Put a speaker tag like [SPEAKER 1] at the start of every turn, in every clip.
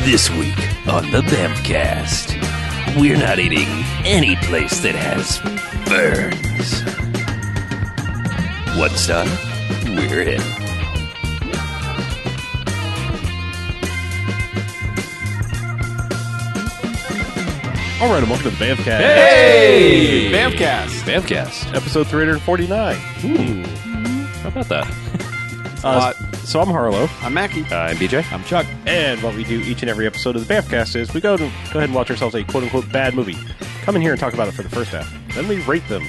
[SPEAKER 1] This week on the Bamcast, we're not eating any place that has ferns. What's up? We're in.
[SPEAKER 2] All right, and welcome to the Bamcast.
[SPEAKER 3] Hey! Bamcast.
[SPEAKER 1] Bamcast.
[SPEAKER 2] Episode 349.
[SPEAKER 1] How about that?
[SPEAKER 2] Uh, so I'm Harlow,
[SPEAKER 3] I'm Mackie.
[SPEAKER 1] I'm BJ.
[SPEAKER 3] Uh, I'm Chuck.
[SPEAKER 2] and what we do each and every episode of the Bamcast is we go, to, go ahead and watch ourselves a quote-unquote bad movie. Come in here and talk about it for the first half. Then we rate them.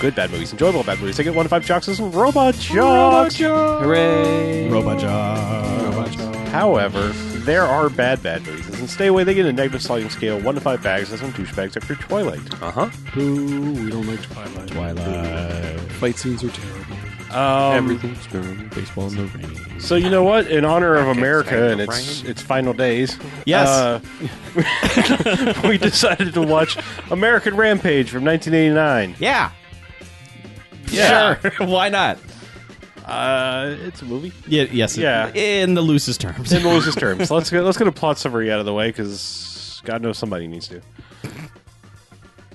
[SPEAKER 2] Good bad movies, enjoyable bad movies. They get one to five jocks and some robot jocks.
[SPEAKER 3] Hooray.
[SPEAKER 4] Robot job.
[SPEAKER 2] However, there are bad bad movies. And stay away, they get a negative sliding scale, one to five bags, and some douchebags after Twilight.
[SPEAKER 1] Uh huh.
[SPEAKER 4] Ooh, we don't like Twilight. Twilight. Fight scenes are terrible.
[SPEAKER 3] Um,
[SPEAKER 4] Everything's terrible. Baseball in the rain.
[SPEAKER 2] So you know what? In honor of America and its its final days,
[SPEAKER 4] Yes.
[SPEAKER 2] uh, we decided to watch American Rampage from 1989.
[SPEAKER 3] Yeah.
[SPEAKER 2] Yeah.
[SPEAKER 4] Sure. Why not?
[SPEAKER 2] Uh, it's a movie
[SPEAKER 4] Yeah, yes.
[SPEAKER 2] Yeah.
[SPEAKER 4] In the loosest terms.
[SPEAKER 2] in Moses terms. Let's get let's get a plot summary out of the way because God knows somebody needs to.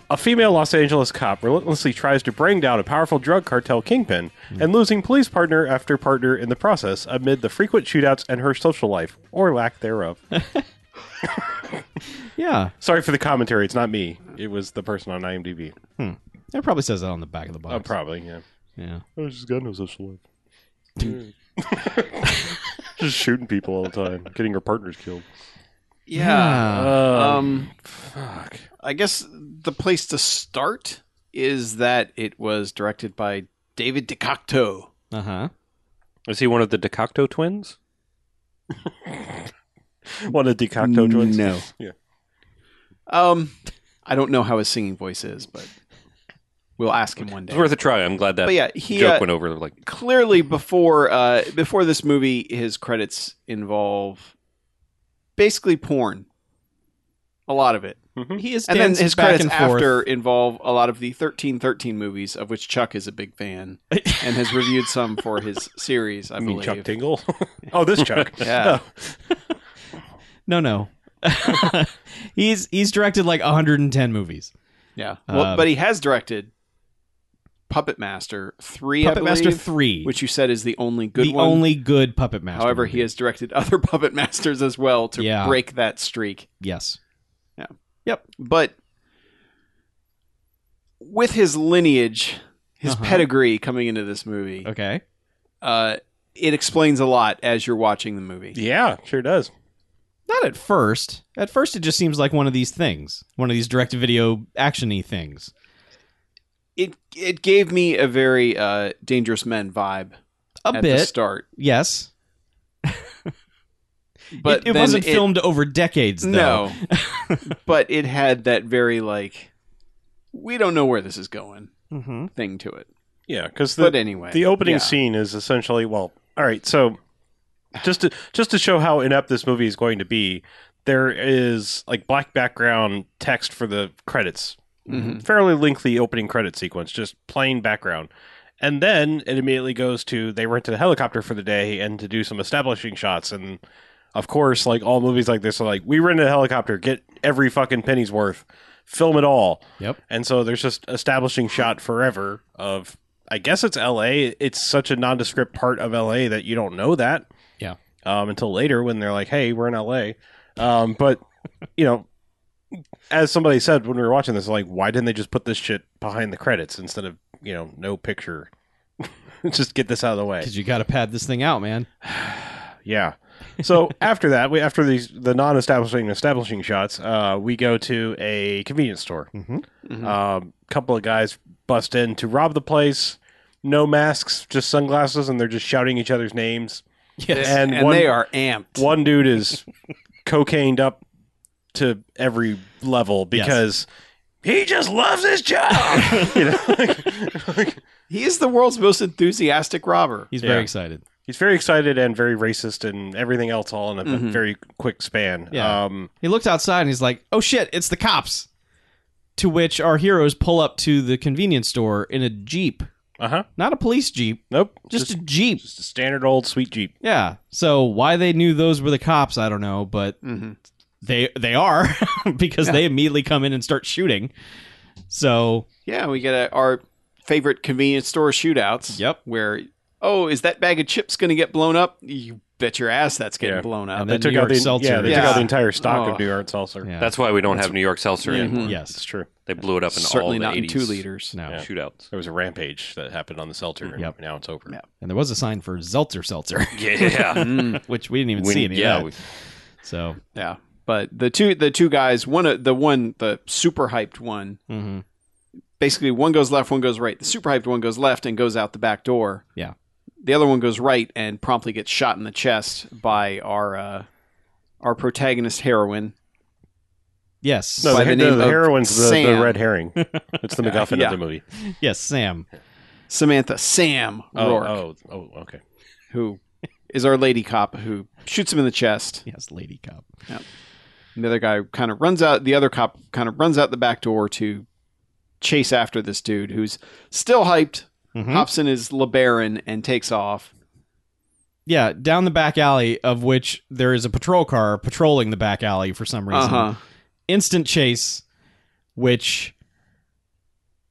[SPEAKER 2] A female Los Angeles cop relentlessly tries to bring down a powerful drug cartel kingpin and losing police partner after partner in the process amid the frequent shootouts and her social life or lack thereof.
[SPEAKER 4] Yeah.
[SPEAKER 2] Sorry for the commentary. It's not me. It was the person on IMDb.
[SPEAKER 4] That probably says that on the back of the box.
[SPEAKER 2] Oh, probably, yeah.
[SPEAKER 4] Yeah.
[SPEAKER 3] Uh,
[SPEAKER 2] I just got no social life. just shooting people all the time, getting her partners killed.
[SPEAKER 3] Yeah.
[SPEAKER 4] Ah,
[SPEAKER 3] Um,
[SPEAKER 2] fuck.
[SPEAKER 3] I guess the place to start is that it was directed by David DeCocteau.
[SPEAKER 4] Uh huh.
[SPEAKER 1] Is he one of the DeCocto twins?
[SPEAKER 2] One of the Cocteau twins?
[SPEAKER 3] No.
[SPEAKER 2] Yeah.
[SPEAKER 3] Um, I don't know how his singing voice is, but we'll ask him one
[SPEAKER 1] It's
[SPEAKER 3] day.
[SPEAKER 1] worth a try. I'm glad that
[SPEAKER 3] But yeah, he
[SPEAKER 1] joke
[SPEAKER 3] uh,
[SPEAKER 1] went over. Like,
[SPEAKER 3] clearly before uh, before this movie, his credits involve basically porn. A lot of it.
[SPEAKER 4] He is
[SPEAKER 3] and then his
[SPEAKER 4] back
[SPEAKER 3] credits
[SPEAKER 4] and forth.
[SPEAKER 3] after involve a lot of the thirteen thirteen movies, of which Chuck is a big fan and has reviewed some for his series. I
[SPEAKER 2] I mean,
[SPEAKER 3] believe.
[SPEAKER 2] Chuck Tingle? oh, this Chuck. Oh,
[SPEAKER 3] Yeah.
[SPEAKER 4] No, no. he's he's directed like 110 movies.
[SPEAKER 3] yeah. Well,
[SPEAKER 4] Um,
[SPEAKER 3] but he has directed Puppet Master three, I
[SPEAKER 4] Puppet Master
[SPEAKER 3] believe,
[SPEAKER 4] 3.
[SPEAKER 3] which you said is the only good
[SPEAKER 4] the
[SPEAKER 3] one.
[SPEAKER 4] only good Puppet Master.
[SPEAKER 3] However,
[SPEAKER 4] movie.
[SPEAKER 3] he has directed other Puppet Masters as well to
[SPEAKER 4] Yeah.
[SPEAKER 3] break that streak.
[SPEAKER 4] Yes.
[SPEAKER 3] Yep. But with his lineage, his
[SPEAKER 4] Uh-huh.
[SPEAKER 3] pedigree coming into this movie,
[SPEAKER 4] Okay.
[SPEAKER 3] uh, it explains a lot as you're watching the movie.
[SPEAKER 2] yeah, sure does.
[SPEAKER 4] Not at first. At first, it just seems like one of these things, one of these direct-to-video actiony things.
[SPEAKER 3] it it gave me a very uh, dangerous men vibe
[SPEAKER 4] A
[SPEAKER 3] at the
[SPEAKER 4] bit,
[SPEAKER 3] start,
[SPEAKER 4] yes.
[SPEAKER 3] but
[SPEAKER 4] it, it
[SPEAKER 3] then
[SPEAKER 4] wasn't filmed over decades. Though.
[SPEAKER 3] No, but it had that very like we don't know where this is going
[SPEAKER 4] Mm-hmm.
[SPEAKER 3] thing to it.
[SPEAKER 2] Yeah, because
[SPEAKER 3] but
[SPEAKER 2] the,
[SPEAKER 3] anyway,
[SPEAKER 2] the opening
[SPEAKER 3] yeah.
[SPEAKER 2] scene is essentially, well, all right, so just to, just to show how inept this movie is going to be, there is like black background text for the credits
[SPEAKER 3] Mhm.
[SPEAKER 2] fairly lengthy opening credit sequence, just plain background. And then it immediately goes to they rented a helicopter for the day and to do some establishing shots. And of course, like all movies like this are like, we rented a helicopter, get every fucking penny's worth, film it all.
[SPEAKER 4] Yep.
[SPEAKER 2] And so there's just establishing shot forever of, I guess it's LA. It's such a nondescript part of LA that you don't know that
[SPEAKER 4] Yeah.
[SPEAKER 2] um, until later when they're like, "Hey, we're in LA." Um, but you know, as somebody said when we were watching this, like, why didn't they just put this shit behind the credits instead of you know no picture? just get this out of the way.
[SPEAKER 4] Because you got to pad this thing out, man.
[SPEAKER 2] Yeah. So after that, we after these the non-establishing and establishing shots, uh, we go to a convenience store.
[SPEAKER 4] Mhm.
[SPEAKER 3] Mhm.
[SPEAKER 2] Um, couple of guys bust in to rob the place. No masks, just sunglasses, and they're just shouting each other's names.
[SPEAKER 4] Yes.
[SPEAKER 2] And
[SPEAKER 3] and,
[SPEAKER 2] one-
[SPEAKER 3] they are amped.
[SPEAKER 2] one dude is cocained up to every level
[SPEAKER 4] Yes.
[SPEAKER 2] because he just loves his job. you know,
[SPEAKER 3] He is the world's most enthusiastic robber.
[SPEAKER 4] He's
[SPEAKER 2] Yeah.
[SPEAKER 4] very excited.
[SPEAKER 2] he's very excited and very racist and everything else all in a
[SPEAKER 3] Mhm.
[SPEAKER 2] very quick span.
[SPEAKER 4] Yeah.
[SPEAKER 2] Um,
[SPEAKER 4] He looked outside and he's like, "Oh shit, it's the cops." To which our heroes pull up to the convenience store in a jeep,
[SPEAKER 2] uh huh.
[SPEAKER 4] not a police jeep,
[SPEAKER 2] Nope.
[SPEAKER 4] just,
[SPEAKER 2] Just
[SPEAKER 4] a jeep.
[SPEAKER 2] just a standard old sweet jeep.
[SPEAKER 4] Yeah. So why they knew those were the cops, I don't know, but
[SPEAKER 3] Mhm.
[SPEAKER 4] they they are because they immediately come in and start shooting. So
[SPEAKER 3] Yeah, we get uh our favorite convenience store shootouts.
[SPEAKER 4] Yep.
[SPEAKER 3] Where oh, is that bag of chips going to get blown up? You bet your ass that's getting
[SPEAKER 2] Yeah.
[SPEAKER 3] blown up.
[SPEAKER 4] And
[SPEAKER 2] They
[SPEAKER 4] then
[SPEAKER 2] took
[SPEAKER 4] New
[SPEAKER 2] out
[SPEAKER 4] York
[SPEAKER 2] the
[SPEAKER 4] Seltzer
[SPEAKER 2] yeah, they
[SPEAKER 3] is-
[SPEAKER 2] took out the entire stock
[SPEAKER 3] Oh.
[SPEAKER 2] of New York Seltzer.
[SPEAKER 4] yeah,
[SPEAKER 1] That's why we don't have New York Seltzer anymore.
[SPEAKER 3] Mm.
[SPEAKER 4] yes,
[SPEAKER 2] It's true.
[SPEAKER 1] They blew it up in all
[SPEAKER 3] Mm-hmm. Certainly
[SPEAKER 1] the
[SPEAKER 3] not in
[SPEAKER 1] 80s
[SPEAKER 3] two liters.
[SPEAKER 4] no.
[SPEAKER 2] Yeah.
[SPEAKER 1] shootouts.
[SPEAKER 2] There was a rampage that happened on the Seltzer. and
[SPEAKER 4] Yep.
[SPEAKER 2] Now it's over.
[SPEAKER 3] Yeah.
[SPEAKER 4] And there was a sign for Zeltzer Seltzer,
[SPEAKER 1] Yeah.
[SPEAKER 3] Mm.
[SPEAKER 4] which we didn't even
[SPEAKER 1] We-
[SPEAKER 4] see any
[SPEAKER 1] yeah,
[SPEAKER 4] of that.
[SPEAKER 1] we-
[SPEAKER 4] so
[SPEAKER 3] Yeah, but the two the two guys one of the one the super hyped one
[SPEAKER 4] mhm.
[SPEAKER 3] basically one goes left, one goes right. The super hyped one goes left and goes out the back door.
[SPEAKER 4] Yeah.
[SPEAKER 3] The other one goes right and promptly gets shot in the chest by our uh, our protagonist heroine.
[SPEAKER 4] yes,
[SPEAKER 2] No,
[SPEAKER 3] By
[SPEAKER 2] the,
[SPEAKER 3] the
[SPEAKER 2] the,
[SPEAKER 3] name
[SPEAKER 2] the
[SPEAKER 3] of
[SPEAKER 2] heroin's the, the
[SPEAKER 3] Sam.
[SPEAKER 2] red herring. It's the MacGuffin
[SPEAKER 3] Yeah.
[SPEAKER 2] of the movie.
[SPEAKER 4] yes, Sam.
[SPEAKER 3] Samantha Sam
[SPEAKER 2] Oh,
[SPEAKER 3] Rourke,
[SPEAKER 2] oh, oh, okay.
[SPEAKER 3] who is our lady cop who shoots him in the chest.
[SPEAKER 4] Yes, Lady Cop.
[SPEAKER 3] And The other guy kind of runs out. The other cop kind of runs out the back door to chase after this dude who's still
[SPEAKER 2] Hmm?
[SPEAKER 3] hyped.
[SPEAKER 4] Mhm.
[SPEAKER 3] Hops in his LeBaron and takes off.
[SPEAKER 4] Yeah, down the back alley of which there is a patrol car patrolling the back alley for some reason.
[SPEAKER 3] Uh huh.
[SPEAKER 4] Instant chase, which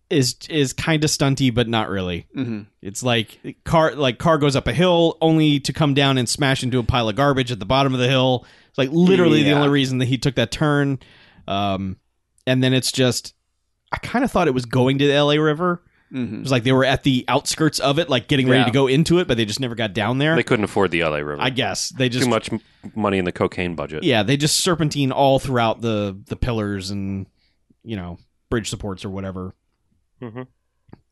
[SPEAKER 4] is is kind of stunty, but not really.
[SPEAKER 3] hmm
[SPEAKER 4] It's like car like car goes up a hill only to come down and smash into a pile of garbage at the bottom of the hill. It's like literally the
[SPEAKER 3] Yeah.
[SPEAKER 4] only reason that he took that turn. Um, and then it's just I kind of thought it was going to the LA River. It
[SPEAKER 3] hmm
[SPEAKER 4] was like they were at the outskirts of it, like getting ready
[SPEAKER 3] Yeah.
[SPEAKER 4] to go into it, but they just never got down there.
[SPEAKER 1] They couldn't afford the LA River.
[SPEAKER 4] I guess they just
[SPEAKER 1] Too much m- money in the cocaine budget.
[SPEAKER 4] Yeah, they just serpentine all throughout the the pillars and you know bridge supports or whatever.
[SPEAKER 2] Mhm.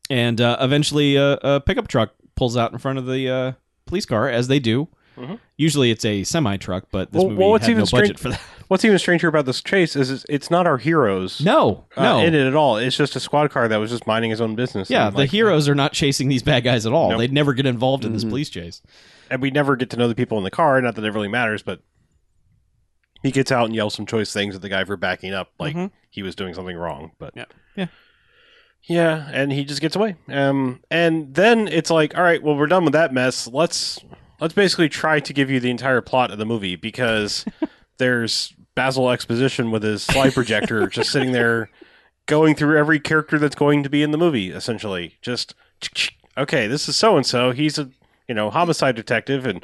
[SPEAKER 4] And uh, eventually, uh, a pickup truck pulls out in front of the uh, police car, as they do.
[SPEAKER 2] Mhm.
[SPEAKER 4] Usually, it's a semi truck, but this
[SPEAKER 2] Well-
[SPEAKER 4] movie
[SPEAKER 2] well, what's
[SPEAKER 4] had
[SPEAKER 2] even
[SPEAKER 4] no budget
[SPEAKER 2] strange-
[SPEAKER 4] for that.
[SPEAKER 2] What's even stranger about this chase is it's- it's not our heroes.
[SPEAKER 4] No, no,
[SPEAKER 2] uh, in it at all. It's just a squad car that was just minding his own business.
[SPEAKER 4] yeah,
[SPEAKER 2] and,
[SPEAKER 4] the
[SPEAKER 2] like, Mm-hmm.
[SPEAKER 4] heroes are not chasing these bad guys at all.
[SPEAKER 2] Nope.
[SPEAKER 4] They'd never get involved in this
[SPEAKER 3] Mhm.
[SPEAKER 4] police chase.
[SPEAKER 2] and we never get to know the people in the car. Not that it really matters, but he gets out and yells some choice things at the guy for backing up, like
[SPEAKER 4] Mhm.
[SPEAKER 2] he was doing something wrong. But
[SPEAKER 3] Mm-hmm. Yeah.
[SPEAKER 4] Yeah.
[SPEAKER 2] yeah, and he just gets away. Um, and then it's like, all right, well, we're done with that mess. Let's let's basically try to give you the entire plot of the movie because there's Basil exposition with his slide projector just sitting there going through every character that's going to be in the movie essentially just okay this is so and so he's a you know homicide detective and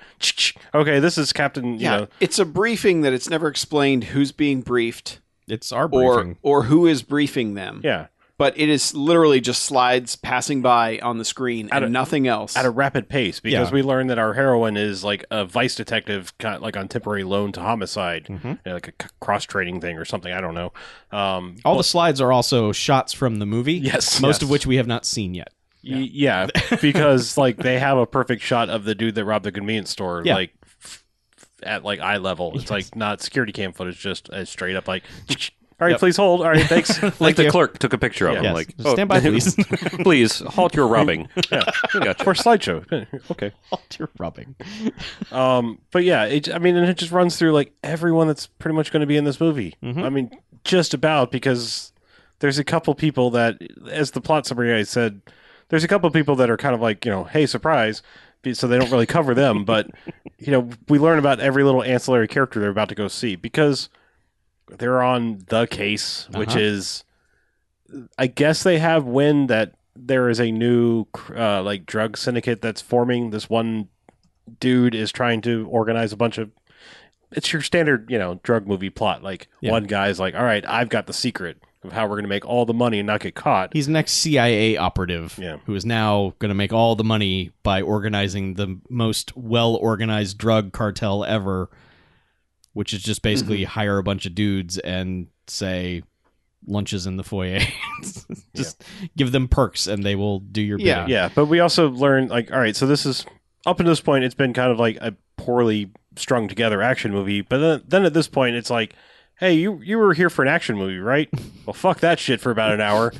[SPEAKER 2] okay this is captain you
[SPEAKER 3] Yeah,
[SPEAKER 2] know
[SPEAKER 3] it's a briefing that it's never explained who's being briefed
[SPEAKER 4] It's our briefing.
[SPEAKER 3] or or who is briefing them.
[SPEAKER 2] yeah
[SPEAKER 3] But it is literally just slides passing by on the screen
[SPEAKER 2] At
[SPEAKER 3] and
[SPEAKER 2] a-
[SPEAKER 3] nothing else.
[SPEAKER 2] at a rapid pace because
[SPEAKER 4] Yeah.
[SPEAKER 2] we learn that our heroine is like a vice detective kind of like on temporary loan to homicide
[SPEAKER 4] Mhm.
[SPEAKER 2] you know, like a cross training thing or something i don't know um
[SPEAKER 4] all the slides are also shots from the movie.
[SPEAKER 2] Yes.
[SPEAKER 4] most of
[SPEAKER 2] Yes.
[SPEAKER 4] which we have not seen yet.
[SPEAKER 2] Y- yeah, because like they have a perfect shot of the dude that robbed the convenience store,
[SPEAKER 4] Yeah.
[SPEAKER 2] like f- f- at like eye level. It's like not security cam footage, just as straight up like. All right,
[SPEAKER 4] Yep.
[SPEAKER 2] please hold. All right, thanks.
[SPEAKER 1] Like the
[SPEAKER 4] you.
[SPEAKER 1] clerk took a picture of
[SPEAKER 2] Yeah.
[SPEAKER 1] him.
[SPEAKER 2] oh.
[SPEAKER 4] Yes.
[SPEAKER 1] Like, "Oh,
[SPEAKER 4] Stand by, please.
[SPEAKER 1] please halt your robbing.
[SPEAKER 2] yeah,
[SPEAKER 1] Gotcha.
[SPEAKER 2] for slideshow. Okay.
[SPEAKER 4] You're rubbing.
[SPEAKER 2] Um, but yeah, it, I mean, and it just runs through like everyone that's pretty much going to be in this movie.
[SPEAKER 4] Mhm.
[SPEAKER 2] I mean, just about because there's a couple people that, as the plot summary I said, there's a couple people that are kind of like you know, hey, surprise. be- So they don't really cover them, but you know, we learn about every little ancillary character they're about to go see because they're on the case, which
[SPEAKER 4] Uh-huh.
[SPEAKER 2] is, I guess they have wind that there is a new uh, like drug syndicate that's forming. This one dude is trying to organize a bunch of it's your standard you know drug movie plot like
[SPEAKER 4] Yeah.
[SPEAKER 2] one guy's like all right i've got the secret of how we're going to make all the money and not get caught
[SPEAKER 4] He's an ex CIA operative
[SPEAKER 2] Yeah.
[SPEAKER 4] who is now going to make all the money by organizing the most well organized drug cartel ever, which is just basically
[SPEAKER 2] Mm-hmm.
[SPEAKER 4] hire a bunch of dudes and say, lunches in the foyer. just give them perks and they will do your
[SPEAKER 3] Yeah.
[SPEAKER 4] bidding.
[SPEAKER 2] yeah but we also learn like all right so this is up to this point it's been kind of like a poorly strung together action movie but then, then at this point it's like hey you you were here for an action movie right well fuck that shit for about an hour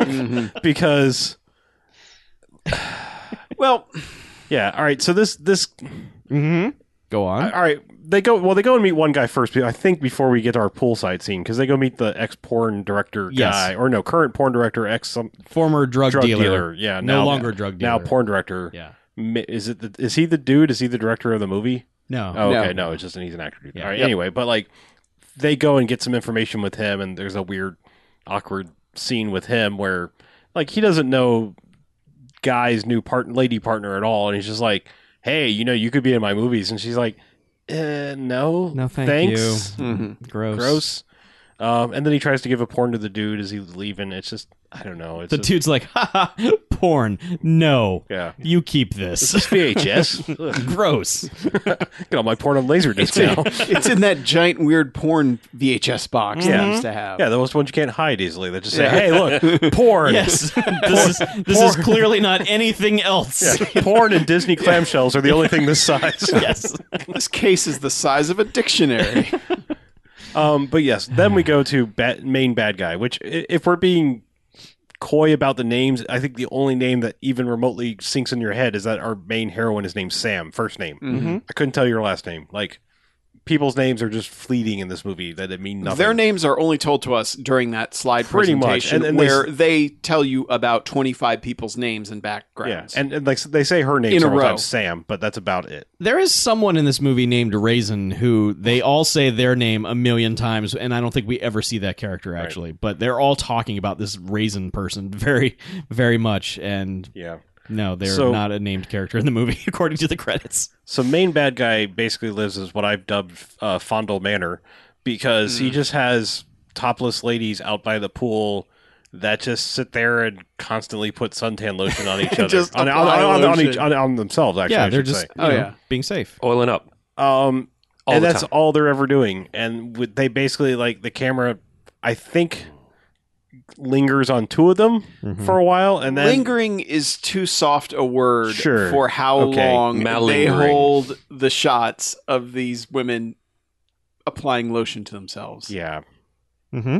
[SPEAKER 3] Mhm.
[SPEAKER 2] because
[SPEAKER 3] well,
[SPEAKER 2] yeah all right so this this
[SPEAKER 4] Mm-hmm. Go on.
[SPEAKER 2] All right, they go. Well, they go and meet one guy first. I think before we get to our poolside scene, because they go meet the ex porn director
[SPEAKER 4] Yes.
[SPEAKER 2] guy, or no, current porn director, ex some
[SPEAKER 4] Former drug,
[SPEAKER 2] drug dealer.
[SPEAKER 4] dealer.
[SPEAKER 2] Yeah,
[SPEAKER 4] No
[SPEAKER 2] now,
[SPEAKER 4] longer drug dealer.
[SPEAKER 2] now porn director.
[SPEAKER 4] Yeah.
[SPEAKER 2] Mi- Is it? The, is he the dude? Is he the director of the movie?
[SPEAKER 4] No.
[SPEAKER 2] Oh,
[SPEAKER 3] No.
[SPEAKER 2] okay, no, it's just an, he's an actor. dude.
[SPEAKER 4] Yeah.
[SPEAKER 2] All right,
[SPEAKER 4] Yep.
[SPEAKER 2] anyway, but like they go and get some information with him, and there's a weird, awkward scene with him where, like, he doesn't know guy's new part lady partner at all, and he's just like, "Hey, you know, you could be in my movies," and she's like, eh, "No,
[SPEAKER 4] No, thank
[SPEAKER 2] thanks, Mm.
[SPEAKER 3] Mhm.
[SPEAKER 4] Gross.
[SPEAKER 2] gross." Um, and then he tries to give a porn to the dude as he's leaving. It's just, I don't know. It's
[SPEAKER 4] The
[SPEAKER 2] just-
[SPEAKER 4] dude's like, ha ha, porn. No.
[SPEAKER 2] yeah.
[SPEAKER 4] You keep this.
[SPEAKER 2] It's VHS. Ugh,
[SPEAKER 4] gross.
[SPEAKER 2] Get all my porn on Laserdisc
[SPEAKER 3] It's in,
[SPEAKER 2] now.
[SPEAKER 3] it's in that giant weird porn VHS box
[SPEAKER 2] Yeah.
[SPEAKER 3] they used to have.
[SPEAKER 2] Yeah, those ones you can't hide easily. They just say, "Hey, look, porn."
[SPEAKER 4] Yes. this is this is clearly not anything else.
[SPEAKER 2] Yeah, porn and Disney clamshells are the only thing this size.
[SPEAKER 4] yes.
[SPEAKER 3] This case is the size of a dictionary.
[SPEAKER 2] Um, but yes, then we go to ba- main bad guy, which i- if we're being coy about the names, I think the only name that even remotely sinks in your head is that our main heroine is named Sam, first name.
[SPEAKER 3] Mhm.
[SPEAKER 2] I couldn't tell your last name. Like people's names are just fleeting in this movie that it mean nothing.
[SPEAKER 3] Their names are only told to us during that slide
[SPEAKER 2] Pretty much.
[SPEAKER 3] presentation
[SPEAKER 2] And- and they-
[SPEAKER 3] where they, tell you about 25 people's names and
[SPEAKER 2] yeah,
[SPEAKER 3] backgrounds.
[SPEAKER 2] and, and like they say her name
[SPEAKER 3] In a
[SPEAKER 2] several
[SPEAKER 3] row.
[SPEAKER 2] times, Sam, but that's about it.
[SPEAKER 4] There is someone in this movie named Raisin who they all say their name a million times, and I don't think we ever see that character actually. But they're all talking about this Raisin person very, very much, and
[SPEAKER 2] Yeah.
[SPEAKER 4] no, they're
[SPEAKER 2] So-
[SPEAKER 4] not a named character in the movie according to the credits.
[SPEAKER 2] So main bad guy basically lives as what I've dubbed uh, Fondle Manor because he just has topless ladies out by the pool that just sit there and constantly put suntan lotion on each other
[SPEAKER 3] Just
[SPEAKER 2] on, on,
[SPEAKER 3] apply
[SPEAKER 2] on, on,
[SPEAKER 3] lotion.
[SPEAKER 2] each, on, on themselves. Actually,
[SPEAKER 4] yeah,
[SPEAKER 2] I
[SPEAKER 4] they're
[SPEAKER 2] should
[SPEAKER 4] just
[SPEAKER 2] say.
[SPEAKER 4] you
[SPEAKER 3] Oh,
[SPEAKER 4] know,
[SPEAKER 3] yeah.
[SPEAKER 4] being safe.
[SPEAKER 1] Oiling up.
[SPEAKER 2] Um,
[SPEAKER 1] All
[SPEAKER 2] and
[SPEAKER 1] the
[SPEAKER 2] that's
[SPEAKER 1] time.
[SPEAKER 2] all they're ever doing. And with, they basically like the camera, I think, lingers on two of them
[SPEAKER 4] Hmm. Mm-hmm.
[SPEAKER 2] for a while, and then
[SPEAKER 3] Lingering is too soft a word
[SPEAKER 2] Sure.
[SPEAKER 3] for how
[SPEAKER 2] Okay.
[SPEAKER 3] long they
[SPEAKER 1] Malingering.
[SPEAKER 3] hold the shots of these women applying lotion to themselves.
[SPEAKER 2] yeah,
[SPEAKER 4] Mm-hmm.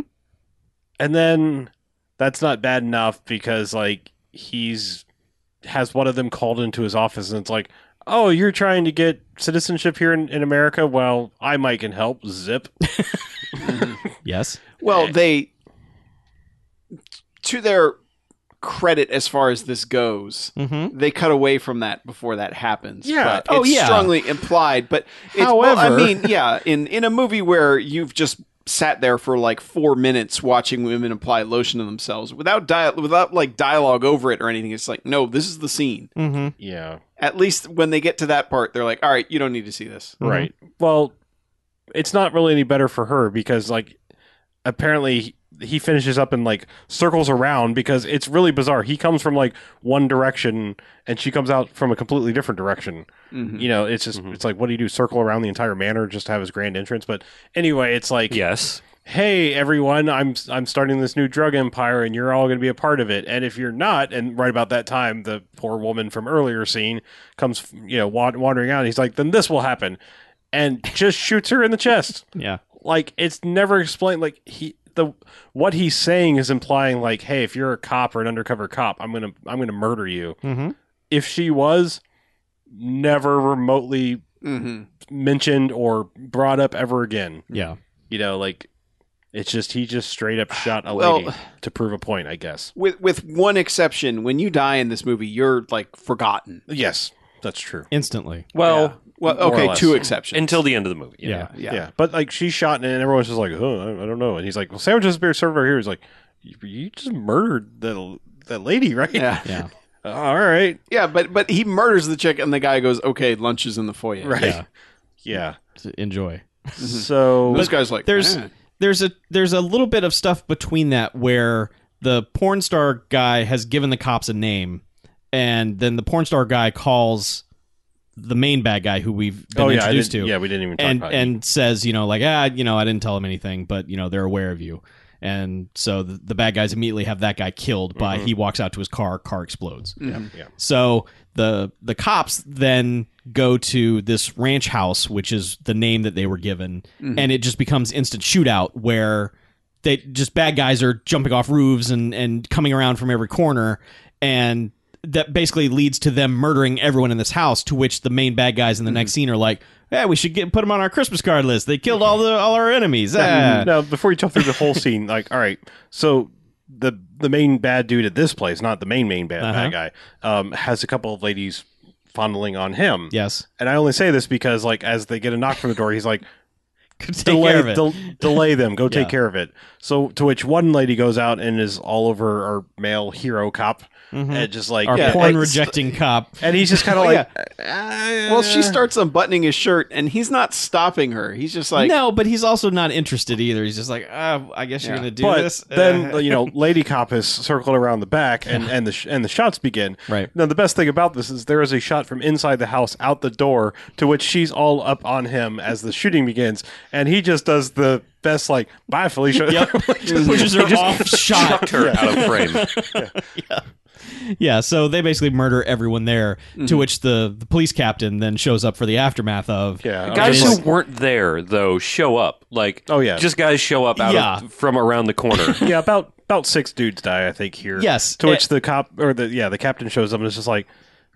[SPEAKER 2] and then that's not bad enough because like he's has one of them called into his office and it's like oh you're trying to get citizenship here in, in america well i might can help zip
[SPEAKER 4] Yes.
[SPEAKER 3] Well, they to their credit as far as this goes,
[SPEAKER 4] Mm-hmm.
[SPEAKER 3] they cut away from that before that happens.
[SPEAKER 2] Yeah.
[SPEAKER 3] but
[SPEAKER 4] Oh,
[SPEAKER 3] it's
[SPEAKER 4] yeah.
[SPEAKER 3] strongly implied. But it's, well,
[SPEAKER 2] However-
[SPEAKER 3] I mean, yeah, in in a movie where you've just sat there for like four minutes watching women apply lotion to themselves without dia- without like dialogue over it or anything, it's like no, this is the scene.
[SPEAKER 4] Mm-hmm.
[SPEAKER 2] yeah
[SPEAKER 3] At least when they get to that part, they're like, all right, you don't need to see this.
[SPEAKER 4] Mm-hmm.
[SPEAKER 2] right well it's not really any better for her because like apparently he- he finishes up and like circles around because it's really bizarre he comes from like one direction and she comes out from a completely different direction
[SPEAKER 3] Mhm.
[SPEAKER 2] you know it's just it's like what do you do circle around the entire manor just to have his grand entrance but anyway it's like
[SPEAKER 1] Yes.
[SPEAKER 2] hey everyone i'm i'm starting this new drug empire and you're all going to be a part of it and if you're not and right about that time the poor woman from earlier scene comes you know wa- wandering out and he's like then this will happen and just shoots her in the chest
[SPEAKER 4] Yeah.
[SPEAKER 2] like it's never explained like he the what he's saying is implying like hey if you're a cop or an undercover cop i'm going to i'm going to murder you
[SPEAKER 4] Mm-hmm.
[SPEAKER 2] if she was never remotely
[SPEAKER 3] Mhm.
[SPEAKER 2] mentioned or brought up ever again
[SPEAKER 4] Yeah.
[SPEAKER 2] you know like it's just he just straight up shot a
[SPEAKER 3] Well-
[SPEAKER 2] lady to prove a point i guess
[SPEAKER 3] With with one exception, when you die in this movie, you're like forgotten.
[SPEAKER 2] yes that's true
[SPEAKER 4] Instantly.
[SPEAKER 1] Well,
[SPEAKER 3] Yeah. well,
[SPEAKER 2] more or
[SPEAKER 3] okay,
[SPEAKER 2] less.
[SPEAKER 3] two exceptions
[SPEAKER 1] until the end of the movie. Yeah.
[SPEAKER 4] Yeah.
[SPEAKER 2] yeah. but like she's shot and everyone's just like oh i, I don't know and he's like well sam just beer server here he's like you, you just murdered that that lady right
[SPEAKER 3] Yeah.
[SPEAKER 4] Yeah.
[SPEAKER 2] all right
[SPEAKER 3] Yeah, but but he murders the chick, and the guy goes, "Okay, lunch is in the foyer."
[SPEAKER 2] right
[SPEAKER 4] Yeah.
[SPEAKER 2] yeah,
[SPEAKER 4] Enjoy.
[SPEAKER 2] so
[SPEAKER 3] This guy's like,
[SPEAKER 4] there's
[SPEAKER 3] "Eh."
[SPEAKER 4] there's a there's a little bit of stuff between that where the porn star guy has given the cops a name and then the porn star guy calls the main bad guy who we've been
[SPEAKER 2] oh yeah I
[SPEAKER 4] introduced
[SPEAKER 2] didn't-
[SPEAKER 4] to
[SPEAKER 2] yeah we didn't even talk
[SPEAKER 4] and
[SPEAKER 2] about it.
[SPEAKER 4] and says you know like ah you know I didn't tell him anything but you know they're aware of you and so the, the bad guys immediately have that guy killed by
[SPEAKER 2] Mm-hmm.
[SPEAKER 4] he walks out to his car car explodes
[SPEAKER 2] yeah
[SPEAKER 4] so the the cops then go to this ranch house, which is the name that they were given, and it just becomes instant shootout where they just bad guys are jumping off roofs and and coming around from every corner, and that basically leads to them murdering everyone in this house. To which the main bad guys in the next scene are like, "Yeah, we should get put them on our Christmas card list. They killed all the all our enemies." Ah.
[SPEAKER 2] now before you jump through the whole scene like all right so the the main bad dude at this place not the main main bad,
[SPEAKER 4] Uh-huh.
[SPEAKER 2] bad guy um, has a couple of ladies fondling on him
[SPEAKER 4] Yes.
[SPEAKER 2] and i only say this because like as they get a knock from the door he's like
[SPEAKER 4] Go take
[SPEAKER 2] delay,
[SPEAKER 4] care of it.
[SPEAKER 2] del- delay them. Go take
[SPEAKER 4] Yeah.
[SPEAKER 2] care of it. So to which one lady goes out and is all over our male hero cop, and just like
[SPEAKER 4] Mm-hmm. Our
[SPEAKER 2] yeah,
[SPEAKER 4] porn
[SPEAKER 2] like-
[SPEAKER 4] rejecting cop.
[SPEAKER 2] and he's just kind of
[SPEAKER 3] Oh,
[SPEAKER 2] like, "Uh,
[SPEAKER 3] Well, she starts unbuttoning his shirt, and he's not stopping her. He's just like,
[SPEAKER 4] no, but he's also not interested either. He's just like, ah, I guess you're
[SPEAKER 3] Yeah.
[SPEAKER 4] gonna do
[SPEAKER 2] but
[SPEAKER 4] this.
[SPEAKER 2] then
[SPEAKER 4] Uh,
[SPEAKER 2] you know, lady cop is circling around the back, and and the sh- and the shots begin.
[SPEAKER 4] Right.
[SPEAKER 2] now, the best thing about this is there is a shot from inside the house out the door to which she's all up on him as the shooting begins, and he just does the best like, bye Felicia.
[SPEAKER 4] pushes her off shot.
[SPEAKER 1] Chucked her out of frame.
[SPEAKER 4] Yeah, so they basically murder everyone there. To which the, the police captain then shows up for the aftermath of.
[SPEAKER 2] Yeah, I was
[SPEAKER 1] Guys
[SPEAKER 2] just
[SPEAKER 1] who
[SPEAKER 2] like-
[SPEAKER 1] weren't there though show up. Like
[SPEAKER 2] Oh, yeah.
[SPEAKER 1] just guys show up out
[SPEAKER 4] Yeah.
[SPEAKER 1] of, from around the corner.
[SPEAKER 2] yeah, about about six dudes die, I think here.
[SPEAKER 4] Yes. Eh.
[SPEAKER 2] to which the cop or the yeah the captain shows up and is just like,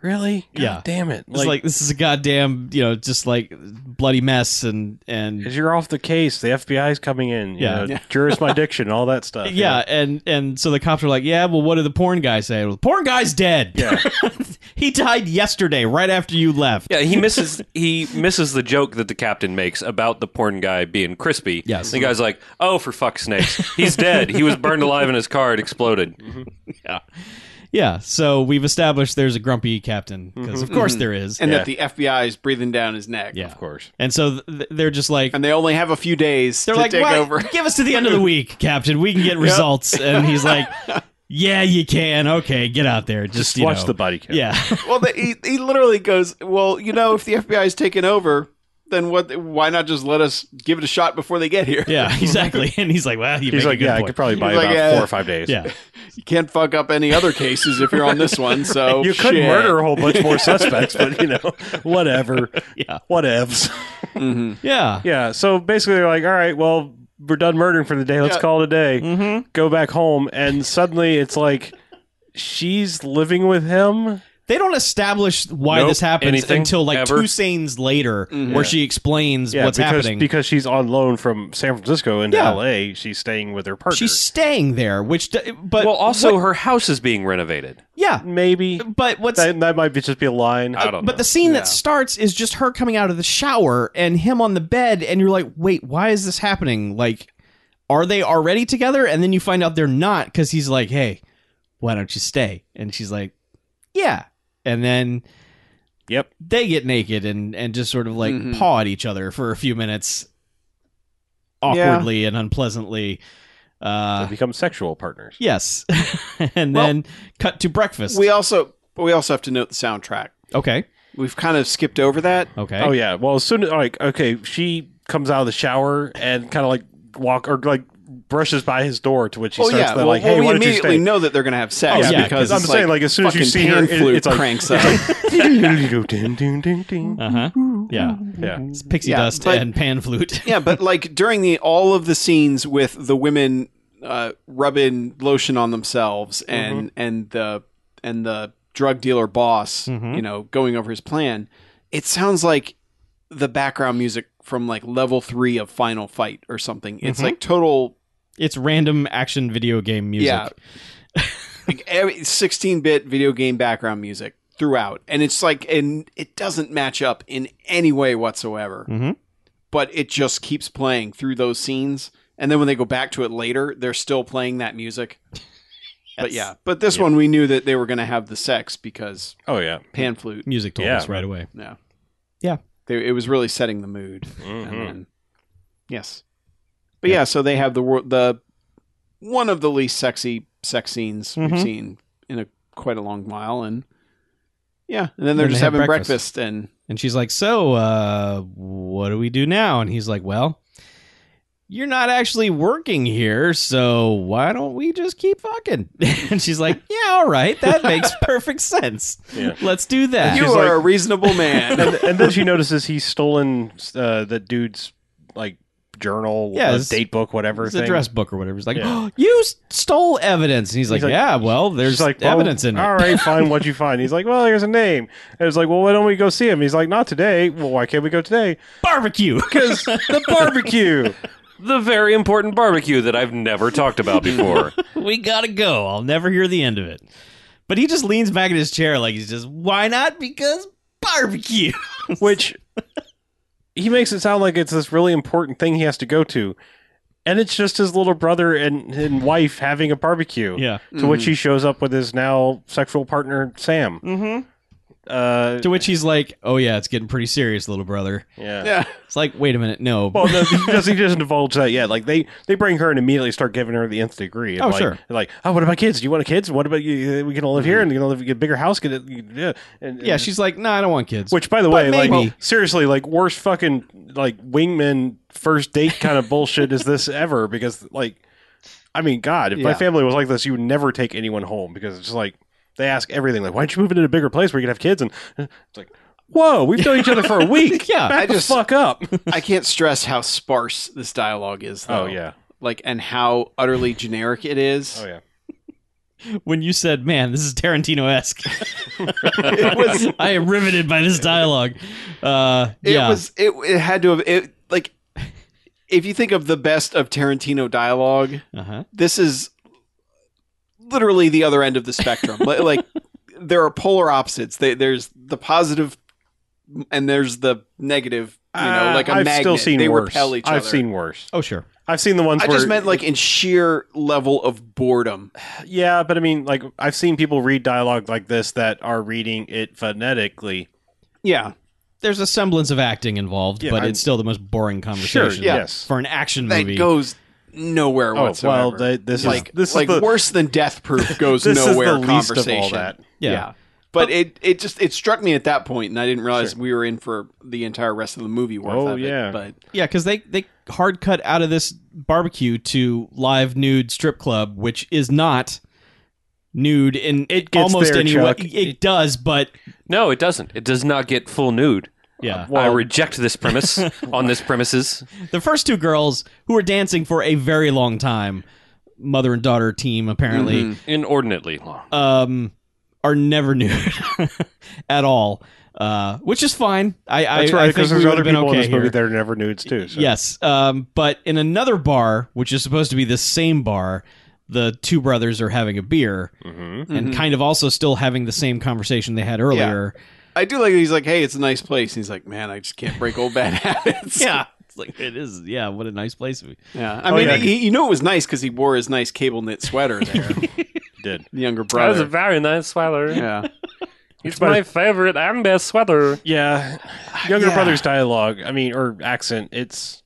[SPEAKER 2] really? God
[SPEAKER 4] Yeah.
[SPEAKER 2] damn it!
[SPEAKER 4] It's like, this is a goddamn, you know, just like bloody mess and and
[SPEAKER 2] Because you're off the case. The FBI's coming in. You
[SPEAKER 4] Yeah.
[SPEAKER 2] know, jurisdiction, all that stuff. you
[SPEAKER 4] yeah,
[SPEAKER 2] know.
[SPEAKER 4] and and so the cops are like, yeah, well, what did the porn guy say? Well, the porn guy's dead. Yeah, he died yesterday, right after you left.
[SPEAKER 1] Yeah, he misses he misses the joke that the captain makes about the porn guy being crispy.
[SPEAKER 4] Yes.
[SPEAKER 1] the guy's like, "Oh, for fuck's snakes, he's dead. He was burned alive in his car. It exploded."
[SPEAKER 4] Yeah, so we've established there's a grumpy captain because of course there is,
[SPEAKER 3] and
[SPEAKER 4] yeah.
[SPEAKER 3] that the FBI is breathing down his neck.
[SPEAKER 4] yeah,
[SPEAKER 2] of course.
[SPEAKER 4] And so th- they're just like
[SPEAKER 3] and they only have a few days
[SPEAKER 4] they're
[SPEAKER 3] to
[SPEAKER 4] like,
[SPEAKER 3] take
[SPEAKER 4] "Why-
[SPEAKER 3] over.
[SPEAKER 4] give us to the end of the week, Captain. We can get results. And he's like, yeah, you can. Okay, get out there. Just,
[SPEAKER 2] Just
[SPEAKER 4] you
[SPEAKER 2] watch
[SPEAKER 4] know."
[SPEAKER 2] the body cam.
[SPEAKER 4] Yeah,
[SPEAKER 3] well, they, he, he literally goes, well, you know, if the FBI is taking over, then what? Why not just let us give it a shot before they get here?
[SPEAKER 4] yeah, exactly. And he's like, well, you
[SPEAKER 2] He's
[SPEAKER 4] make
[SPEAKER 2] like,
[SPEAKER 4] a good
[SPEAKER 2] yeah, I
[SPEAKER 4] point.
[SPEAKER 2] could probably buy
[SPEAKER 3] He's like,
[SPEAKER 2] about
[SPEAKER 3] yeah.
[SPEAKER 2] four or five days.
[SPEAKER 4] yeah,
[SPEAKER 3] You can't fuck up any other cases if you're on this one. So
[SPEAKER 2] You could
[SPEAKER 3] shit.
[SPEAKER 2] murder a whole bunch more suspects, but you know, whatever.
[SPEAKER 4] Yeah.
[SPEAKER 2] Whatevs.
[SPEAKER 4] yeah,
[SPEAKER 2] Yeah. So basically, they're like, all right, well, we're done murdering for the day. Let's
[SPEAKER 3] Yeah.
[SPEAKER 2] call it a day. Go back home. And suddenly it's like she's living with him.
[SPEAKER 4] They don't establish why
[SPEAKER 1] Nope,
[SPEAKER 4] this happens
[SPEAKER 1] anything,
[SPEAKER 4] until like
[SPEAKER 1] ever.
[SPEAKER 4] two scenes later, where she explains
[SPEAKER 2] Mm-hmm. Yeah,
[SPEAKER 4] what's
[SPEAKER 2] because,
[SPEAKER 4] happening.
[SPEAKER 2] Because she's on loan from San Francisco into
[SPEAKER 4] Yeah.
[SPEAKER 2] LA. She's staying with her partner.
[SPEAKER 4] She's staying there, which, d- but
[SPEAKER 1] Well, also her house is being renovated.
[SPEAKER 4] yeah,
[SPEAKER 2] Maybe.
[SPEAKER 4] but what's
[SPEAKER 2] That, that might be just be a line.
[SPEAKER 1] I don't
[SPEAKER 4] but
[SPEAKER 1] know.
[SPEAKER 4] the scene that starts is just her coming out of the shower and him on the bed and you're like wait why is this happening like are they already together and then you find out they're not because he's like hey why don't you stay and she's like yeah and then
[SPEAKER 2] Yep.
[SPEAKER 4] they get naked and and just sort of like
[SPEAKER 3] Mhm.
[SPEAKER 4] paw at each other for a few minutes awkwardly and unpleasantly
[SPEAKER 2] They
[SPEAKER 4] uh
[SPEAKER 2] become sexual partners.
[SPEAKER 4] yes and
[SPEAKER 3] Well,
[SPEAKER 4] then cut to breakfast
[SPEAKER 3] We also, we also have to note the soundtrack.
[SPEAKER 4] okay
[SPEAKER 3] We've kind of skipped over that.
[SPEAKER 4] okay
[SPEAKER 2] Oh yeah. Well, as soon as like okay, she comes out of the shower and kind of like walk or like brushes by his door, to which he
[SPEAKER 3] Oh
[SPEAKER 2] starts
[SPEAKER 3] yeah,
[SPEAKER 2] the,
[SPEAKER 3] well,
[SPEAKER 2] like,
[SPEAKER 3] well,
[SPEAKER 2] "Hey,
[SPEAKER 3] we
[SPEAKER 2] why don't you
[SPEAKER 3] immediately
[SPEAKER 2] stay?"
[SPEAKER 3] know that they're gonna have sex
[SPEAKER 4] Oh, yeah,
[SPEAKER 3] because
[SPEAKER 2] I'm
[SPEAKER 3] it's
[SPEAKER 2] just saying, like, as soon as you
[SPEAKER 3] fucking
[SPEAKER 2] see her,
[SPEAKER 3] pan
[SPEAKER 2] it-
[SPEAKER 3] flute
[SPEAKER 2] it's like-
[SPEAKER 3] cranks up.
[SPEAKER 4] uh-huh yeah
[SPEAKER 2] yeah.
[SPEAKER 4] It's pixie
[SPEAKER 3] Yeah,
[SPEAKER 4] dust
[SPEAKER 3] but-
[SPEAKER 4] and pan flute.
[SPEAKER 3] yeah, but like during the all of the scenes with the women uh, rubbing lotion on themselves and
[SPEAKER 2] Mm-hmm.
[SPEAKER 3] and the and the drug dealer boss,
[SPEAKER 2] Mm-hmm.
[SPEAKER 3] you know, going over his plan, it sounds like the background music from like level three of Final Fight or something.
[SPEAKER 2] Mm-hmm.
[SPEAKER 3] It's like total
[SPEAKER 4] It's random action video game music.
[SPEAKER 3] Yeah. like every 16-bit video game background music throughout and it's like and it doesn't match up in any way whatsoever
[SPEAKER 4] Mhm.
[SPEAKER 3] but it just keeps playing through those scenes and then when they go back to it later they're still playing that music but
[SPEAKER 4] Yes.
[SPEAKER 3] yeah but this one we knew that they were going to have the sex because
[SPEAKER 2] Oh yeah.
[SPEAKER 3] pan flute
[SPEAKER 4] Music told
[SPEAKER 2] Yeah.
[SPEAKER 4] us right away.
[SPEAKER 3] no
[SPEAKER 4] Yeah.
[SPEAKER 3] they, it was really setting the mood and
[SPEAKER 2] Mhm.
[SPEAKER 3] then, yes but yeah. so they have the wor- the one of the least sexy sex
[SPEAKER 4] Mhm.
[SPEAKER 3] scenes
[SPEAKER 2] Mm-hmm.
[SPEAKER 3] we've seen in a quite a long while and yeah and then they're
[SPEAKER 4] Then
[SPEAKER 3] just
[SPEAKER 4] they have
[SPEAKER 3] having
[SPEAKER 4] breakfast.
[SPEAKER 3] breakfast. and
[SPEAKER 4] And she's like, So, uh, what do we do now? And he's like, Well, you're not actually working here, so why don't we just keep fucking? and she's like, Yeah, all right. That makes perfect sense.
[SPEAKER 2] Yeah.
[SPEAKER 4] Let's do that.
[SPEAKER 3] you
[SPEAKER 2] She's
[SPEAKER 3] are
[SPEAKER 2] like-
[SPEAKER 3] a reasonable man
[SPEAKER 2] and, and then she notices he's stolen uh, the dude's like journal,
[SPEAKER 4] Yeah,
[SPEAKER 2] uh,
[SPEAKER 4] it's-
[SPEAKER 2] date book, whatever.
[SPEAKER 4] it's
[SPEAKER 2] thing.
[SPEAKER 4] a dress book or whatever. He's like,
[SPEAKER 2] Yeah.
[SPEAKER 4] oh, You s- stole evidence. And he's, like,
[SPEAKER 2] like-
[SPEAKER 4] Yeah, well, there's
[SPEAKER 2] She's like well,
[SPEAKER 4] evidence in it.
[SPEAKER 2] All right, fine. What'd you find? He's like, well, here's a name. And it's like, well, why don't we go see him? He's like, not today. Well, why can't we go today?
[SPEAKER 4] Barbecue.
[SPEAKER 2] Because the barbecue.
[SPEAKER 1] the very important barbecue that I've never talked about before.
[SPEAKER 4] we gotta go. I'll never hear the end of it. But he just leans back in his chair like he's just, why not? Because barbecue.
[SPEAKER 2] which he makes it sound like it's this really important thing he has to go to. And it's just his little brother and, and wife having a barbecue.
[SPEAKER 4] Yeah.
[SPEAKER 2] To which he shows up with his now sexual partner, Sam.
[SPEAKER 3] Mm-hmm.
[SPEAKER 2] Uh,
[SPEAKER 4] To which he's like, "Oh yeah, it's getting pretty serious, little brother."
[SPEAKER 2] yeah.
[SPEAKER 3] Yeah.
[SPEAKER 4] It's like, wait a minute, no.
[SPEAKER 2] Well, no, because he doesn't divulge that yet. Like they, they bring her and immediately start giving her the nth degree. And
[SPEAKER 4] Oh,
[SPEAKER 2] like,
[SPEAKER 4] sure. Mm-hmm.
[SPEAKER 2] they're Like, oh, what about kids? Do you want kids? What about you? We can all live here and you can live get a bigger house. Get it? Yeah. And,
[SPEAKER 4] yeah,
[SPEAKER 2] and-
[SPEAKER 4] she's like, "No, I don't want kids."
[SPEAKER 2] Which, by the
[SPEAKER 4] But
[SPEAKER 2] way, like
[SPEAKER 4] maybe.
[SPEAKER 2] seriously, like worst fucking like wingman first date kind of bullshit is this ever? Because like, I mean, God, if my
[SPEAKER 3] Yeah.
[SPEAKER 2] family was like this, you would never take anyone home because it's just like they ask everything like, why don't you move into a bigger place where you can have kids? And uh, it's like, whoa, we've known each other for a week.
[SPEAKER 4] Yeah,
[SPEAKER 2] back
[SPEAKER 3] I
[SPEAKER 2] the
[SPEAKER 3] just-
[SPEAKER 2] fuck up.
[SPEAKER 3] I can't stress how sparse this dialogue is. Though.
[SPEAKER 2] oh yeah,
[SPEAKER 3] Like and how utterly generic it is.
[SPEAKER 2] oh yeah.
[SPEAKER 4] when you said, "Man, this is Tarantino esque,"
[SPEAKER 3] It was.
[SPEAKER 4] I am riveted by this dialogue. Uh,
[SPEAKER 3] It
[SPEAKER 4] yeah,
[SPEAKER 3] was. It, it had to have. It like. If you think of the best of Tarantino dialogue,
[SPEAKER 4] uh-huh.
[SPEAKER 3] this is literally the other end of the spectrum. Li- like there are polar opposites. They, there's the positive and there's the negative. You know,
[SPEAKER 2] Uh,
[SPEAKER 3] like a
[SPEAKER 2] I've
[SPEAKER 3] magnet.
[SPEAKER 2] still seen
[SPEAKER 3] they
[SPEAKER 2] worse.
[SPEAKER 3] repel each
[SPEAKER 2] I've
[SPEAKER 3] other.
[SPEAKER 2] seen worse.
[SPEAKER 4] Oh sure.
[SPEAKER 2] I've seen the ones.
[SPEAKER 3] I
[SPEAKER 2] where,
[SPEAKER 3] just meant like in sheer level of boredom.
[SPEAKER 2] yeah, but I mean, like I've seen people read dialogue like this that are reading it phonetically.
[SPEAKER 3] Yeah,
[SPEAKER 4] There's a semblance of acting involved,
[SPEAKER 2] Yeah,
[SPEAKER 4] but
[SPEAKER 2] I'm-
[SPEAKER 4] it's still the most boring
[SPEAKER 2] Sure,
[SPEAKER 4] conversation
[SPEAKER 3] yeah.
[SPEAKER 2] yes.
[SPEAKER 4] for an action
[SPEAKER 3] that
[SPEAKER 4] movie.
[SPEAKER 3] goes nowhere
[SPEAKER 2] Oh
[SPEAKER 3] whatsoever.
[SPEAKER 2] well, they, this
[SPEAKER 3] like
[SPEAKER 2] is this
[SPEAKER 3] like
[SPEAKER 2] is the,
[SPEAKER 3] worse than death proof goes
[SPEAKER 2] this
[SPEAKER 3] nowhere.
[SPEAKER 2] is the least
[SPEAKER 3] conversation.
[SPEAKER 2] of all that.
[SPEAKER 4] yeah.
[SPEAKER 3] But it, it just it struck me at that point, and I didn't realize we were in for the entire rest of the movie worth
[SPEAKER 2] Oh,
[SPEAKER 3] of it,
[SPEAKER 2] yeah.
[SPEAKER 3] but
[SPEAKER 4] Yeah, because they they hard cut out of this barbecue to live nude strip club, which is not nude in
[SPEAKER 2] It gets
[SPEAKER 4] almost
[SPEAKER 2] there,
[SPEAKER 4] any
[SPEAKER 2] Chuck.
[SPEAKER 4] way. It, does, but
[SPEAKER 5] No, it doesn't. It does not get full nude.
[SPEAKER 4] yeah,
[SPEAKER 5] I reject this premise on this premises.
[SPEAKER 4] the first two girls who were dancing for a very long time, mother and daughter team apparently,
[SPEAKER 2] Mm-hmm.
[SPEAKER 5] Inordinately long.
[SPEAKER 4] um, are never nude at all, uh, which is fine. I
[SPEAKER 2] That's right,
[SPEAKER 4] I, I think
[SPEAKER 2] because
[SPEAKER 4] we
[SPEAKER 2] there's
[SPEAKER 4] would
[SPEAKER 2] other
[SPEAKER 4] have been
[SPEAKER 2] people
[SPEAKER 4] okay
[SPEAKER 2] in this
[SPEAKER 4] here.
[SPEAKER 2] movie that are never nudes too. So.
[SPEAKER 4] Yes. Um, but in another bar, which is supposed to be the same bar, the two brothers are having a beer
[SPEAKER 5] Mm-hmm.
[SPEAKER 4] and kind of also still having the same conversation they had earlier.
[SPEAKER 3] I do like that he's like, hey, it's a nice place. And he's like, man, I just can't break old bad habits.
[SPEAKER 4] It's like, it is. Yeah. What a nice place. we-
[SPEAKER 3] Yeah.
[SPEAKER 5] Oh,
[SPEAKER 3] I mean,
[SPEAKER 2] yeah.
[SPEAKER 3] He, you know it was nice because he wore his nice cable knit sweater there.
[SPEAKER 2] did.
[SPEAKER 3] the younger
[SPEAKER 5] That was
[SPEAKER 3] brother.
[SPEAKER 5] a very nice sweater.
[SPEAKER 3] yeah.
[SPEAKER 5] It's my favorite and best sweater.
[SPEAKER 2] Yeah, younger
[SPEAKER 3] Yeah.
[SPEAKER 2] brother's dialogue. I mean, or accent. It's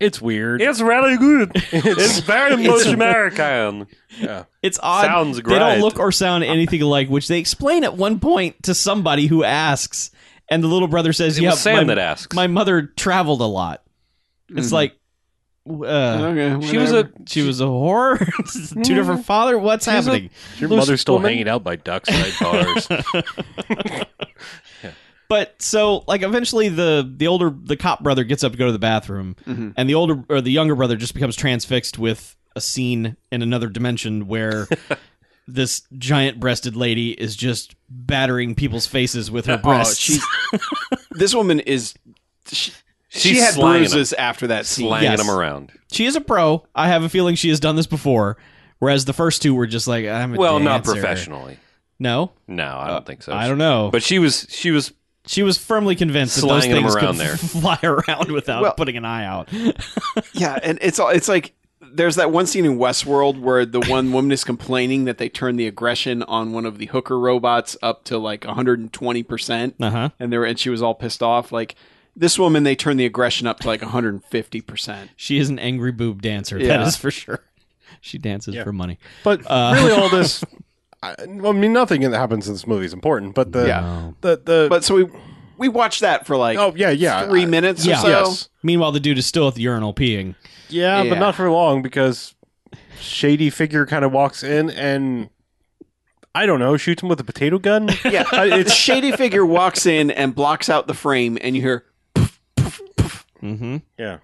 [SPEAKER 2] it's weird.
[SPEAKER 5] It's really good. it's very much American.
[SPEAKER 4] It's odd.
[SPEAKER 5] Sounds
[SPEAKER 4] They
[SPEAKER 5] great.
[SPEAKER 4] don't look or sound anything alike, which they explain at one point to somebody who asks, and the little brother says,
[SPEAKER 5] It
[SPEAKER 4] "Yeah,
[SPEAKER 5] was Sam
[SPEAKER 4] my,
[SPEAKER 5] that asks.
[SPEAKER 4] my mother traveled a lot." It's like. w- Uh,
[SPEAKER 3] Okay.
[SPEAKER 5] she Mm-hmm. was a
[SPEAKER 4] she was a whore. Two different father. What's happening?
[SPEAKER 2] Your
[SPEAKER 5] loose
[SPEAKER 2] mother's still
[SPEAKER 5] woman.
[SPEAKER 2] hanging out by dockside bars.
[SPEAKER 4] But so like eventually the the older the cop brother gets up to go to the bathroom
[SPEAKER 5] Mm-hmm.
[SPEAKER 4] and the older or the younger brother just becomes transfixed with a scene in another dimension where this giant breasted lady is just battering people's faces with her
[SPEAKER 3] Oh,
[SPEAKER 4] breasts.
[SPEAKER 3] she's, this woman is. She, she
[SPEAKER 5] She's
[SPEAKER 3] had
[SPEAKER 5] slanging
[SPEAKER 3] bruises after that scene.
[SPEAKER 5] slanging
[SPEAKER 4] Yes.
[SPEAKER 5] them around.
[SPEAKER 4] she is a pro. I have a feeling she has done this before. Whereas the first two were just like I'm a
[SPEAKER 5] Well, not
[SPEAKER 4] dancer.
[SPEAKER 5] professionally.
[SPEAKER 4] No?
[SPEAKER 5] No, I don't think so.
[SPEAKER 4] I don't know. But
[SPEAKER 5] But she was she was
[SPEAKER 4] she was firmly convinced that those
[SPEAKER 5] Slanging them
[SPEAKER 4] things could
[SPEAKER 5] around there.
[SPEAKER 4] fly around without
[SPEAKER 3] Well-
[SPEAKER 4] putting an eye out.
[SPEAKER 3] Yeah. And it's all, it's like. There's that one scene in Westworld where the one woman is complaining that they turned the aggression on one of the hooker robots up to like 120 percent,
[SPEAKER 4] Uh-huh.
[SPEAKER 3] and they were, and she was all pissed off. Like this woman, they turned the aggression up to like 150 percent.
[SPEAKER 4] She is an angry boob dancer.
[SPEAKER 3] Yeah.
[SPEAKER 4] That is for sure. She dances for money.
[SPEAKER 2] but
[SPEAKER 4] Uh,
[SPEAKER 2] really, all this. I, I mean, nothing that happens in this movie is important. But the
[SPEAKER 3] Yeah.
[SPEAKER 2] the the
[SPEAKER 3] But so we we watched that for like
[SPEAKER 2] oh yeah yeah
[SPEAKER 3] three
[SPEAKER 2] I-
[SPEAKER 3] minutes
[SPEAKER 4] yeah.
[SPEAKER 3] or so.
[SPEAKER 2] Yes.
[SPEAKER 4] Meanwhile, the dude is still at the urinal peeing.
[SPEAKER 2] Yeah,
[SPEAKER 3] Yeah.
[SPEAKER 2] but not for long because shady figure kind of walks in and I don't know shoots him with a potato gun.
[SPEAKER 3] Yeah, it's shady figure walks in and blocks out the frame, and you hear.
[SPEAKER 4] Mm-hmm.
[SPEAKER 2] yeah.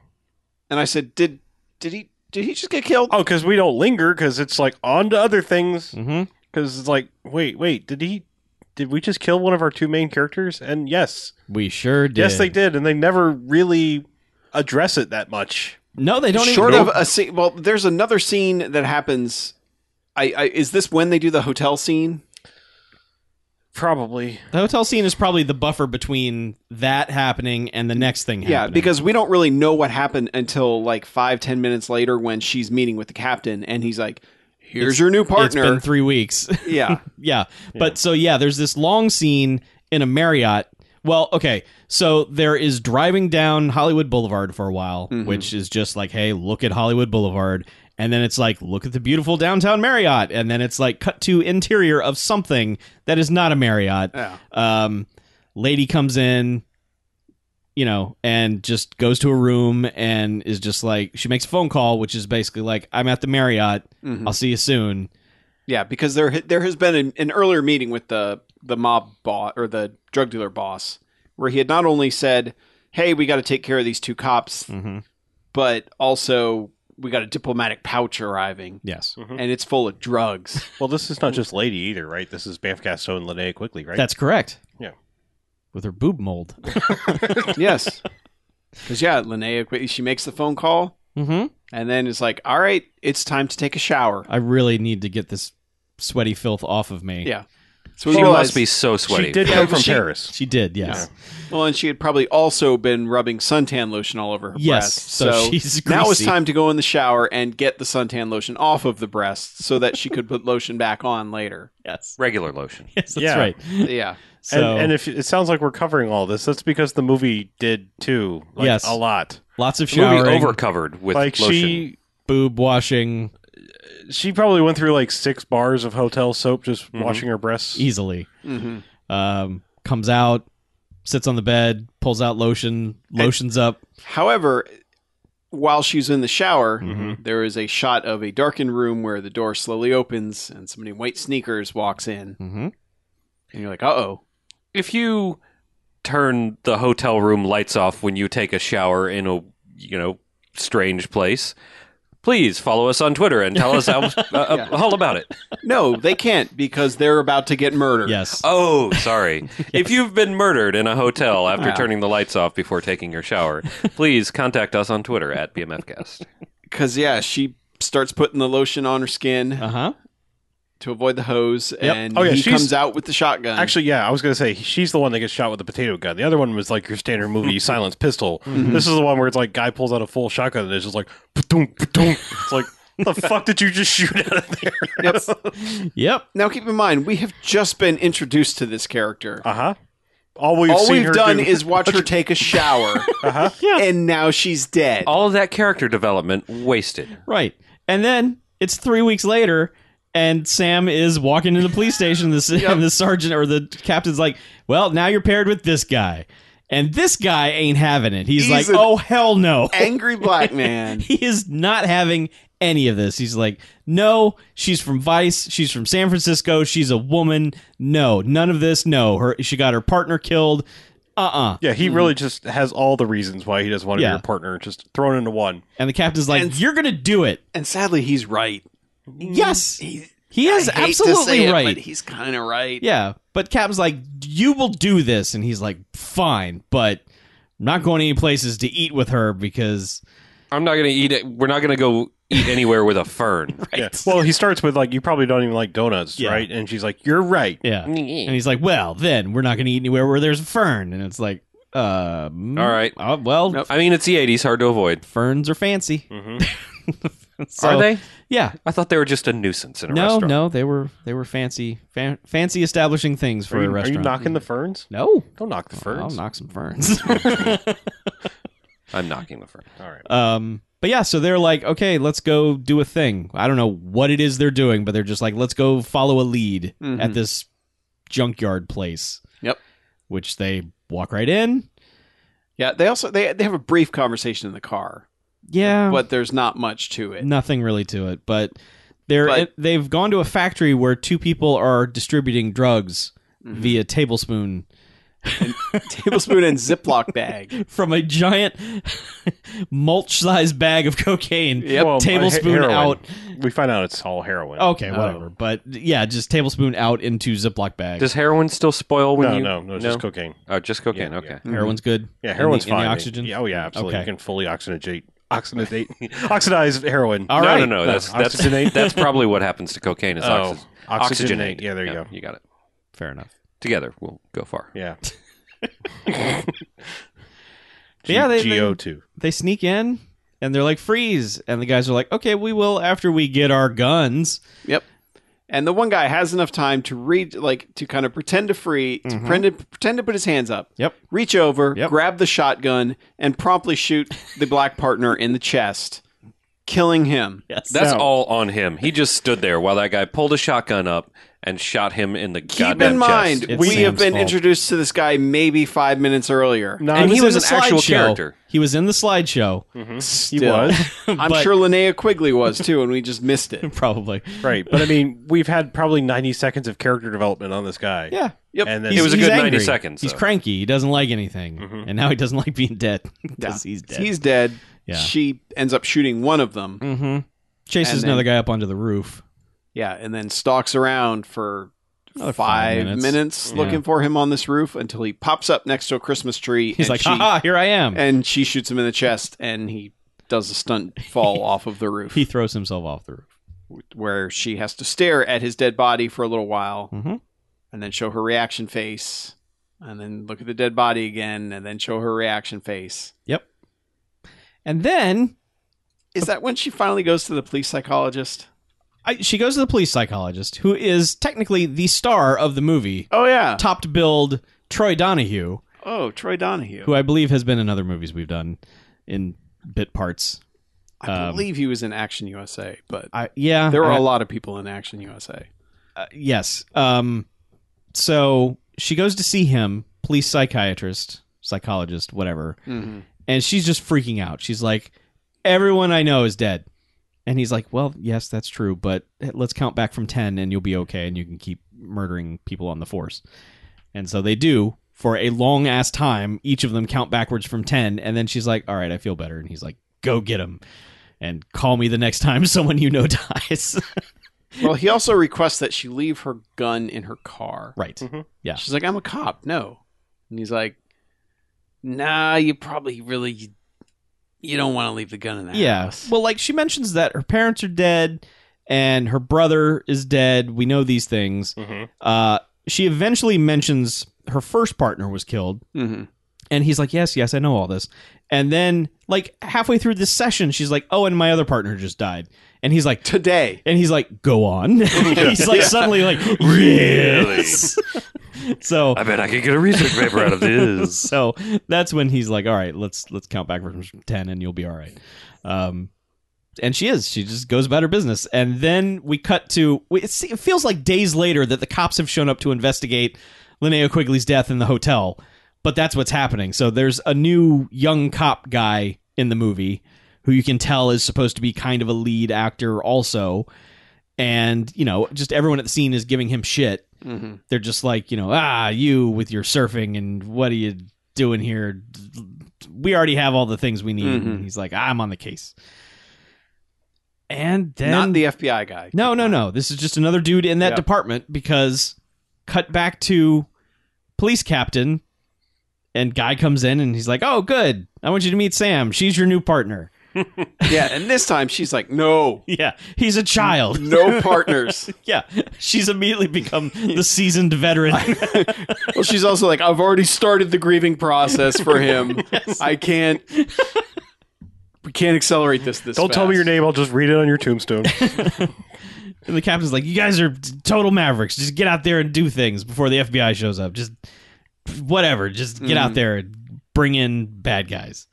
[SPEAKER 3] And I said, "Did did he did he just get killed?"
[SPEAKER 2] Oh, because we don't linger because it's like on to other things.
[SPEAKER 4] Mm-hmm.
[SPEAKER 2] Because it's like, wait, wait, did he? Did we just kill one of our two main characters? And yes,
[SPEAKER 4] We sure did.
[SPEAKER 2] yes, they did, and they never really address it that much.
[SPEAKER 4] No, they don't.
[SPEAKER 3] Short
[SPEAKER 4] even,
[SPEAKER 3] of a scene. Well, there's another scene that happens. I, I is this when they do the hotel scene?
[SPEAKER 2] Probably.
[SPEAKER 4] The hotel scene is probably the buffer between that happening and the next thing
[SPEAKER 3] Yeah,
[SPEAKER 4] happening.
[SPEAKER 3] because we don't really know what happened until like five, ten minutes later when she's meeting with the captain and he's like, Here's your new
[SPEAKER 4] it's
[SPEAKER 3] partner.
[SPEAKER 4] been three weeks.
[SPEAKER 3] yeah.
[SPEAKER 4] yeah. But so yeah, there's this long scene in a Marriott. Well, okay. So there is driving down Hollywood Boulevard for a while,
[SPEAKER 3] Mm-hmm.
[SPEAKER 4] which is just like, hey, look at Hollywood Boulevard. And then it's like, look at the beautiful downtown Marriott. And then it's like, cut to interior of something that is not a Marriott.
[SPEAKER 3] Yeah.
[SPEAKER 4] Um, lady comes in, you know, and just goes to a room and is just like, she makes a phone call, which is basically like, I'm at the Marriott.
[SPEAKER 3] Mhm.
[SPEAKER 2] Mm-hmm.
[SPEAKER 4] I'll see you soon.
[SPEAKER 3] Yeah, because there there has been an, an earlier meeting with the the mob boss or the drug dealer boss where he had not only said, "Hey, we got to take care of these two cops,"
[SPEAKER 4] Mm-hmm.
[SPEAKER 3] but also we got a diplomatic pouch arriving
[SPEAKER 2] Mm-hmm.
[SPEAKER 4] Yes.
[SPEAKER 3] and it's full of drugs.
[SPEAKER 2] Well, this is not just Lady either, right? This is Banffcast's own Linnea Quickly, right?
[SPEAKER 4] That's correct.
[SPEAKER 2] Yeah.
[SPEAKER 4] With her boob mold.
[SPEAKER 3] yes. Cuz yeah, Linnea qu- she makes the phone call
[SPEAKER 4] mm-hmm.
[SPEAKER 3] and then it's like, "All right, it's time to take a shower."
[SPEAKER 4] I really need to get this sweaty filth off of me.
[SPEAKER 3] Yeah. So
[SPEAKER 5] She
[SPEAKER 3] we realized-
[SPEAKER 5] must be so sweaty.
[SPEAKER 2] she did
[SPEAKER 3] Yeah,
[SPEAKER 2] come from
[SPEAKER 3] she-
[SPEAKER 2] Paris.
[SPEAKER 4] She did, yes.
[SPEAKER 3] Well, and she had probably also been rubbing suntan lotion all over her
[SPEAKER 4] Yes,
[SPEAKER 3] breasts.
[SPEAKER 4] so she's
[SPEAKER 3] now it's
[SPEAKER 4] greasy.
[SPEAKER 3] time to go in the shower and get the suntan lotion off of the breasts so that she could put lotion back on later.
[SPEAKER 4] Yes.
[SPEAKER 5] Regular lotion.
[SPEAKER 4] Yes, that's
[SPEAKER 2] Yeah.
[SPEAKER 4] right.
[SPEAKER 3] Yeah.
[SPEAKER 4] So
[SPEAKER 2] and, and if it sounds like we're covering all this, that's because the movie did too. Like,
[SPEAKER 4] Yes.
[SPEAKER 2] a lot.
[SPEAKER 4] lots of
[SPEAKER 5] The movie
[SPEAKER 4] showering,
[SPEAKER 5] overcovered with
[SPEAKER 2] Like
[SPEAKER 5] lotion.
[SPEAKER 2] she,
[SPEAKER 4] boob washing
[SPEAKER 2] she probably went through like six bars of hotel soap just washing her breasts.
[SPEAKER 4] easily.
[SPEAKER 3] Mm-hmm.
[SPEAKER 4] Um, comes out, sits on the bed, pulls out lotion, lotions up.
[SPEAKER 3] However, while she's in the shower,
[SPEAKER 4] Mm-hmm.
[SPEAKER 3] there is a shot of a darkened room where the door slowly opens and somebody in white sneakers walks in.
[SPEAKER 4] Mm-hmm.
[SPEAKER 3] And you're like, uh oh.
[SPEAKER 5] if you turn the hotel room lights off when you take a shower in a you know strange place please follow us on twitter and tell us how, uh, uh, all about it
[SPEAKER 3] No, they can't because they're about to get murdered.
[SPEAKER 4] Yes.
[SPEAKER 5] oh sorry if you've been murdered in a hotel after
[SPEAKER 3] Wow.
[SPEAKER 5] turning the lights off before taking your shower please contact us on twitter at bmfcast
[SPEAKER 3] Because, yeah, she starts putting the lotion on her skin.
[SPEAKER 4] Uh huh.
[SPEAKER 3] to avoid the hose, and
[SPEAKER 2] Oh, yeah,
[SPEAKER 3] he
[SPEAKER 2] she's-
[SPEAKER 3] comes out with the shotgun.
[SPEAKER 2] Actually, yeah, I was gonna say she's the one that gets shot with the potato gun. The other one was like your standard movie silence pistol.
[SPEAKER 3] Mm-hmm.
[SPEAKER 2] This is the one where it's like guy pulls out a full shotgun and it's just like pa-doom, pa-doom. It's like the fuck did you just shoot out of there?
[SPEAKER 3] Yep.
[SPEAKER 4] Yep.
[SPEAKER 3] now keep in mind, we have just been introduced to this character.
[SPEAKER 2] Uh huh. All we've
[SPEAKER 3] All
[SPEAKER 2] seen
[SPEAKER 3] we've
[SPEAKER 2] her
[SPEAKER 3] done
[SPEAKER 2] do-
[SPEAKER 3] is watch her take a shower,
[SPEAKER 2] Uh-huh. Oh.
[SPEAKER 3] and now she's dead.
[SPEAKER 5] all of that character development wasted
[SPEAKER 4] Right. And then it's three weeks later, and Sam is walking to the police station. This and the sergeant or the captain's like, "Well, now you're paired with this guy." And this guy ain't having it. He's,
[SPEAKER 3] He's
[SPEAKER 4] like,
[SPEAKER 3] an-
[SPEAKER 4] "Oh hell no."
[SPEAKER 3] Angry black man.
[SPEAKER 4] he is not having any of this. He's like, "No, she's from Vice. She's from San Francisco. She's a woman. No, none of this. No. Her she got her partner killed. Uh-uh."
[SPEAKER 2] Yeah, he really just has all the reasons why he doesn't want to
[SPEAKER 4] Yeah.
[SPEAKER 2] be your partner, just thrown into one.
[SPEAKER 4] And the captain's like,
[SPEAKER 3] And-
[SPEAKER 4] "You're going to do it."
[SPEAKER 3] And sadly, he's right.
[SPEAKER 4] Yes.
[SPEAKER 3] He,
[SPEAKER 4] He is
[SPEAKER 3] I hate to
[SPEAKER 4] absolutely
[SPEAKER 3] say it,
[SPEAKER 4] right.
[SPEAKER 3] but he's kind of right.
[SPEAKER 4] Yeah, but Cap's like, "You will do this," and he's like, "Fine, but I'm not going any places to eat with her because
[SPEAKER 5] i'm not gonna eat it we're not gonna go eat anywhere with a fern
[SPEAKER 2] Yeah. Well, he starts with like, "You probably don't even like donuts,
[SPEAKER 4] Yeah.
[SPEAKER 2] right?" And she's like, "You're right."
[SPEAKER 4] yeah." And he's like, "Well, then we're not going to eat anywhere where there's a fern," and it's like, "Um,
[SPEAKER 5] All right.
[SPEAKER 4] uh, well,
[SPEAKER 3] Nope.
[SPEAKER 5] i mean it's the 80s hard to avoid
[SPEAKER 4] ferns are fancy." So-
[SPEAKER 5] are they
[SPEAKER 4] Yeah.
[SPEAKER 5] i thought they were just a nuisance in a
[SPEAKER 4] No,
[SPEAKER 5] restaurant
[SPEAKER 4] no, they were they were fancy fan, fancy establishing things for
[SPEAKER 2] Are
[SPEAKER 4] a
[SPEAKER 2] you, are
[SPEAKER 4] restaurant.
[SPEAKER 2] you knocking
[SPEAKER 5] Hmm.
[SPEAKER 2] the ferns?
[SPEAKER 4] no,
[SPEAKER 2] Don't knock the
[SPEAKER 4] I'll
[SPEAKER 2] ferns.
[SPEAKER 4] knock some ferns.
[SPEAKER 5] i'm knocking the fern
[SPEAKER 2] All right.
[SPEAKER 4] Um, but yeah, so they're like, okay, let's go do a thing. I don't know what it is they're doing, but they're just like, let's go follow a lead
[SPEAKER 3] Mhm.
[SPEAKER 4] at this junkyard place.
[SPEAKER 3] Yep.
[SPEAKER 4] Which they walk right in.
[SPEAKER 3] Yeah. They also they they have a brief conversation in the car,
[SPEAKER 4] Yeah.
[SPEAKER 3] but there's not much to it.
[SPEAKER 4] nothing really to it, but they're
[SPEAKER 3] But-
[SPEAKER 4] they've gone to a factory where two people are distributing drugs via tablespoon
[SPEAKER 3] Mm-hmm. Tablespoon and Ziploc bag.
[SPEAKER 4] from a giant mulch-sized bag of cocaine.
[SPEAKER 3] Yep.
[SPEAKER 2] Well,
[SPEAKER 4] tablespoon
[SPEAKER 2] he- heroin.
[SPEAKER 4] out.
[SPEAKER 2] We find out it's all heroin.
[SPEAKER 4] Okay, whatever. But yeah, just tablespoon out into Ziploc bags.
[SPEAKER 5] Does heroin still spoil when
[SPEAKER 2] no,
[SPEAKER 5] you?
[SPEAKER 2] no, no, it's just cocaine.
[SPEAKER 5] Oh, just cocaine.
[SPEAKER 2] Yeah,
[SPEAKER 5] okay.
[SPEAKER 4] mm-hmm. Heroin's good.
[SPEAKER 2] Yeah, heroin's
[SPEAKER 4] in the,
[SPEAKER 2] fine.
[SPEAKER 4] In the oxygen.
[SPEAKER 2] Yeah, oh yeah, absolutely.
[SPEAKER 4] Okay.
[SPEAKER 2] You can fully oxygenate, oxidate, oxidize heroin.
[SPEAKER 4] All
[SPEAKER 5] no,
[SPEAKER 4] right.
[SPEAKER 5] no, no. That's that's
[SPEAKER 2] oxygenate.
[SPEAKER 5] that's probably what happens to cocaine. Is
[SPEAKER 2] Oh,
[SPEAKER 5] oxy- oxygenate.
[SPEAKER 2] oxygenate. Yeah, there you go.
[SPEAKER 5] You got it.
[SPEAKER 4] Fair enough.
[SPEAKER 5] Together, we'll go far.
[SPEAKER 2] Yeah.
[SPEAKER 4] yeah, they- they-
[SPEAKER 2] GO2.
[SPEAKER 4] they sneak in and they're like freeze and the guys are like okay we will after we get our guns
[SPEAKER 3] Yep. And the one guy has enough time to read, like, to kind of pretend to free, to pretend, to, pretend to put his hands up.
[SPEAKER 4] Yep.
[SPEAKER 3] Reach over,
[SPEAKER 4] Yep.
[SPEAKER 3] grab the shotgun, and promptly shoot the black partner in the chest, killing him.
[SPEAKER 4] yes
[SPEAKER 5] That's
[SPEAKER 2] So-
[SPEAKER 5] all on him. He just stood there while that guy pulled a shotgun up and shot him in the
[SPEAKER 3] Keep
[SPEAKER 5] goddamn
[SPEAKER 3] in mind,
[SPEAKER 5] chest.
[SPEAKER 4] It's
[SPEAKER 3] we have
[SPEAKER 4] Sam's
[SPEAKER 3] been
[SPEAKER 4] fault.
[SPEAKER 3] introduced to this guy maybe five minutes earlier.
[SPEAKER 2] No,
[SPEAKER 5] And he
[SPEAKER 4] in
[SPEAKER 5] was
[SPEAKER 4] the
[SPEAKER 5] an actual
[SPEAKER 4] slideshow.
[SPEAKER 5] character. Mm-hmm.
[SPEAKER 4] he was in the slideshow
[SPEAKER 2] he was.
[SPEAKER 3] I'm
[SPEAKER 4] but-
[SPEAKER 3] sure Linnea Quigley was too, and we just missed it.
[SPEAKER 4] probably
[SPEAKER 2] right. But I mean, we've had probably 90 seconds of character development on this guy.
[SPEAKER 4] yeah
[SPEAKER 3] Yep.
[SPEAKER 2] And then
[SPEAKER 5] It was a
[SPEAKER 4] He's
[SPEAKER 5] good
[SPEAKER 4] angry.
[SPEAKER 5] 90 seconds.
[SPEAKER 4] he's
[SPEAKER 5] though. Mm-hmm.
[SPEAKER 4] cranky he doesn't like anything and now he doesn't like being dead because he's dead
[SPEAKER 3] He's dead.
[SPEAKER 4] Yeah.
[SPEAKER 3] She ends up shooting one of them.
[SPEAKER 4] hmm chases
[SPEAKER 3] And then-
[SPEAKER 4] another guy up onto the roof
[SPEAKER 3] Yeah, and then stalks around for
[SPEAKER 4] Another five
[SPEAKER 3] five,
[SPEAKER 4] minutes.
[SPEAKER 3] minutes, looking for him on this roof until he pops up next to a Christmas tree.
[SPEAKER 4] he's
[SPEAKER 3] and
[SPEAKER 4] like
[SPEAKER 3] she,
[SPEAKER 4] haha here i am
[SPEAKER 3] and she shoots him in the chest, and he does a stunt fall off of the roof,
[SPEAKER 4] he throws himself off the roof
[SPEAKER 3] where she has to stare at his dead body for a little while,
[SPEAKER 4] Mhm.
[SPEAKER 3] and then show her reaction face, and then look at the dead body again, and then show her reaction face.
[SPEAKER 4] yep and then
[SPEAKER 3] Is that when she finally goes to the police psychologist?
[SPEAKER 4] I, she goes to the police psychologist who is technically the star of the movie
[SPEAKER 3] Oh yeah.
[SPEAKER 4] topped billed troy donahue
[SPEAKER 3] Oh, Troy Donahue.
[SPEAKER 4] who I believe has been in other movies we've done in bit parts.
[SPEAKER 3] I
[SPEAKER 4] um,
[SPEAKER 3] believe he was in Action USA, but
[SPEAKER 4] I, yeah,
[SPEAKER 3] there were
[SPEAKER 4] I-
[SPEAKER 3] a lot of people in Action USA.
[SPEAKER 4] uh, yes. Um, so she goes to see him, police psychiatrist, psychologist, whatever, and she's just freaking out. She's like, "Everyone I know is dead," and he's like, "Well, yes, that's true, but let's count back from ten, and you'll be okay, and you can keep murdering people on the force." And so they do for a long ass time. Each of them count backwards from ten, and then she's like, "All right, I feel better," and he's like, "Go get him." And call me the next time someone you know dies.
[SPEAKER 3] Well, he also requests that she leave her gun in her car.
[SPEAKER 4] right. Yeah.
[SPEAKER 3] She's like, I'm a cop. No. And he's like, Nah, you probably really, you, you don't want to leave the gun in the
[SPEAKER 4] Yeah.
[SPEAKER 3] house.
[SPEAKER 4] Well, like she mentions that her parents are dead and her brother is dead. We know these things. Uh, she eventually mentions her first partner was killed.
[SPEAKER 3] Mhm.
[SPEAKER 4] And he's like, Yes, yes, I know all this. And then, like, halfway through this session, she's like, Oh, and my other partner just died. And he's like,
[SPEAKER 3] Today.
[SPEAKER 4] and he's like, Go on. he's like, suddenly, like, Yes. so,
[SPEAKER 5] I bet I could get a research paper out of this.
[SPEAKER 4] so that's when he's like, "All right, let's let's count backwards from ten, and you'll be all right." Um, and she is. She just goes about her business, and then we cut to. we- It se- it feels like days later that the cops have shown up to investigate Linnea Quigley's death in the hotel, but that's what's happening. So there's a new young cop guy in the movie who you can tell is supposed to be kind of a lead actor, also. And you know, just everyone at the scene is giving him shit
[SPEAKER 3] hmm
[SPEAKER 4] they're just like you know ah you with your surfing and what are you doing here we already have all the things we need
[SPEAKER 3] Mhm.
[SPEAKER 4] and he's like i'm on the case and then
[SPEAKER 3] Not the FBI guy.
[SPEAKER 4] no no no this is just another dude in that
[SPEAKER 3] Yeah.
[SPEAKER 4] department because cut back to police captain and guy comes in and he's like oh good i want you to meet sam she's your new partner
[SPEAKER 3] yeah. And this time she's like, No,
[SPEAKER 4] yeah he's a child
[SPEAKER 3] no partners.
[SPEAKER 4] yeah she's immediately become the seasoned veteran
[SPEAKER 3] well, she's also like, I've already started the grieving process for him. I can't. We can't accelerate this. This
[SPEAKER 2] Don't tell me
[SPEAKER 3] fast."
[SPEAKER 2] your name. I'll just read it on your tombstone.
[SPEAKER 4] And the captain's like, "You guys are t- total mavericks. Just get out there and do things before the FBI shows up. Just whatever. Just get out there and bring in bad guys."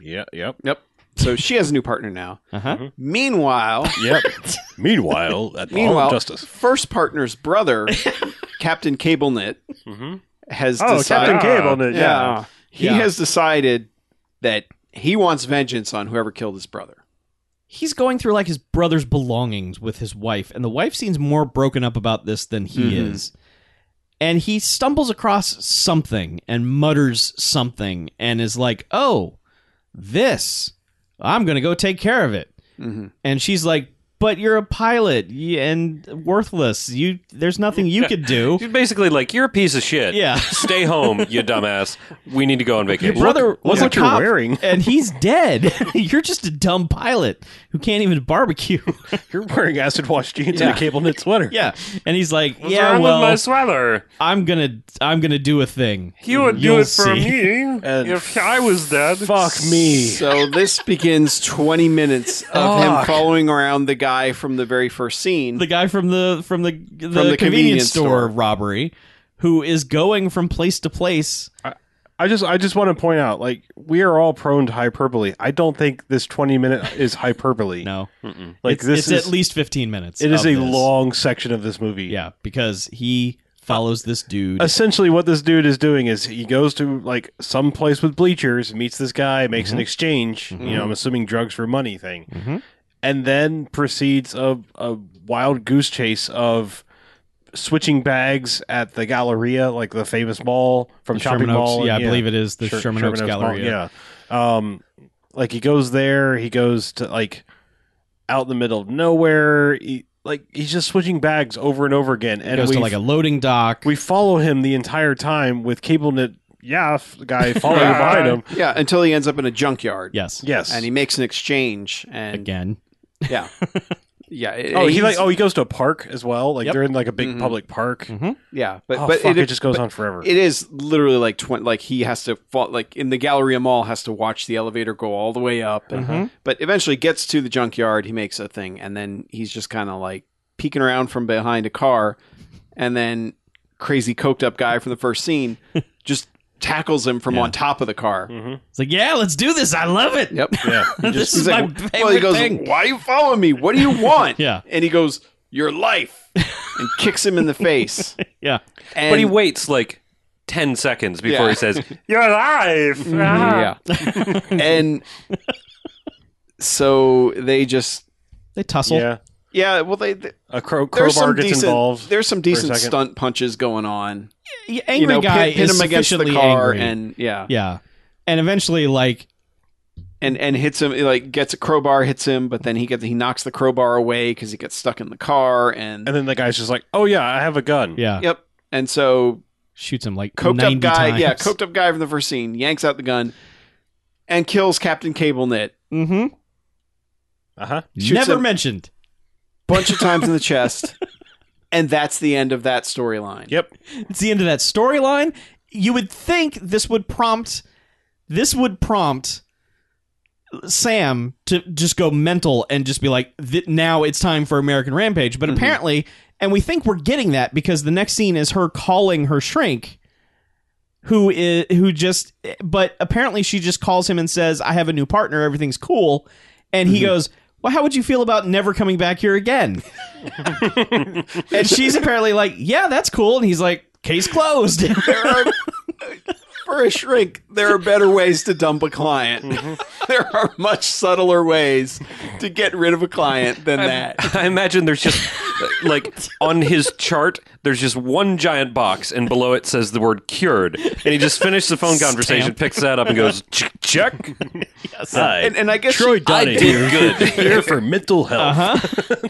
[SPEAKER 2] yeah, yep.
[SPEAKER 3] Yep. So she has a new partner now.
[SPEAKER 4] Uh huh.
[SPEAKER 3] Meanwhile,
[SPEAKER 2] Yep. Meanwhile, at the Hall
[SPEAKER 3] meanwhile,
[SPEAKER 2] of Justice.
[SPEAKER 3] first partner's brother, Captain Cablenet,
[SPEAKER 2] Mm-hmm.
[SPEAKER 3] has decided.
[SPEAKER 2] Oh,
[SPEAKER 4] Ah,
[SPEAKER 2] Cable. on it.
[SPEAKER 3] yeah. he has decided that he wants vengeance on whoever killed his brother.
[SPEAKER 4] He's going through like his brother's belongings with his wife, and the wife seems more broken up about this than he
[SPEAKER 3] Mhm.
[SPEAKER 4] is. And he stumbles across something and mutters something and is like, "Oh, this. I'm going to go take care of it."
[SPEAKER 3] Mhm.
[SPEAKER 4] And she's like, But you're a pilot y- and worthless. You there's nothing you could do.
[SPEAKER 5] He's basically like, you're a piece of shit.
[SPEAKER 4] Yeah.
[SPEAKER 5] Stay home, you dumbass. We need to go on vacation.
[SPEAKER 4] Brother was
[SPEAKER 2] look
[SPEAKER 4] a
[SPEAKER 2] what you're
[SPEAKER 4] cop,
[SPEAKER 2] wearing.
[SPEAKER 4] and he's dead. you're just a dumb pilot who can't even barbecue.
[SPEAKER 2] You're wearing acid wash jeans and
[SPEAKER 4] Yeah.
[SPEAKER 2] a cable knit sweater.
[SPEAKER 4] yeah, and he's like,
[SPEAKER 5] What's
[SPEAKER 4] yeah,
[SPEAKER 5] wrong
[SPEAKER 4] well,
[SPEAKER 5] with my sweater?
[SPEAKER 4] I'm gonna I'm gonna do a thing.
[SPEAKER 5] You would do
[SPEAKER 4] You'll
[SPEAKER 5] it for
[SPEAKER 4] see.
[SPEAKER 5] me if I was dead.
[SPEAKER 2] Fuck me.
[SPEAKER 3] So this begins 20 minutes of him following around the guy from the very first scene.
[SPEAKER 4] the guy from the from the the,
[SPEAKER 3] the
[SPEAKER 4] convenience,
[SPEAKER 3] convenience
[SPEAKER 4] store,
[SPEAKER 3] store.
[SPEAKER 4] robbery who is going from place to place.
[SPEAKER 2] I just I just want to point out, like, we are all prone to hyperbole. I don't think this twenty minute is hyperbole.
[SPEAKER 4] No,
[SPEAKER 2] Like
[SPEAKER 4] it's,
[SPEAKER 2] this
[SPEAKER 4] it's
[SPEAKER 2] is
[SPEAKER 4] at least fifteen minutes.
[SPEAKER 2] it is
[SPEAKER 4] of
[SPEAKER 2] a
[SPEAKER 4] this.
[SPEAKER 2] long section of this movie.
[SPEAKER 4] yeah because he follows this dude.
[SPEAKER 2] Essentially what this dude is doing is he goes to like some place with bleachers, meets this guy, makes
[SPEAKER 4] Mm-hmm.
[SPEAKER 2] an exchange, you know, I'm assuming drugs for money thing. And then proceeds a, a wild goose chase of switching bags at the Galleria, like the famous mall from shopping
[SPEAKER 4] Sherman Oaks,
[SPEAKER 2] mall.
[SPEAKER 4] yeah, I believe it is the
[SPEAKER 2] Sher-
[SPEAKER 4] Sherman, Oaks
[SPEAKER 2] Mall,
[SPEAKER 4] Gallery.
[SPEAKER 2] Yeah. Um, like he goes there, he goes to like out in the middle of nowhere. He, like he's just switching bags over and over again,
[SPEAKER 4] It
[SPEAKER 2] and
[SPEAKER 4] goes
[SPEAKER 2] we
[SPEAKER 4] to like a loading dock.
[SPEAKER 2] we follow him the entire time with cable knit yeah guy following behind him.
[SPEAKER 3] yeah, until he ends up in a junkyard.
[SPEAKER 4] yes,
[SPEAKER 2] Yes,
[SPEAKER 3] And he makes an exchange and
[SPEAKER 4] again.
[SPEAKER 3] yeah. Yeah. it-
[SPEAKER 2] Oh, he
[SPEAKER 3] he's-
[SPEAKER 2] like oh he goes to a park as well. Like
[SPEAKER 4] Yep.
[SPEAKER 2] they're in like a big
[SPEAKER 5] Mm-hmm.
[SPEAKER 3] Mhm.
[SPEAKER 2] public park.
[SPEAKER 3] yeah, but
[SPEAKER 2] oh
[SPEAKER 3] but
[SPEAKER 2] fuck,
[SPEAKER 3] it,
[SPEAKER 2] it, just goes
[SPEAKER 3] but
[SPEAKER 2] on forever.
[SPEAKER 3] It is literally like 20 like he has to fall, like in the Galleria Mall has to watch the elevator go all the way up and,
[SPEAKER 4] Mm-hmm.
[SPEAKER 3] but eventually gets to the junkyard, he makes a thing and then he's just kind of like peeking around from behind a car and then crazy coked up guy from the first scene just tackles him from on top of the car.
[SPEAKER 4] It's like yeah, let's do this. I love it.
[SPEAKER 3] Yep.
[SPEAKER 2] yeah,
[SPEAKER 4] Mm-hmm. this
[SPEAKER 3] He's
[SPEAKER 4] is my
[SPEAKER 3] like,
[SPEAKER 4] favorite
[SPEAKER 3] well, he goes,
[SPEAKER 4] thing.
[SPEAKER 3] "Why are you following me? What do you want?"
[SPEAKER 4] Yeah.
[SPEAKER 3] and he goes, "Your life," and kicks him in the face.
[SPEAKER 4] Yeah,
[SPEAKER 3] And,
[SPEAKER 5] But he waits like 10 seconds before
[SPEAKER 3] Yeah.
[SPEAKER 5] he says, You're alive. Ah.
[SPEAKER 3] Mm-hmm. yeah, and so they just,
[SPEAKER 4] they tussle.
[SPEAKER 2] yeah.
[SPEAKER 3] yeah, well, they, they
[SPEAKER 2] A crow,
[SPEAKER 3] there's some
[SPEAKER 2] crowbar gets
[SPEAKER 3] decent,
[SPEAKER 2] involved.
[SPEAKER 3] there's some decent
[SPEAKER 2] second.
[SPEAKER 3] stunt punches going on.
[SPEAKER 4] The Angry
[SPEAKER 3] you know,
[SPEAKER 4] guy
[SPEAKER 3] pin, pin
[SPEAKER 4] is
[SPEAKER 3] him against the
[SPEAKER 4] sufficiently
[SPEAKER 3] car,
[SPEAKER 4] angry.
[SPEAKER 3] and yeah,
[SPEAKER 4] yeah, and eventually like
[SPEAKER 3] and and hits him like gets a crowbar, hits him, but then he gets he knocks the crowbar away because he gets stuck in the car, and,
[SPEAKER 2] And then the guy's just like, "Oh yeah, I have a gun."
[SPEAKER 4] yeah,
[SPEAKER 3] yep, and so
[SPEAKER 4] shoots him like
[SPEAKER 3] coked
[SPEAKER 4] 90
[SPEAKER 3] up guy,
[SPEAKER 4] times.
[SPEAKER 3] yeah, coked up guy from the first scene, yanks out the gun and kills Captain Cable Knit
[SPEAKER 4] Mm-hmm.
[SPEAKER 2] Uh huh.
[SPEAKER 3] Shoots
[SPEAKER 4] Never
[SPEAKER 3] him.
[SPEAKER 4] mentioned.
[SPEAKER 3] bunch of times in the chest, and that's the end of that storyline.
[SPEAKER 2] Yep.
[SPEAKER 4] It's the end of that storyline. You would think this would prompt this would prompt Sam to just go mental and just be like, "Th- now it's time for American Rampage. But apparently, and we think we're getting that because the next scene is her calling her shrink, who is who just, but apparently she just calls him and says, "I have a new partner. Everything's cool," and he goes. Well, how would you feel about never coming back here again? and she's apparently like, "Yeah, that's cool." And he's like, "Case closed."
[SPEAKER 3] There are, for a shrink, there are better ways to dump a client. there are much subtler ways to get rid of a client than that.
[SPEAKER 5] I imagine there's just like on his chart, there's just one giant box, and below it says the word cured. And he just finished the phone conversation, picks that up, and goes, Check. check. Uh,
[SPEAKER 2] Hi.
[SPEAKER 3] And, and I guess
[SPEAKER 2] Troy
[SPEAKER 3] she-
[SPEAKER 2] Dunning
[SPEAKER 5] did good.
[SPEAKER 2] here for mental health.
[SPEAKER 1] Uh-huh.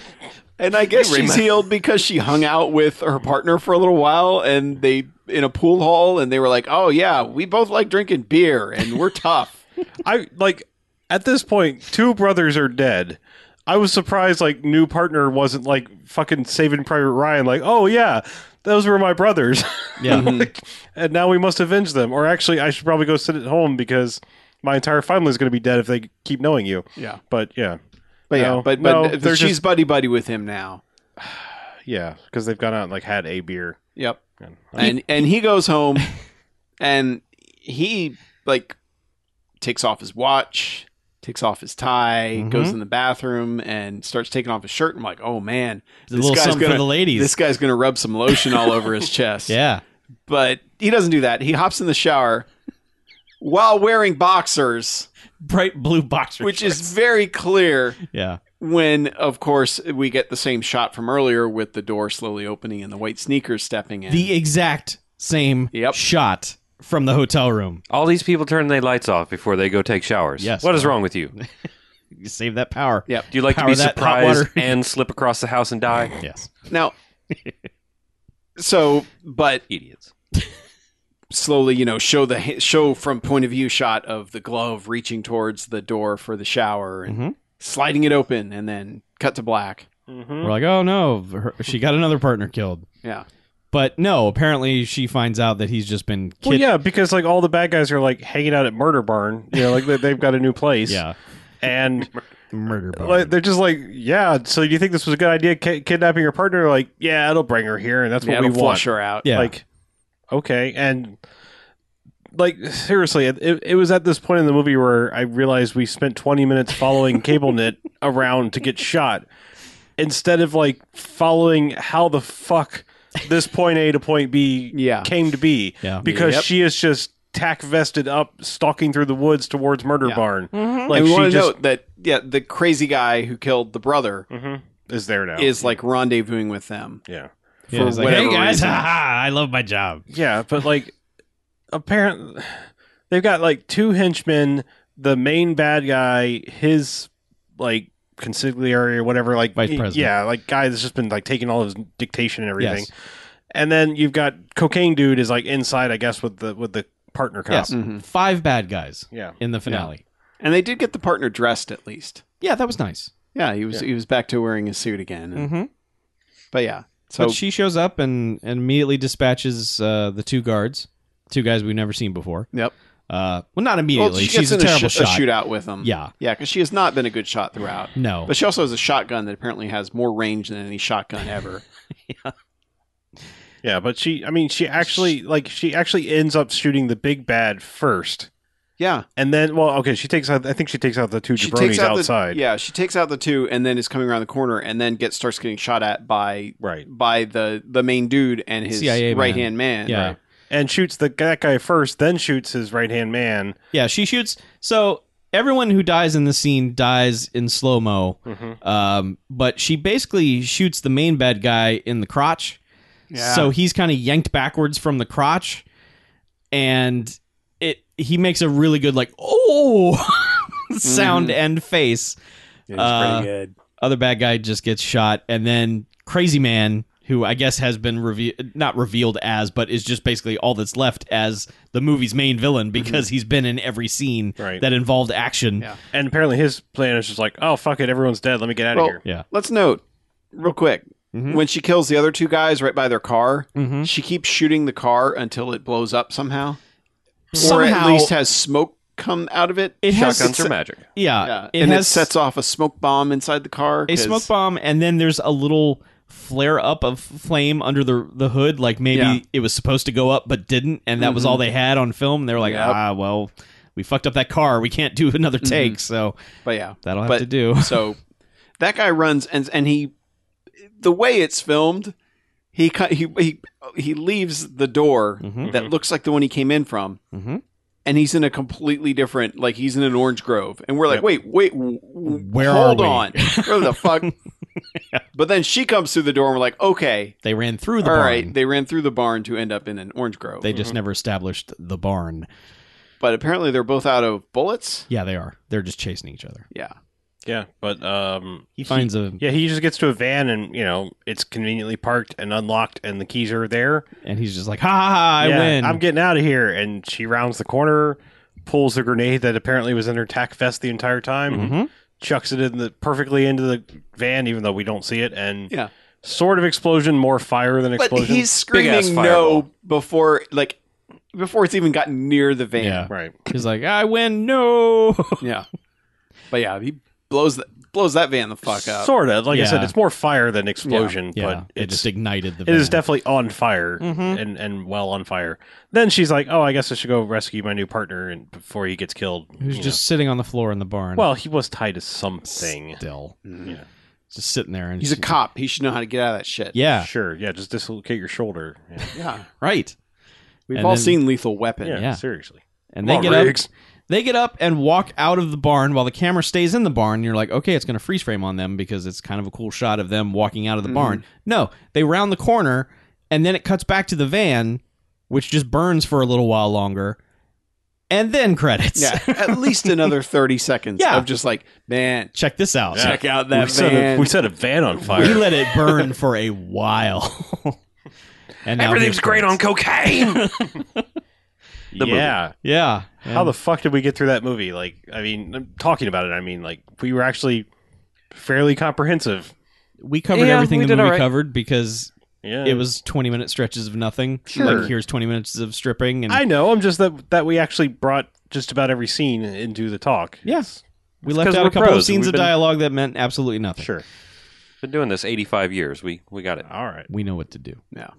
[SPEAKER 3] and I guess she's healed because she hung out with her partner for a little while, and they in a pool hall, and they were like, "Oh yeah, we both like drinking beer, and we're tough."
[SPEAKER 2] I like at this point, two brothers are dead. I was surprised like new partner wasn't like fucking saving Private Ryan, like, oh yeah, those were my brothers.
[SPEAKER 4] Yeah.
[SPEAKER 2] Like, and now we must avenge them. Or actually I should probably go sit at home because my entire family is gonna be dead if they keep knowing you.
[SPEAKER 3] Yeah.
[SPEAKER 2] But yeah.
[SPEAKER 3] But yeah,
[SPEAKER 2] No,
[SPEAKER 3] but
[SPEAKER 2] no,
[SPEAKER 3] but
[SPEAKER 2] they're
[SPEAKER 3] she's
[SPEAKER 2] just-
[SPEAKER 3] buddy buddy with him now.
[SPEAKER 2] Yeah. Because they've gone out and like had a beer.
[SPEAKER 3] Yep.
[SPEAKER 2] And- uh,
[SPEAKER 3] And and he goes home and he like takes off his watch, takes off his tie,
[SPEAKER 4] Mm-hmm.
[SPEAKER 3] goes in the bathroom and starts taking off his shirt. I'm like, oh man,
[SPEAKER 4] a little something for the ladies.
[SPEAKER 3] This guy's gonna rub some lotion all over his chest.
[SPEAKER 4] yeah.
[SPEAKER 3] But he doesn't do that. He hops in the shower while wearing boxers,
[SPEAKER 4] bright blue boxer
[SPEAKER 3] which is very clear
[SPEAKER 4] yeah
[SPEAKER 3] when of course we get the same shot from earlier with the door slowly opening and the white sneakers stepping in.
[SPEAKER 4] the exact same
[SPEAKER 3] Yep.
[SPEAKER 4] shot from the hotel room
[SPEAKER 5] All these people turn their lights off before they go take showers.
[SPEAKER 4] Yes.
[SPEAKER 5] What is wrong with you?
[SPEAKER 4] You save that power.
[SPEAKER 3] Yep.
[SPEAKER 5] Do you like
[SPEAKER 4] Power
[SPEAKER 5] to be
[SPEAKER 4] that hot
[SPEAKER 5] surprised
[SPEAKER 4] water.
[SPEAKER 5] and slip across the house and die?
[SPEAKER 4] Yes.
[SPEAKER 3] Now, so but
[SPEAKER 5] Idiots.
[SPEAKER 3] slowly, you know, show the show from point of view shot of the glove reaching towards the door for the shower and
[SPEAKER 4] Mhm.
[SPEAKER 3] sliding it open, and then cut to black.
[SPEAKER 2] Mm-hmm.
[SPEAKER 4] We're like, oh no, her, she got another partner killed.
[SPEAKER 3] Yeah,
[SPEAKER 4] But no, apparently she finds out that he's just been
[SPEAKER 2] Well,
[SPEAKER 4] kid-
[SPEAKER 2] yeah, because like all the bad guys are like hanging out at Murder Barn. You know, like they, they've got a new place.
[SPEAKER 4] yeah,
[SPEAKER 2] and
[SPEAKER 4] murder. Barn.
[SPEAKER 2] like they're just like, yeah. So do you think this was a good idea, ki- kidnapping your partner? Like, yeah, it'll bring her here, and that's what
[SPEAKER 3] yeah,
[SPEAKER 2] we
[SPEAKER 3] it'll
[SPEAKER 2] want.
[SPEAKER 3] flush her out.
[SPEAKER 4] yeah,
[SPEAKER 2] Like, okay, and like seriously, it, it, it was at this point in the movie where I realized we spent 20 minutes following CableNet around to get shot instead of like following how the fuck this point A to point B
[SPEAKER 3] Yeah.
[SPEAKER 2] came to be.
[SPEAKER 4] Yeah.
[SPEAKER 2] because
[SPEAKER 3] Yep.
[SPEAKER 2] she is just tack vested up, stalking through the woods towards Murder
[SPEAKER 3] Yeah.
[SPEAKER 2] Barn.
[SPEAKER 3] And
[SPEAKER 2] Like
[SPEAKER 3] we
[SPEAKER 2] she
[SPEAKER 3] want to
[SPEAKER 2] just
[SPEAKER 3] note that yeah, the crazy guy who killed the brother
[SPEAKER 2] is there now.
[SPEAKER 3] is like rendezvousing with them.
[SPEAKER 2] yeah.
[SPEAKER 4] Yeah,
[SPEAKER 3] for
[SPEAKER 4] it's like,
[SPEAKER 3] whatever
[SPEAKER 4] hey guys,
[SPEAKER 3] reason.
[SPEAKER 4] haha, I love my job.
[SPEAKER 2] Yeah, but like apparently they've got like two henchmen, the main bad guy, his like consigliere or whatever, like
[SPEAKER 4] Vice
[SPEAKER 2] y-
[SPEAKER 4] president.
[SPEAKER 2] Yeah, like guy that's just been like taking all his dictation and everything.
[SPEAKER 4] Yes.
[SPEAKER 2] And then you've got cocaine dude is like inside, I guess, with the with the partner cop.
[SPEAKER 4] Yes,
[SPEAKER 3] Mhm.
[SPEAKER 4] five bad guys
[SPEAKER 2] Yeah.
[SPEAKER 4] in the finale.
[SPEAKER 3] And they did get the partner dressed at least.
[SPEAKER 4] Yeah, that was nice.
[SPEAKER 3] Yeah, he was he was back to wearing his suit again. and-
[SPEAKER 4] Mhm.
[SPEAKER 3] But yeah, so
[SPEAKER 4] but she shows up and, and immediately dispatches uh, the two guards, two guys we've never seen before.
[SPEAKER 3] yep.
[SPEAKER 4] Uh, well, not
[SPEAKER 3] Well,
[SPEAKER 4] immediately.
[SPEAKER 3] she gets
[SPEAKER 4] She's a
[SPEAKER 3] in
[SPEAKER 4] terrible
[SPEAKER 3] a, sh- a
[SPEAKER 4] shot.
[SPEAKER 3] shootout with them.
[SPEAKER 4] Yeah.
[SPEAKER 3] yeah, because she has not been a good shot throughout.
[SPEAKER 4] No,
[SPEAKER 3] But she also has a shotgun that apparently has more range than any shotgun ever.
[SPEAKER 2] Yeah, but she I mean she actually like she actually ends up shooting the big bad first.
[SPEAKER 3] yeah,
[SPEAKER 2] And then well, okay, she takes out I think she takes out the two
[SPEAKER 3] she
[SPEAKER 2] jabronis
[SPEAKER 3] takes out
[SPEAKER 2] outside.
[SPEAKER 3] The, yeah, she takes out the two, and then is coming around the corner, and then gets starts getting shot at by
[SPEAKER 2] Right.
[SPEAKER 3] by the the main dude and his
[SPEAKER 4] CIA man.
[SPEAKER 3] right hand man.
[SPEAKER 4] yeah,
[SPEAKER 3] Right.
[SPEAKER 2] And shoots the that guy first, then shoots his right hand man.
[SPEAKER 4] yeah. She shoots. So everyone who dies in this scene dies in slow mo.
[SPEAKER 3] Mm-hmm.
[SPEAKER 4] Um, but she basically shoots the main bad guy in the crotch.
[SPEAKER 3] Yeah.
[SPEAKER 4] So he's kind of yanked backwards from the crotch, and it he makes a really good like oh
[SPEAKER 3] Mm-hmm.
[SPEAKER 4] sound and face.
[SPEAKER 6] It's
[SPEAKER 4] Uh,
[SPEAKER 6] pretty good.
[SPEAKER 4] Other bad guy just gets shot, and then Crazy Man, who I guess has been reve- not revealed as, but is just basically all that's left as the movie's main villain because he's been in every scene
[SPEAKER 2] Right.
[SPEAKER 4] that involved action.
[SPEAKER 3] Mm-hmm. Yeah.
[SPEAKER 2] And apparently his plan is just like, oh fuck it, everyone's dead. Let me get out of
[SPEAKER 3] Well,
[SPEAKER 2] here.
[SPEAKER 4] Yeah.
[SPEAKER 3] Let's note real quick
[SPEAKER 4] Mhm.
[SPEAKER 3] when she kills the other two guys right by their car,
[SPEAKER 4] Mhm.
[SPEAKER 3] she keeps shooting the car until it blows up somehow, or
[SPEAKER 4] Somehow-
[SPEAKER 3] at least has smoke come out of it.
[SPEAKER 4] It has
[SPEAKER 5] Shotguns are magic.
[SPEAKER 4] yeah,
[SPEAKER 3] yeah,
[SPEAKER 4] it
[SPEAKER 3] and
[SPEAKER 4] has
[SPEAKER 3] it sets off a smoke bomb inside the car.
[SPEAKER 4] a
[SPEAKER 3] 'cause-
[SPEAKER 4] smoke bomb and then there's a little flare up of flame under the the hood like maybe
[SPEAKER 3] Yeah. Mm-hmm.
[SPEAKER 4] it was supposed to go up but didn't and that was all they had on film they were like
[SPEAKER 3] Yep.
[SPEAKER 4] ah well we fucked up that car we can't do another take so
[SPEAKER 3] But yeah,
[SPEAKER 4] that'll have
[SPEAKER 3] Mm-hmm. But-
[SPEAKER 4] to do
[SPEAKER 3] so that guy runs and and he the way it's filmed he cut he he, he leaves the door
[SPEAKER 4] Mhm.
[SPEAKER 3] that looks like the one he came in from
[SPEAKER 4] Mhm.
[SPEAKER 3] and he's in a completely different like he's in an orange grove and we're like
[SPEAKER 2] Yep.
[SPEAKER 3] wait wait w- w-
[SPEAKER 4] Where
[SPEAKER 3] hold
[SPEAKER 4] are we?
[SPEAKER 3] on where the fuck but then she comes through the door and we're like okay
[SPEAKER 4] they ran through
[SPEAKER 3] all
[SPEAKER 4] the
[SPEAKER 3] right,
[SPEAKER 4] barn
[SPEAKER 3] they ran through the barn to end up in an orange grove
[SPEAKER 4] they
[SPEAKER 2] Mm-hmm.
[SPEAKER 4] just never established the barn
[SPEAKER 3] but apparently they're both out of bullets
[SPEAKER 4] yeah they are they're just chasing each other
[SPEAKER 3] yeah
[SPEAKER 2] Yeah. But um
[SPEAKER 4] he finds a
[SPEAKER 2] yeah, he just gets to a van and you know, it's conveniently parked and unlocked and the keys are there.
[SPEAKER 4] and he's just like ha ha, ha i
[SPEAKER 2] Yeah,
[SPEAKER 4] win
[SPEAKER 2] I'm getting out of here and she rounds the corner, pulls the grenade that apparently was in her tack vest the entire time,
[SPEAKER 4] Mm-hmm.
[SPEAKER 2] chucks it in the perfectly into the van, even though we don't see it, and
[SPEAKER 3] yeah
[SPEAKER 2] sort of explosion, more fire than
[SPEAKER 3] But
[SPEAKER 2] explosion.
[SPEAKER 3] he's screaming
[SPEAKER 5] fireball.
[SPEAKER 3] no before like before it's even gotten near the van.
[SPEAKER 4] yeah
[SPEAKER 2] right.
[SPEAKER 4] he's like i win no
[SPEAKER 3] Yeah. But yeah, he blows the, blows that van the fuck up.
[SPEAKER 2] Sort of. Like I said,
[SPEAKER 4] Yeah.
[SPEAKER 2] it's more fire than explosion,
[SPEAKER 4] yeah
[SPEAKER 2] but
[SPEAKER 4] it
[SPEAKER 2] it's
[SPEAKER 4] just ignited the
[SPEAKER 2] it is
[SPEAKER 4] van.
[SPEAKER 2] definitely on fire and and well on fire. Then she's like, "Oh, I guess I should go rescue my new partner and before he gets killed."
[SPEAKER 4] who's
[SPEAKER 2] you
[SPEAKER 4] just sitting on the floor in the barn
[SPEAKER 2] know. well, he was tied to something.
[SPEAKER 4] still
[SPEAKER 2] Yeah.
[SPEAKER 4] just sitting there and
[SPEAKER 3] He's a cop. He should know how to get out of that shit.
[SPEAKER 4] yeah
[SPEAKER 2] Sure, yeah, just dislocate your shoulder. Yeah,
[SPEAKER 3] Yeah.
[SPEAKER 4] right
[SPEAKER 3] We've
[SPEAKER 4] And
[SPEAKER 3] all
[SPEAKER 4] then-
[SPEAKER 3] seen Lethal Weapon.
[SPEAKER 2] yeah,
[SPEAKER 4] Yeah.
[SPEAKER 2] seriously.
[SPEAKER 4] and they
[SPEAKER 2] on,
[SPEAKER 4] get
[SPEAKER 2] Riggs.
[SPEAKER 4] up they get up and walk out of the barn while the camera stays in the barn and you're like okay it's going to freeze frame on them because it's kind of a cool shot of them walking out of the
[SPEAKER 2] Mm-hmm.
[SPEAKER 4] barn no they round the corner and then it cuts back to the van which just burns for a little while longer and then credits.
[SPEAKER 3] Yeah, at least another thirty seconds
[SPEAKER 4] Yeah.
[SPEAKER 3] of just like, man,
[SPEAKER 4] Check this out.
[SPEAKER 3] check out that
[SPEAKER 2] we, set a,
[SPEAKER 3] van.
[SPEAKER 2] we set a van on
[SPEAKER 4] We
[SPEAKER 2] fire.
[SPEAKER 4] let it burn for a while. and now
[SPEAKER 5] Everything's
[SPEAKER 4] here's
[SPEAKER 5] great on
[SPEAKER 4] credits.
[SPEAKER 5] cocaine. movie.
[SPEAKER 2] yeah.
[SPEAKER 4] Yeah.
[SPEAKER 2] How the fuck did we get through that movie? Like, I mean, I'm talking about it, I mean, like, we were actually fairly comprehensive.
[SPEAKER 4] we covered
[SPEAKER 5] Yeah,
[SPEAKER 4] everything
[SPEAKER 5] we
[SPEAKER 4] the
[SPEAKER 5] did
[SPEAKER 4] movie
[SPEAKER 5] alright.
[SPEAKER 4] covered because
[SPEAKER 2] Yeah.
[SPEAKER 4] it was 20 minute stretches of nothing.
[SPEAKER 2] Sure.
[SPEAKER 4] Like here's 20 minutes of stripping and
[SPEAKER 2] I know. I'm just that that we actually brought just about every scene into the talk.
[SPEAKER 4] yes. We
[SPEAKER 5] It's
[SPEAKER 4] left
[SPEAKER 5] 'cause
[SPEAKER 4] out
[SPEAKER 5] we're
[SPEAKER 4] a couple of
[SPEAKER 5] pros and
[SPEAKER 4] scenes
[SPEAKER 5] we've
[SPEAKER 4] of
[SPEAKER 5] been-
[SPEAKER 4] dialogue that meant absolutely nothing.
[SPEAKER 2] Sure.
[SPEAKER 5] Been doing this 85 years. We we got it.
[SPEAKER 2] All right.
[SPEAKER 4] We know what to do.
[SPEAKER 3] Yeah.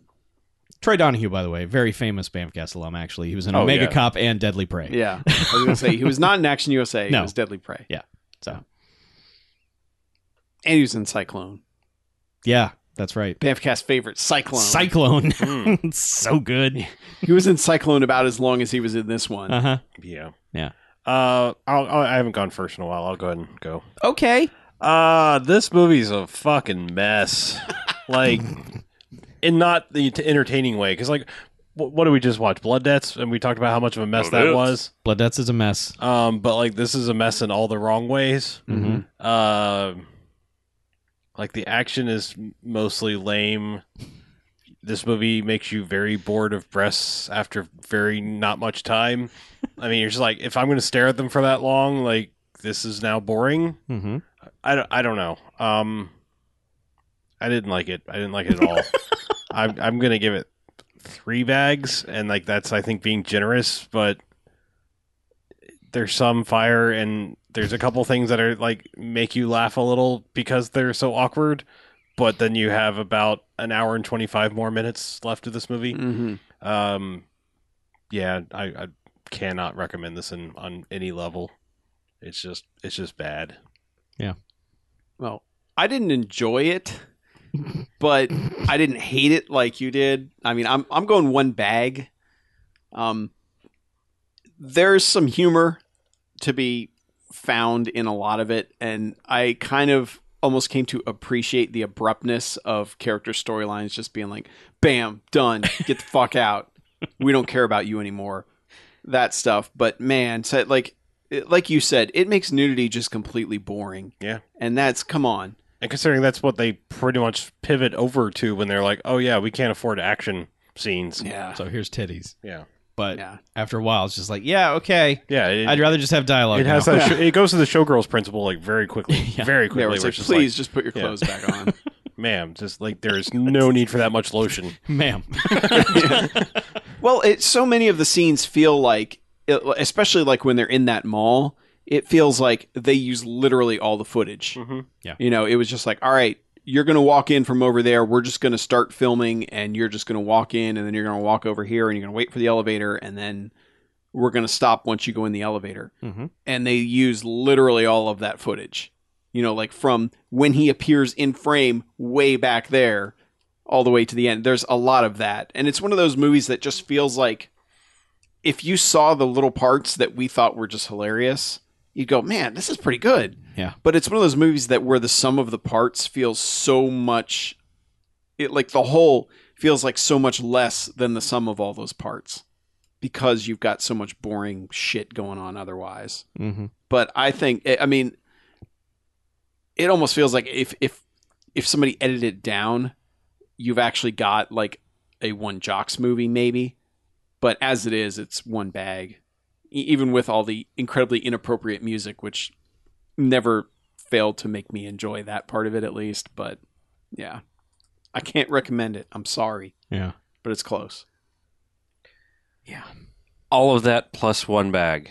[SPEAKER 4] Troy Donahue, by the way, very famous Bamfcast alum, actually. He was an
[SPEAKER 2] Oh,
[SPEAKER 4] Omega
[SPEAKER 2] yeah.
[SPEAKER 4] Cop and Deadly Prey.
[SPEAKER 3] Yeah, I was gonna say he was not in Action USA.
[SPEAKER 4] No.
[SPEAKER 3] He was Deadly Prey,
[SPEAKER 4] So,
[SPEAKER 3] and he was in Cyclone.
[SPEAKER 4] yeah, that's right.
[SPEAKER 3] Pamcast favorite Cyclone.
[SPEAKER 4] Cyclone. It's so good.
[SPEAKER 3] he was in Cyclone about as long as he was in this one.
[SPEAKER 4] Uh huh.
[SPEAKER 2] Yeah.
[SPEAKER 4] Yeah.
[SPEAKER 2] Uh, I'll, I'll, I haven't gone first in a while. I'll go ahead and go.
[SPEAKER 4] Okay.
[SPEAKER 2] Uh, this movie's a fucking mess. like, in not the t- entertaining way. Because, like, wh- what did we just watch? Blood Debts? And we talked about how much of a mess
[SPEAKER 5] Blood
[SPEAKER 2] that
[SPEAKER 5] Debts.
[SPEAKER 2] was.
[SPEAKER 4] Blood Debts is a mess.
[SPEAKER 2] Um, but, like, this is a mess in all the wrong ways.
[SPEAKER 4] Mm-hmm.
[SPEAKER 2] Um, like the action is mostly lame. This movie makes you very bored of breasts after very not much time. I mean, you're just like, if I'm going to stare at them for that long, like this is now boring.
[SPEAKER 4] Mm-hmm.
[SPEAKER 2] I don't, I don't know. Um, I didn't like it. I didn't like it at all. I'm I'm going to give it three bags, and like that's I think being generous, but there's some fire and there's a couple things that are like make you laugh a little because they're so awkward but then you have about an hour and 25 more minutes left of this movie
[SPEAKER 3] hmm
[SPEAKER 2] um yeah i, I cannot recommend this in, on any level it's just it's just bad
[SPEAKER 3] Well, I didn't enjoy it, but I didn't hate it like you did. I mean, I'm I'm going one bag. Um, there's some humor to be found in a lot of it, and I kind of almost came to appreciate the abruptness of character storylines just being like, "Bam, done, get the fuck out. We don't care about you anymore." That stuff, but man, so like like you said, it makes nudity just completely boring.
[SPEAKER 2] Yeah.
[SPEAKER 3] and that's come on.
[SPEAKER 2] and considering that's what they pretty much pivot over to when they're like oh yeah we can't afford action scenes
[SPEAKER 3] Yeah.
[SPEAKER 4] So here's titties.
[SPEAKER 2] yeah
[SPEAKER 4] But
[SPEAKER 3] Yeah.
[SPEAKER 4] after a while, it's just like, yeah, okay.
[SPEAKER 2] yeah it,
[SPEAKER 4] I'd rather just have dialogue.
[SPEAKER 2] it has
[SPEAKER 4] now.
[SPEAKER 2] that sh- it goes to the showgirls principle like very quickly
[SPEAKER 4] Yeah.
[SPEAKER 2] very quickly
[SPEAKER 3] Yeah,
[SPEAKER 2] where
[SPEAKER 3] where it's like,
[SPEAKER 2] just
[SPEAKER 3] please just put your
[SPEAKER 2] Yeah.
[SPEAKER 3] clothes back on.
[SPEAKER 2] ma'am just like there's no need for that much lotion
[SPEAKER 4] ma'am.
[SPEAKER 3] well, it so many of the scenes feel like, it- especially like when they're in that mall, it feels like they use literally all the footage.
[SPEAKER 2] Mhm.
[SPEAKER 4] Yeah.
[SPEAKER 3] You know, it was just like, all right, you're going to walk in from over there. We're just going to start filming, and you're just going to walk in, and then you're going to walk over here, and you're going to wait for the elevator, and then we're going to stop once you go in the elevator.
[SPEAKER 4] Mhm.
[SPEAKER 3] And they use literally all of that footage. You know, like from when he appears in frame way back there all the way to the end. There's a lot of that. And it's one of those movies that just feels like if you saw the little parts that we thought were just hilarious, you'd go, man, this is pretty good.
[SPEAKER 4] Yeah.
[SPEAKER 3] But it's one of those movies that where the sum of the parts feels so much, it like the whole feels like so much less than the sum of all those parts because you've got so much boring shit going on otherwise
[SPEAKER 4] Mm-hmm.
[SPEAKER 3] but I think I mean it almost feels like if if if somebody edited it down, you've actually got like a one jocks movie maybe, but as it is, it's one bag. E- even with all the incredibly inappropriate music, which never failed to make me enjoy that part of it at least, but yeah, I can't recommend it. I'm sorry,
[SPEAKER 4] Yeah.
[SPEAKER 3] but it's close.
[SPEAKER 5] all of that plus one bag.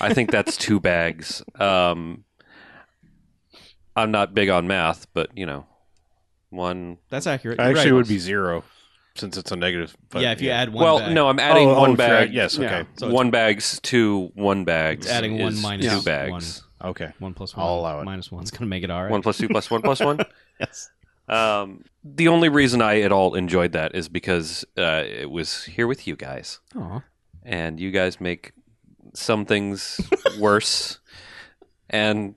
[SPEAKER 5] I think that's two bags. Um, I'm not big on math, but you know, one.
[SPEAKER 4] That's accurate.
[SPEAKER 2] I
[SPEAKER 4] You're
[SPEAKER 2] actually
[SPEAKER 4] right.
[SPEAKER 2] would be zero since it's a negative. But Oh,
[SPEAKER 4] yeah, if you add one. Oh,
[SPEAKER 5] well,
[SPEAKER 4] back,
[SPEAKER 5] no, I'm adding
[SPEAKER 2] one
[SPEAKER 5] one bag.
[SPEAKER 2] Sure. Yes.
[SPEAKER 3] Yeah.
[SPEAKER 2] Okay.
[SPEAKER 4] So it's-
[SPEAKER 5] one bags to one bags.
[SPEAKER 4] It's adding one
[SPEAKER 5] is
[SPEAKER 4] minus
[SPEAKER 5] two
[SPEAKER 4] one.
[SPEAKER 5] bags.
[SPEAKER 2] Okay.
[SPEAKER 4] one plus one.
[SPEAKER 2] I'll allow it.
[SPEAKER 4] Minus one's gonna make it all right.
[SPEAKER 5] One plus two plus one plus one.
[SPEAKER 4] yes.
[SPEAKER 5] Um, the only reason I at all enjoyed that is because uh, it was here with you guys,
[SPEAKER 4] Aw.
[SPEAKER 5] and you guys make some things worse and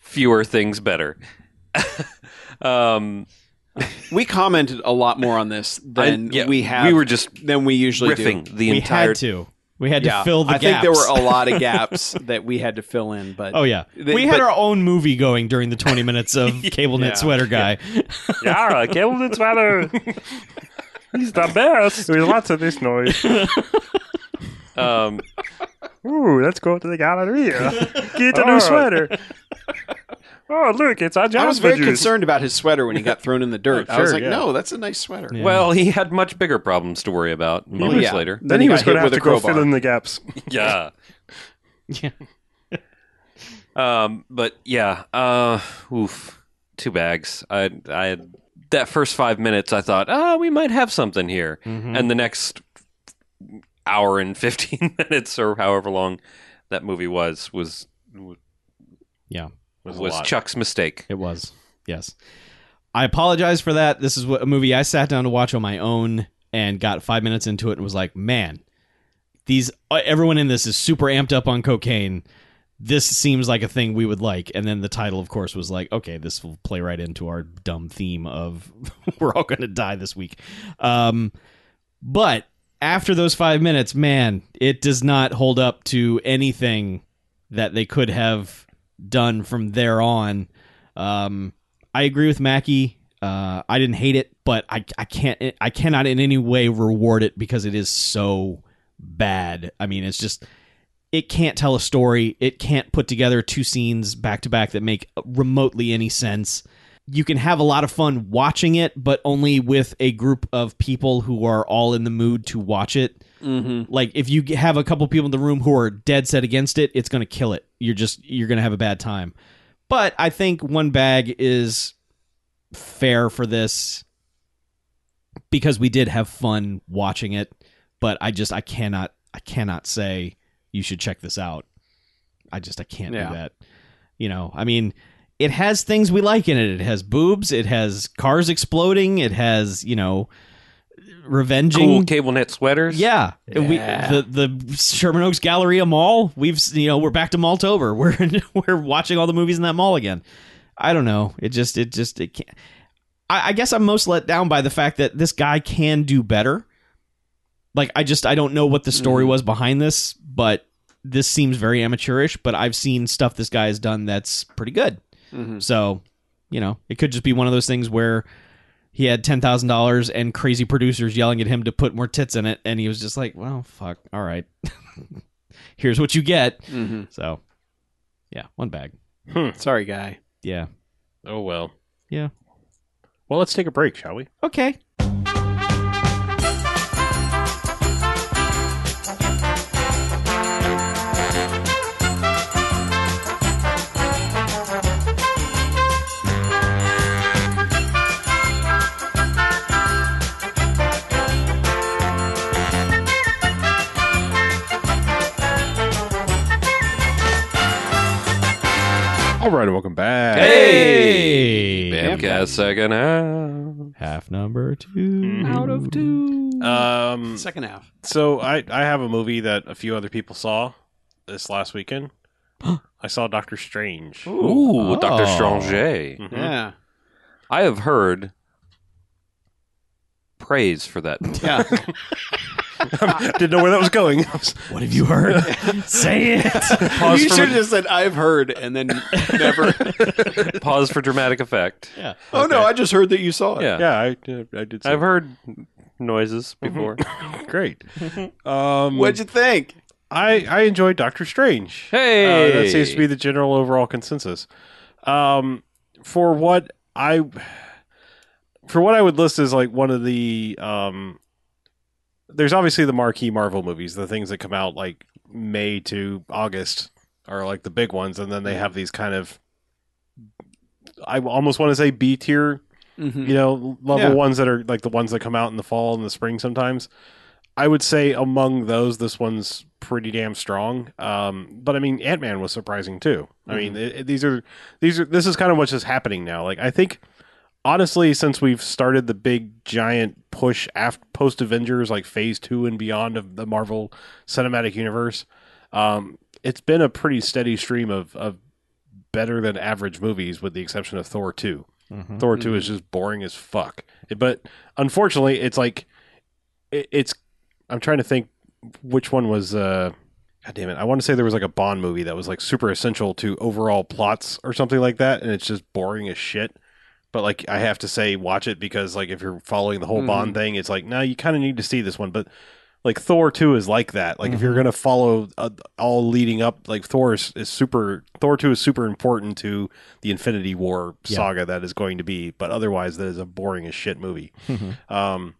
[SPEAKER 5] fewer things better. um,
[SPEAKER 3] We commented a lot more on this
[SPEAKER 5] I-
[SPEAKER 3] than
[SPEAKER 5] yeah,
[SPEAKER 3] we have
[SPEAKER 5] We were just
[SPEAKER 3] than we usually do.
[SPEAKER 5] riffing the
[SPEAKER 4] we
[SPEAKER 5] entire
[SPEAKER 4] had to. We had to fill the
[SPEAKER 3] I
[SPEAKER 4] gaps.
[SPEAKER 3] think there were a lot of gaps that we had to fill in, but
[SPEAKER 4] Oh yeah,
[SPEAKER 3] They-
[SPEAKER 4] we had
[SPEAKER 3] but-
[SPEAKER 4] our own movie going during the 20 minutes of Cable Knit Sweater Guy.
[SPEAKER 5] Yara, Gilden's weather. He's the best.
[SPEAKER 2] There's lots of this noise.
[SPEAKER 5] Um,
[SPEAKER 2] Ooh, let's go to the galleria.
[SPEAKER 5] get
[SPEAKER 2] a new sweater.
[SPEAKER 5] Oh, look, it's our
[SPEAKER 3] I
[SPEAKER 5] job.
[SPEAKER 3] was very concerned about his sweater when he got thrown in the dirt. I was
[SPEAKER 2] sure,
[SPEAKER 3] like,
[SPEAKER 2] yeah.
[SPEAKER 3] no, that's a nice sweater.
[SPEAKER 4] Yeah.
[SPEAKER 5] Well, he had much bigger problems to worry about months
[SPEAKER 3] yeah.
[SPEAKER 5] later.
[SPEAKER 2] then he was
[SPEAKER 3] got
[SPEAKER 2] going to
[SPEAKER 3] hit
[SPEAKER 2] have
[SPEAKER 3] with
[SPEAKER 2] to
[SPEAKER 3] a
[SPEAKER 2] go
[SPEAKER 3] crowbar.
[SPEAKER 2] fill in the gaps.
[SPEAKER 5] Yeah.
[SPEAKER 4] Yeah.
[SPEAKER 5] Um, but yeah, uh, oof, two bags. I, I, that first five minutes, I thought, ah, we might have something here,
[SPEAKER 4] Mm-hmm.
[SPEAKER 5] and the next hour and fifteen minutes, or however long that movie was, was was,
[SPEAKER 4] Yeah.
[SPEAKER 2] Was a lot.
[SPEAKER 5] Chuck's mistake.
[SPEAKER 4] It was. Yes. I apologize for that. This is what a movie I sat down to watch on my own and got five minutes into it and was like, man, these uh, everyone in this is super amped up on cocaine. This seems like a thing we would like. And then the title, of course, was like, okay, this will play right into our dumb theme of we're all going to die this week. Um, but after those five minutes, man, it does not hold up to anything that they could have done from there on. Um, I agree with Mackie. Uh, I didn't hate it, but I, I can't I cannot in any way reward it because it is so bad. I mean, it's just it can't tell a story. It can't put together two scenes back to back that make remotely any sense. You can have a lot of fun watching it, but only with a group of people who are all in the mood to watch it
[SPEAKER 3] Mm-hmm,
[SPEAKER 4] like if you have a couple people in the room who are dead set against it it's going to kill it you're just you're going to have a bad time but i think one bag is fair for this because we did have fun watching it but i just i cannot i cannot say you should check this out i just i can't
[SPEAKER 3] Yeah.
[SPEAKER 4] do that you know i mean it has things we like in it it has boobs it has cars exploding it has you know revenging
[SPEAKER 5] Cool cable knit sweaters.
[SPEAKER 4] yeah, we the the Sherman Oaks Galleria Mall. We've s- you know we're back to Maltover. We're we're watching all the movies in that mall again. I don't know. It just it just it can't. I, I guess I'm most let down by the fact that this guy can do better. Like I just I don't know what the story was behind this, but this seems very amateurish. But I've seen stuff this guy has done that's pretty good.
[SPEAKER 3] mm-hmm,
[SPEAKER 4] So you know it could just be one of those things where he had ten thousand dollars and crazy producers yelling at him to put more tits in it, and he was just like, "Well, fuck, all right, here's what you get."
[SPEAKER 3] Mhm.
[SPEAKER 4] So, yeah, one bag.
[SPEAKER 3] Sorry, guy.
[SPEAKER 4] Yeah.
[SPEAKER 5] Oh well.
[SPEAKER 2] Well, let's take a break, shall we?
[SPEAKER 4] Okay.
[SPEAKER 2] All right, and welcome back.
[SPEAKER 4] Hey.
[SPEAKER 5] Bamcast second Ah. half.
[SPEAKER 4] Half number 2 Out of two.
[SPEAKER 2] Um,
[SPEAKER 3] Second half.
[SPEAKER 2] so I I have a movie that a few other people saw this last weekend. I saw Doctor Strange.
[SPEAKER 5] Ooh, Doctor
[SPEAKER 4] Oh.
[SPEAKER 5] Strange.
[SPEAKER 2] Mhm.
[SPEAKER 3] Yeah.
[SPEAKER 5] I have heard praise for that.
[SPEAKER 3] Yeah.
[SPEAKER 2] Didn't know where that was going. I was-
[SPEAKER 4] What have you heard? Say it.
[SPEAKER 2] Pause
[SPEAKER 3] you
[SPEAKER 2] for-
[SPEAKER 3] should have just said, I've heard, and then never.
[SPEAKER 5] Pause for dramatic effect.
[SPEAKER 4] yeah.
[SPEAKER 3] oh, no, I just heard that you saw it.
[SPEAKER 5] Yeah.
[SPEAKER 2] yeah, I did. I did.
[SPEAKER 5] I've heard noises
[SPEAKER 3] Mm-hmm.
[SPEAKER 5] before.
[SPEAKER 2] heard. Great. Um,
[SPEAKER 3] What'd you think?
[SPEAKER 2] I I enjoyed Doctor Strange.
[SPEAKER 5] Hey.
[SPEAKER 2] Uh, that seems to be the general overall consensus. Um, for what I for what I would list as like one of the um, there's obviously the marquee Marvel movies, the things that come out like May to August are like the big ones, and then they have these kind of I almost want to say B tier
[SPEAKER 3] Mm-hmm.
[SPEAKER 2] you know level
[SPEAKER 3] Yeah.
[SPEAKER 2] ones that are like the ones that come out in the fall and the spring sometimes i would say among those this one's pretty damn strong um, but i mean ant-man was surprising too i mean it, it- these are these are this is kind of what's just happening now like i think honestly since we've started the big giant push after post avengers like phase two and beyond of the marvel cinematic universe um, it's been a pretty steady stream of, of better than average movies with the exception of thor 2 Thor 2 is just boring as fuck. But unfortunately, it's like it, it's I'm trying to think which one was uh God damn it. I want to say there was like a Bond movie that was like super essential to overall plots or something like that, and it's just boring as shit. But like I have to say watch it because like if you're following the whole Bond thing, it's like, no, you kind of need to see this one. But like Thor 2 is like that. Like if you're going to follow uh, all leading up, like Thor is, is super Thor 2 is super important to the Infinity War saga that is going to be, but otherwise that is a boring as shit movie. um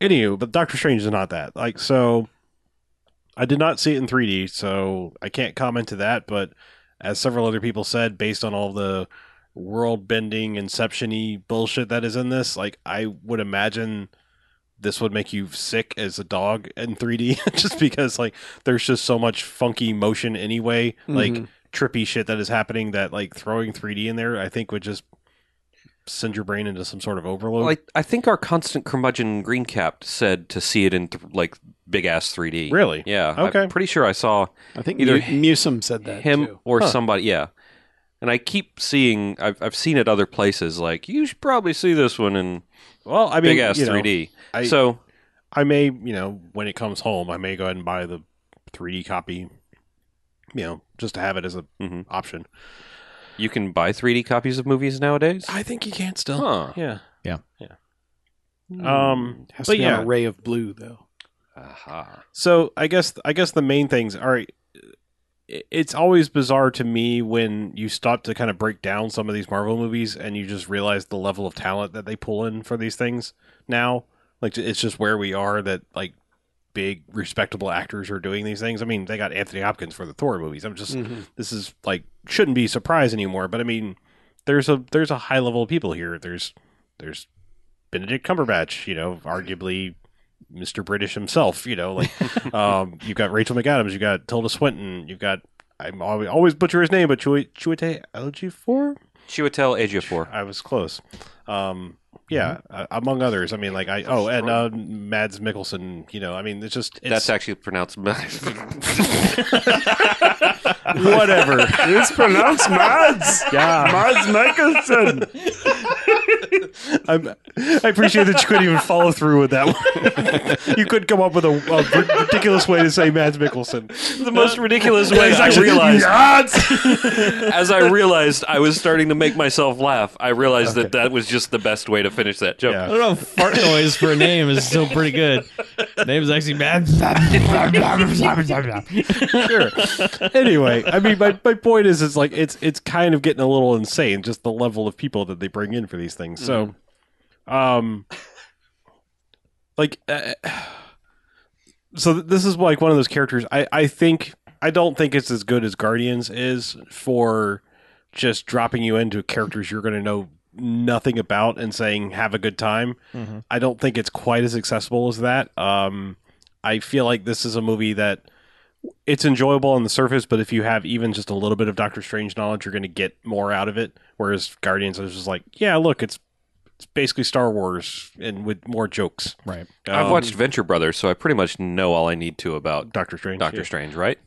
[SPEAKER 2] anywho, but Doctor Strange is not that. Like so I did not see it in 3D, so I can't comment to that, but as several other people said based on all the world bending inception-y bullshit that is in this, like I would imagine this would make you sick as a dog in 3D just because like there's just so much funky motion anyway, like trippy shit that is happening that like throwing 3D in there I think would just send your brain into some sort of overload.
[SPEAKER 5] Like I think our constant curmudgeon Greencap said to see it in th- like big ass 3D.
[SPEAKER 2] Really?
[SPEAKER 5] Yeah.
[SPEAKER 2] Okay.
[SPEAKER 5] I'm pretty sure I saw
[SPEAKER 3] I think
[SPEAKER 5] Either
[SPEAKER 3] either Musum said that
[SPEAKER 5] him
[SPEAKER 3] too.
[SPEAKER 5] or somebody. Yeah. And I keep seeing. I've I've seen it other places. Like you should probably see this one in
[SPEAKER 2] well, I mean,
[SPEAKER 5] big ass
[SPEAKER 2] you know,
[SPEAKER 5] 3D.
[SPEAKER 2] I-
[SPEAKER 5] so
[SPEAKER 2] I may, you know, when it comes home, I may go ahead and buy the 3D copy, you know, just to have it as an
[SPEAKER 5] Mhm.
[SPEAKER 2] option.
[SPEAKER 5] you can buy 3D copies of movies nowadays.
[SPEAKER 2] I think you can still.
[SPEAKER 5] Huh.
[SPEAKER 2] Yeah.
[SPEAKER 4] Yeah.
[SPEAKER 2] Yeah. Um,
[SPEAKER 3] Mm, Has
[SPEAKER 2] but
[SPEAKER 3] to be
[SPEAKER 2] yeah,
[SPEAKER 3] on a ray of blue though.
[SPEAKER 5] Aha.
[SPEAKER 2] so I guess I guess the main things. All right, i- it's always bizarre to me when you stop to kind of break down some of these Marvel movies and you just realize the level of talent that they pull in for these things now. Like it's just where we are that like big respectable actors are doing these things. I mean, they got Anthony Hopkins for the Thor movies. I'm just
[SPEAKER 3] Mm-hmm.
[SPEAKER 2] this is like shouldn't be a surprise anymore, but I mean, there's a there's a high level of people here. There's there's Benedict Cumberbatch, you know, arguably Mr. British himself, you know, like um, you've got Rachel McAdams, you've got Tilda Swinton, you've got I'm always, always butcher his name, but Chua- Chuate LG4?
[SPEAKER 5] Chiwetel Ejiofor.
[SPEAKER 2] I was close. Um, yeah, uh, among others. I mean, like I oh, and uh, Mads Mikkelsen. You know, I mean, it's just it's
[SPEAKER 5] That's actually pronounced.
[SPEAKER 2] whatever.
[SPEAKER 6] It's pronounced Mads.
[SPEAKER 2] yeah,
[SPEAKER 6] Mads Mikkelsen.
[SPEAKER 2] I'm, I appreciate that you couldn't even follow through with that one. you could come up with a, a ridiculous way to say Mads Mikkelsen.
[SPEAKER 5] the most ridiculous way I realized. As I realized I was starting to make myself laugh, I realized that that was just the best way to finish that joke.
[SPEAKER 4] I
[SPEAKER 2] Yeah.
[SPEAKER 4] don't know. Fart noise for a name is still pretty good. Name's actually bad.
[SPEAKER 2] sure. Anyway, I mean, my, my point is, it's like it's it's kind of getting a little insane, just the level of people that they bring in for these things. So, um, like, uh, so th- this is like one of those characters. I I think I don't think it's as good as Guardians is for just dropping you into characters you're going to know nothing about and saying have a good time. I don't think it's quite as accessible as that. Um, I feel like this is a movie that it's enjoyable on the surface, but if you have even just a little bit of Doctor Strange knowledge, you're going to get more out of it. Whereas Guardians is just like, yeah, look, it's it's basically Star Wars and with more jokes.
[SPEAKER 4] Right.
[SPEAKER 5] I've
[SPEAKER 2] Um,
[SPEAKER 5] watched Venture Brothers, so I pretty much know all I need to about
[SPEAKER 2] Doctor Strange.
[SPEAKER 5] Doctor
[SPEAKER 2] yeah.
[SPEAKER 5] Strange, right?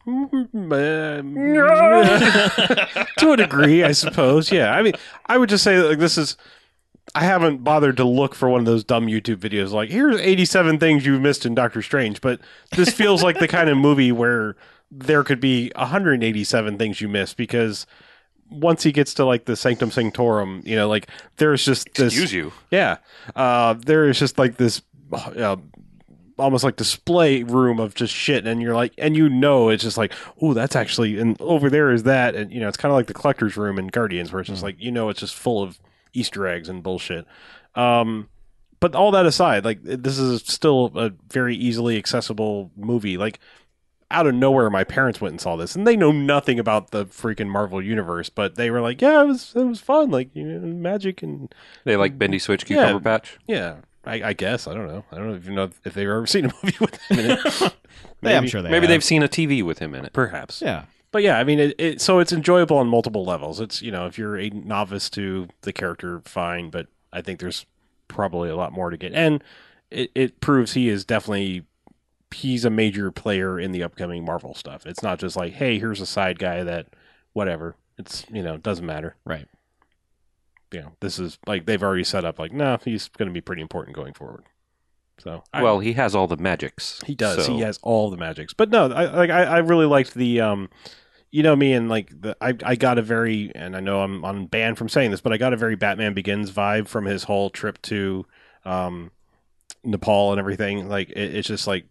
[SPEAKER 2] to a degree, I suppose. Yeah, I mean, I would just say like this is. I haven't bothered to look for one of those dumb YouTube videos like here's 87 things you missed in Doctor Strange, but this feels like the kind of movie where there could be 187 things you missed because once he gets to like the Sanctum Sanctorum, you know, like there's just this
[SPEAKER 5] Use you.
[SPEAKER 2] yeah. Uh, there is just like this uh, almost like display room of just shit. And you're like, and you know, it's just like, oh, that's actually, and over there is that. And, you know, it's kind of like the collector's room in Guardians, where it's just like, you know, it's just full of Easter eggs and bullshit. Um, but all that aside, like, this is still a very easily accessible movie. Like, out of nowhere, my parents went and saw this, and they know nothing about the freaking Marvel universe, but they were like, "Yeah, it was it was fun, like you know, magic and
[SPEAKER 5] They like Bendy Switch
[SPEAKER 2] Yeah.
[SPEAKER 5] Cucumber Patch.
[SPEAKER 2] yeah, I, I guess I don't know. I don't even know if they've ever seen a movie with him in it.
[SPEAKER 4] Yeah, I'm sure they
[SPEAKER 5] Maybe
[SPEAKER 4] have.
[SPEAKER 5] they've seen a TV with him in it.
[SPEAKER 2] perhaps.
[SPEAKER 4] Yeah.
[SPEAKER 2] But yeah, I mean, it, it, so it's enjoyable on multiple levels. It's you know, if you're a novice to the character, fine. But I think there's probably a lot more to get, and it, it proves he is definitely he's a major player in the upcoming Marvel stuff. It's not just like, hey, here's a side guy that whatever. It's you know, it doesn't matter.
[SPEAKER 4] Right.
[SPEAKER 2] You know, this is like they've already set up like, no, he's going to be pretty important going forward. So
[SPEAKER 5] well, he has all the magics.
[SPEAKER 2] He does.
[SPEAKER 5] so-
[SPEAKER 2] He has all the magics. But no, I like I, I really liked the um you know me and like the I, I got a very and I know I'm on banned from saying this, but I got a very Batman Begins vibe from his whole trip to um Nepal and everything. Like it, it's just like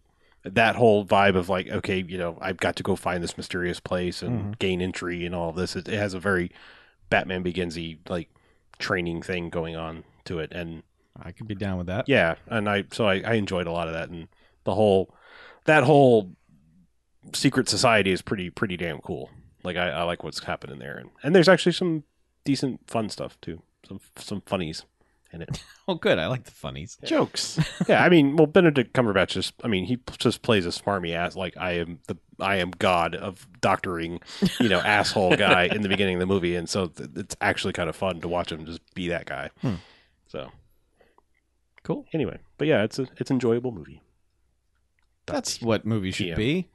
[SPEAKER 2] that whole vibe of like okay, you know, I've got to go find this mysterious place and gain entry and all this. It, it has a very Batman Beginsy like training thing going on to it and
[SPEAKER 4] I could be down with that.
[SPEAKER 2] yeah and i so I, I enjoyed a lot of that and the whole that whole secret society is pretty pretty damn cool like i, I like what's happening there and, and there's actually some decent fun stuff too some some funnies in it
[SPEAKER 4] Oh, good. I like the funnies.
[SPEAKER 3] Jokes.
[SPEAKER 2] yeah i mean well benedict cumberbatch just i mean he p- just plays a smarmy ass like i am the i am god of doctoring you know asshole guy in the beginning of the movie and so th- it's actually kind of fun to watch him just be that guy so
[SPEAKER 4] Cool.
[SPEAKER 2] anyway but yeah it's a it's an enjoyable movie
[SPEAKER 4] That's what movies should
[SPEAKER 2] Yeah.
[SPEAKER 4] be.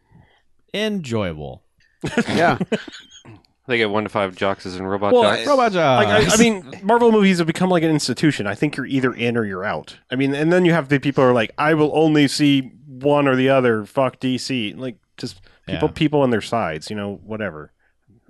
[SPEAKER 4] Enjoyable.
[SPEAKER 3] yeah.
[SPEAKER 5] They get one to five jocks and robot
[SPEAKER 2] Well,
[SPEAKER 5] jocks.
[SPEAKER 4] Robot
[SPEAKER 2] Like,
[SPEAKER 4] jobs.
[SPEAKER 2] I, I mean, Marvel movies have become like an institution. I think you're either in or you're out. I mean, and then you have the people who are like, I will only see one or the other. Fuck DC. Like, just people,
[SPEAKER 4] Yeah.
[SPEAKER 2] people on their sides. You know, whatever.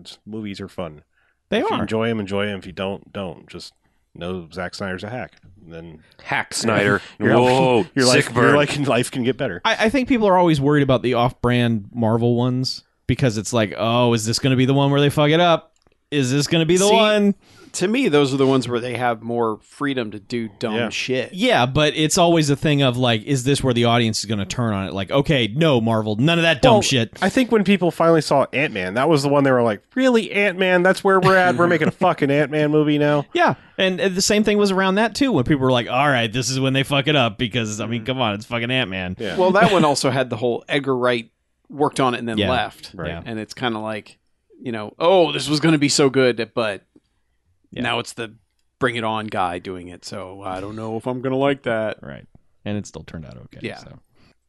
[SPEAKER 2] It's, movies are fun.
[SPEAKER 4] they
[SPEAKER 2] if you
[SPEAKER 4] are.
[SPEAKER 2] enjoy them, enjoy them. If you don't, don't. Just know Zack Snyder's a hack. And then
[SPEAKER 5] Hack Snyder.
[SPEAKER 2] your
[SPEAKER 5] Whoa,
[SPEAKER 2] your
[SPEAKER 5] sick
[SPEAKER 2] life,
[SPEAKER 5] burn.
[SPEAKER 2] your life, life can get better.
[SPEAKER 4] I, I think people are always worried about the off-brand Marvel ones because it's like, oh, is this going to be the one where they fuck it up? Is this going to be the
[SPEAKER 3] See?
[SPEAKER 4] one?
[SPEAKER 3] to me, those are the ones where they have more freedom to do dumb
[SPEAKER 2] Yeah.
[SPEAKER 3] shit.
[SPEAKER 4] Yeah, but it's always a thing of like, is this where the audience is going to turn on it? Like, okay, no, Marvel, none of that dumb
[SPEAKER 2] Well,
[SPEAKER 4] shit.
[SPEAKER 2] I think when people finally saw Ant Man, that was the one they were like, "Really, Ant Man? That's where we're at. We're making a fucking Ant Man movie now."
[SPEAKER 4] Yeah, and uh, the same thing was around that too when people were like, all right, this is when they fuck it up because I mean, come on, it's fucking Ant Man.
[SPEAKER 2] Mm. Yeah.
[SPEAKER 3] Well, that one also had the whole Edgar Wright worked on it and then
[SPEAKER 4] Yeah.
[SPEAKER 3] left.
[SPEAKER 4] Right. Yeah.
[SPEAKER 3] And it's kind of like, you know, oh, this was going to be so good, but
[SPEAKER 4] Yeah.
[SPEAKER 3] now it's the bring it on guy doing it. So I don't know if I'm going to like that.
[SPEAKER 4] Right. And it still turned out okay.
[SPEAKER 3] Yeah.
[SPEAKER 4] So.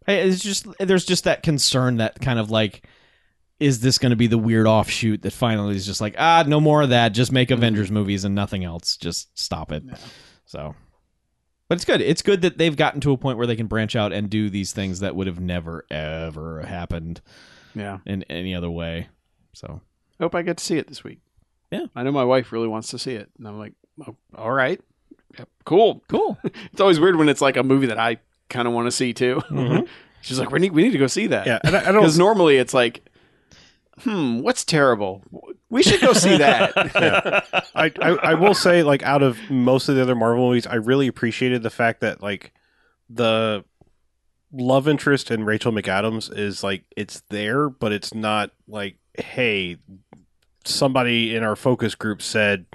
[SPEAKER 4] I- It's just there's just that concern that kind of like, is this going to be the weird offshoot that finally is just like ah no more of that? Just make Avengers movies and nothing else. Just stop it. So, but it's good. It's good that they've gotten to a point where they can branch out and do these things that would have never ever happened
[SPEAKER 3] Yeah.
[SPEAKER 4] in any other way. So
[SPEAKER 3] Hope I get to see it this week.
[SPEAKER 4] Yeah.
[SPEAKER 3] I know my wife really wants to see it. And I'm like, oh, all right. Yep, Cool.
[SPEAKER 4] cool.
[SPEAKER 3] It's always weird when it's like a movie that I kind of want to see too.
[SPEAKER 4] Mm-hmm.
[SPEAKER 3] She's like, we need, we need to go see that.
[SPEAKER 2] Yeah, and I, I don't
[SPEAKER 3] Because normally it's like, hmm, what's terrible? We should go see that.
[SPEAKER 2] I, I I will say like out of most of the other Marvel movies, I really appreciated the fact that like the love interest in Rachel McAdams is like it's there, but it's not like hey, somebody in our focus group said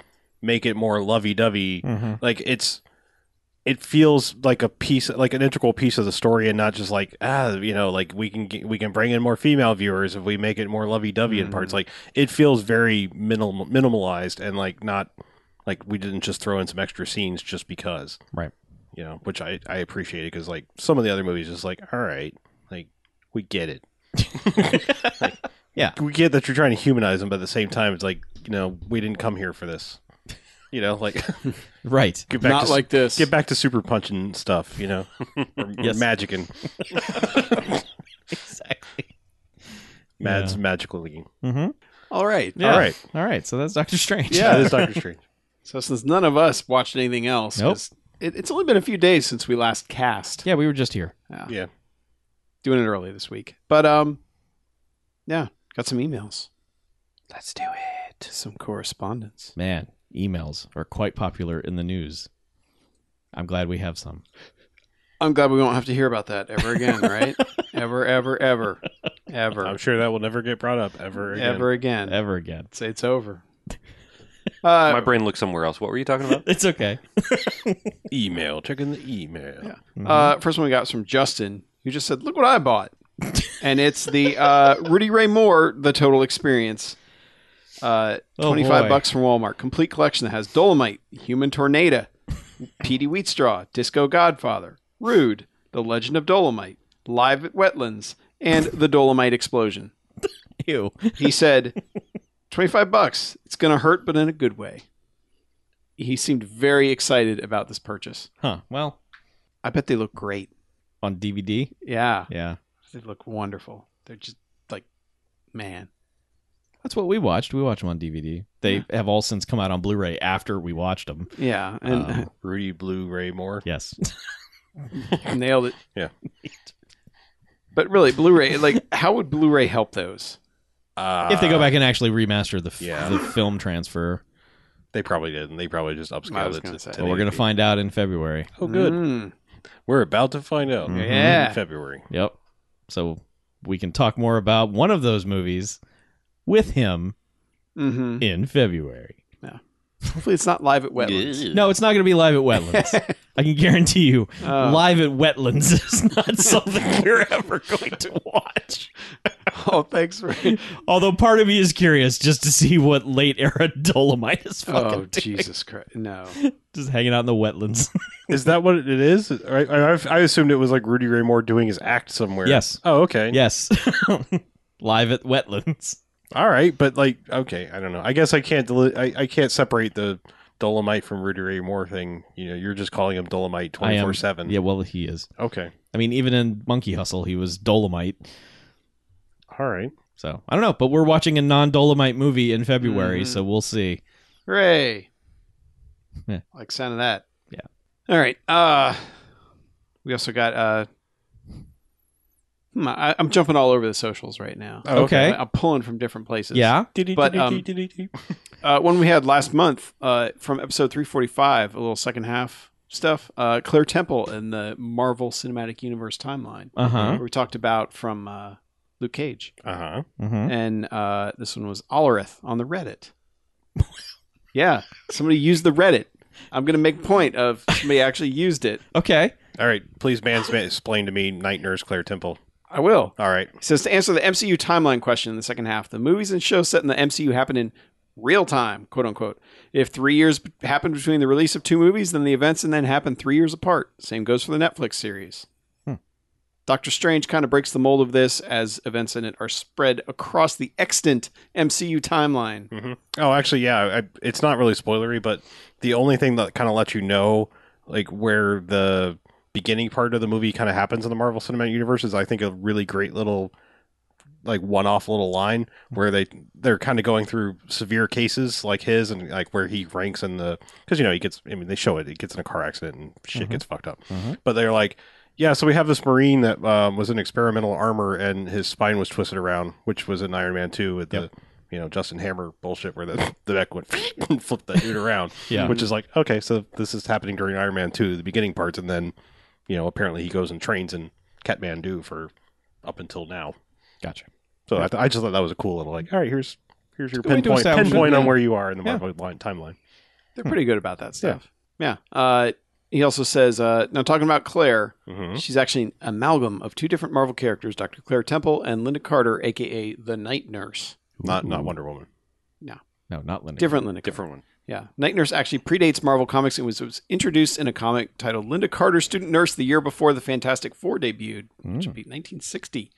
[SPEAKER 2] make it more lovey dovey. Like it's it feels like a piece, like an integral piece of the story, and not just like ah, you know, like we can get, we can bring in more female viewers if we make it more lovey dovey in parts. Like it feels very minimal minimalized and like not like we didn't just throw in some extra scenes just because,
[SPEAKER 4] Right.
[SPEAKER 2] You know, which I I appreciate because like some of the other movies, just like all right, like we get it. Like,
[SPEAKER 4] Yeah.
[SPEAKER 2] we get that you're trying to humanize them, but at the same time, it's like you know we didn't come here for this. You know, like
[SPEAKER 4] Right.
[SPEAKER 2] get back
[SPEAKER 3] Not
[SPEAKER 2] to,
[SPEAKER 3] like this.
[SPEAKER 2] get back to super punching stuff, you know, or
[SPEAKER 4] Yes.
[SPEAKER 2] magic and
[SPEAKER 4] Exactly.
[SPEAKER 2] Mads magically.
[SPEAKER 3] All right.
[SPEAKER 4] Yeah.
[SPEAKER 2] All right,
[SPEAKER 4] Mm-hmm. All right. So that's Doctor Strange.
[SPEAKER 3] Yeah.
[SPEAKER 2] that is Doctor Strange.
[SPEAKER 3] So since none of us watched anything else,
[SPEAKER 4] Nope.
[SPEAKER 3] 'cause it, it's only been a few days since we last cast.
[SPEAKER 4] Yeah. We were just here.
[SPEAKER 2] Yeah,
[SPEAKER 3] Doing it early this week. But um yeah, got some emails. Let's do it. Some correspondence.
[SPEAKER 4] Man, emails are quite popular in the news. I'm glad we have some.
[SPEAKER 3] I'm glad we won't have to hear about that ever again, right? ever, ever, ever.
[SPEAKER 2] I'm
[SPEAKER 3] Ever.
[SPEAKER 2] Oh, sure that will never get brought up ever again.
[SPEAKER 3] Ever again.
[SPEAKER 4] Ever again.
[SPEAKER 3] Say it's over.
[SPEAKER 5] My
[SPEAKER 3] Uh,
[SPEAKER 5] brain looked somewhere else. What were you talking about?
[SPEAKER 4] It's okay.
[SPEAKER 2] Email, checking the email.
[SPEAKER 3] Yeah.
[SPEAKER 4] Mm-hmm.
[SPEAKER 3] uh, first one we got is from Justin, who just said, "Look what I bought," and it's the uh, Rudy Ray Moore, the Total Experience. Uh,
[SPEAKER 4] Oh,
[SPEAKER 3] 25
[SPEAKER 4] boy.
[SPEAKER 3] bucks from Walmart. Complete collection that has Dolomite, Human Tornado, Petey Wheatstraw, Disco Godfather, Rude, The Legend of Dolomite, Live at Wetlands, and The Dolomite Explosion.
[SPEAKER 4] Ew.
[SPEAKER 3] He said, 25 bucks. It's going to hurt, but in a good way. He seemed very excited about this purchase.
[SPEAKER 4] Huh. Well,
[SPEAKER 3] I bet they look great.
[SPEAKER 4] on DVD.
[SPEAKER 3] Yeah,
[SPEAKER 4] Yeah,
[SPEAKER 3] they look wonderful. They're just like, man,
[SPEAKER 4] that's what we watched. We watched them on DVD. They have all since come out on Blu-ray after we watched them.
[SPEAKER 3] yeah, and uh,
[SPEAKER 4] Um,
[SPEAKER 2] Rudy Blue Ray Moore.
[SPEAKER 4] yes,
[SPEAKER 3] nailed it.
[SPEAKER 2] Yeah.
[SPEAKER 3] But really, Blu-ray, like, how would Blu-ray help those?
[SPEAKER 2] Uh,
[SPEAKER 4] if they go back and actually remaster the, f-
[SPEAKER 2] yeah.
[SPEAKER 4] the film transfer,
[SPEAKER 2] they probably didn't. They probably just
[SPEAKER 3] I
[SPEAKER 2] upscaled
[SPEAKER 3] was
[SPEAKER 2] it. To
[SPEAKER 3] gonna say.
[SPEAKER 4] but we're gonna
[SPEAKER 2] 1080p.
[SPEAKER 4] find out in February.
[SPEAKER 2] Oh, good.
[SPEAKER 3] Mm.
[SPEAKER 2] We're about to find out.
[SPEAKER 3] Mm-hmm.
[SPEAKER 2] Mm-hmm.
[SPEAKER 4] Mhm.
[SPEAKER 2] in
[SPEAKER 3] Yeah.
[SPEAKER 2] February.
[SPEAKER 4] Yep. So we can talk more about one of those movies with him
[SPEAKER 3] Mm-hmm.
[SPEAKER 4] in February.
[SPEAKER 3] Hopefully, it's not live at Wetlands.
[SPEAKER 4] No, it's not going to be live at Wetlands. I can guarantee you,
[SPEAKER 3] Oh.
[SPEAKER 4] live at Wetlands is not something we're ever going to watch.
[SPEAKER 3] Oh, thanks for.
[SPEAKER 4] Although part of me is curious just to see what late era Dolomite is fucking
[SPEAKER 3] oh,
[SPEAKER 4] doing.
[SPEAKER 3] Jesus Christ! No.
[SPEAKER 4] just hanging out in the wetlands.
[SPEAKER 2] Is that what it is? I, I, I've- I assumed it was like Rudy Ray Moore doing his act somewhere.
[SPEAKER 4] Yes.
[SPEAKER 2] Oh, okay.
[SPEAKER 4] yes, live at Wetlands.
[SPEAKER 2] All right, but like, okay, I don't know. I guess I can't. Deli- I, I can't separate the Dolomite from Rudy Ray Moore thing. You know, you're just calling him Dolomite
[SPEAKER 4] I
[SPEAKER 2] twenty
[SPEAKER 4] am-
[SPEAKER 2] four seven.
[SPEAKER 4] Yeah, well, he is.
[SPEAKER 2] Okay.
[SPEAKER 4] I mean, even in Monkey Hustle, he was Dolomite.
[SPEAKER 2] All right.
[SPEAKER 4] So I don't know, but we're watching a non Dolomite movie in February,
[SPEAKER 3] Mhm.
[SPEAKER 4] so we'll see.
[SPEAKER 3] Hooray!
[SPEAKER 4] Yeah.
[SPEAKER 3] Like sound of that.
[SPEAKER 4] Yeah.
[SPEAKER 3] All right. Uh we also got uh hmm, I, I'm jumping all over the socials right now.
[SPEAKER 2] Oh,
[SPEAKER 4] okay.
[SPEAKER 3] I'm pulling from different places.
[SPEAKER 4] Yeah.
[SPEAKER 3] But, um, Uh, one we had last month uh, from episode 345, a little second half stuff. Uh, Claire Temple and the Marvel Cinematic Universe timeline.
[SPEAKER 4] Uh huh.
[SPEAKER 3] Where we talked about from uh, Luke Cage.
[SPEAKER 2] Uh huh.
[SPEAKER 4] Mm-hmm.
[SPEAKER 3] and uh, this one was Olerith on the Reddit. yeah, somebody used the Reddit. I'm gonna make point of somebody actually used it.
[SPEAKER 4] Okay.
[SPEAKER 2] All right. Please, man, explain to me, Night Nurse Claire Temple.
[SPEAKER 3] I will.
[SPEAKER 2] All right.
[SPEAKER 3] It says to answer the MCU timeline question in the second half, the movies and shows set in the MCU happen in real time, quote unquote. If three years b- happen between the release of two movies, then the events and then happen three years apart. Same goes for the Netflix series. Doctor Strange kind of breaks the mold of this as events in it are spread across the extant MCU timeline.
[SPEAKER 2] Oh, actually, yeah. I, it's not really spoilery, but the only thing that kind of lets you know, like, where the beginning part of the movie kind of happens in the Marvel Cinematic Universe is, I think, a really great little, like, one-off little line where they they're kind of going through severe cases like his and like where he ranks in the because you know he gets. I mean, they show it. He gets in a car accident and shit gets fucked up. But they're like. Yeah, so we have this Marine that um, was in experimental armor and his spine was twisted around, which was in Iron Man 2 with the you know Justin Hammer bullshit where the the back went and flipped that dude around.
[SPEAKER 4] Yeah.
[SPEAKER 2] which is like okay, so this is happening during Iron Man two, the beginning parts, and then you know apparently he goes and trains in Kathmandu for up until now.
[SPEAKER 4] Gotcha.
[SPEAKER 2] So I, th- I just thought that was a cool little like, all right, here's here's your
[SPEAKER 4] good way to
[SPEAKER 2] pinpoint
[SPEAKER 4] establish it,
[SPEAKER 2] pinpoint on
[SPEAKER 4] yeah.
[SPEAKER 2] where you are in the
[SPEAKER 4] Yeah.
[SPEAKER 2] Marvel line, timeline.
[SPEAKER 3] They're pretty good about that stuff. Yeah. Uh, he also says, uh, now talking about Claire,
[SPEAKER 2] hmm
[SPEAKER 3] she's actually an amalgam of two different Marvel characters, Dr. Claire Temple and Linda Carter, aka the Night Nurse.
[SPEAKER 2] Not not Wonder Woman.
[SPEAKER 4] No, not Linda.
[SPEAKER 3] Different Linda. Carter.
[SPEAKER 5] Different one.
[SPEAKER 3] Yeah. Night Nurse actually predates Marvel Comics and was, was introduced in a comic titled Linda Carter, Student Nurse, the year before the Fantastic Four debuted, which would be 1960.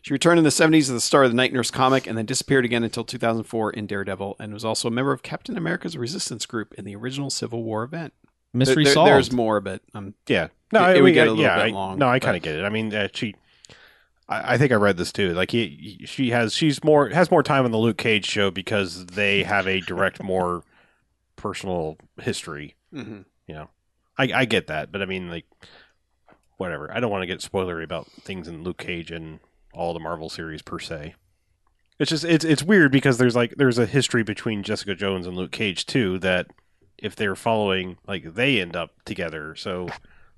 [SPEAKER 3] She returned in the 70s as the star of the Night Nurse comic and then disappeared again until 2004 in Daredevil and was also a member of Captain America's resistance group in the original Civil War event.
[SPEAKER 4] Mystery
[SPEAKER 3] There- there-
[SPEAKER 4] solved.
[SPEAKER 3] There's more, but um, I'm
[SPEAKER 2] Yeah, no,
[SPEAKER 3] It-
[SPEAKER 2] I
[SPEAKER 3] it would
[SPEAKER 2] mean,
[SPEAKER 3] get
[SPEAKER 2] I-
[SPEAKER 3] a little
[SPEAKER 2] yeah,
[SPEAKER 3] bit
[SPEAKER 2] I-
[SPEAKER 3] long,
[SPEAKER 2] no, I
[SPEAKER 3] but-
[SPEAKER 2] kind of get it. I mean, uh, she, I, I think I read this too. Like he, he- she has, she's more has more time on the Luke Cage show because they have a direct, more personal history.
[SPEAKER 3] mm-hmm.
[SPEAKER 2] I, I get that, but I mean, like, whatever. I don't want to get spoilery about things in Luke Cage and all the Marvel series per se. It's just it's it's weird because there's like there's a history between Jessica Jones and Luke Cage too that if they're following like they end up together. So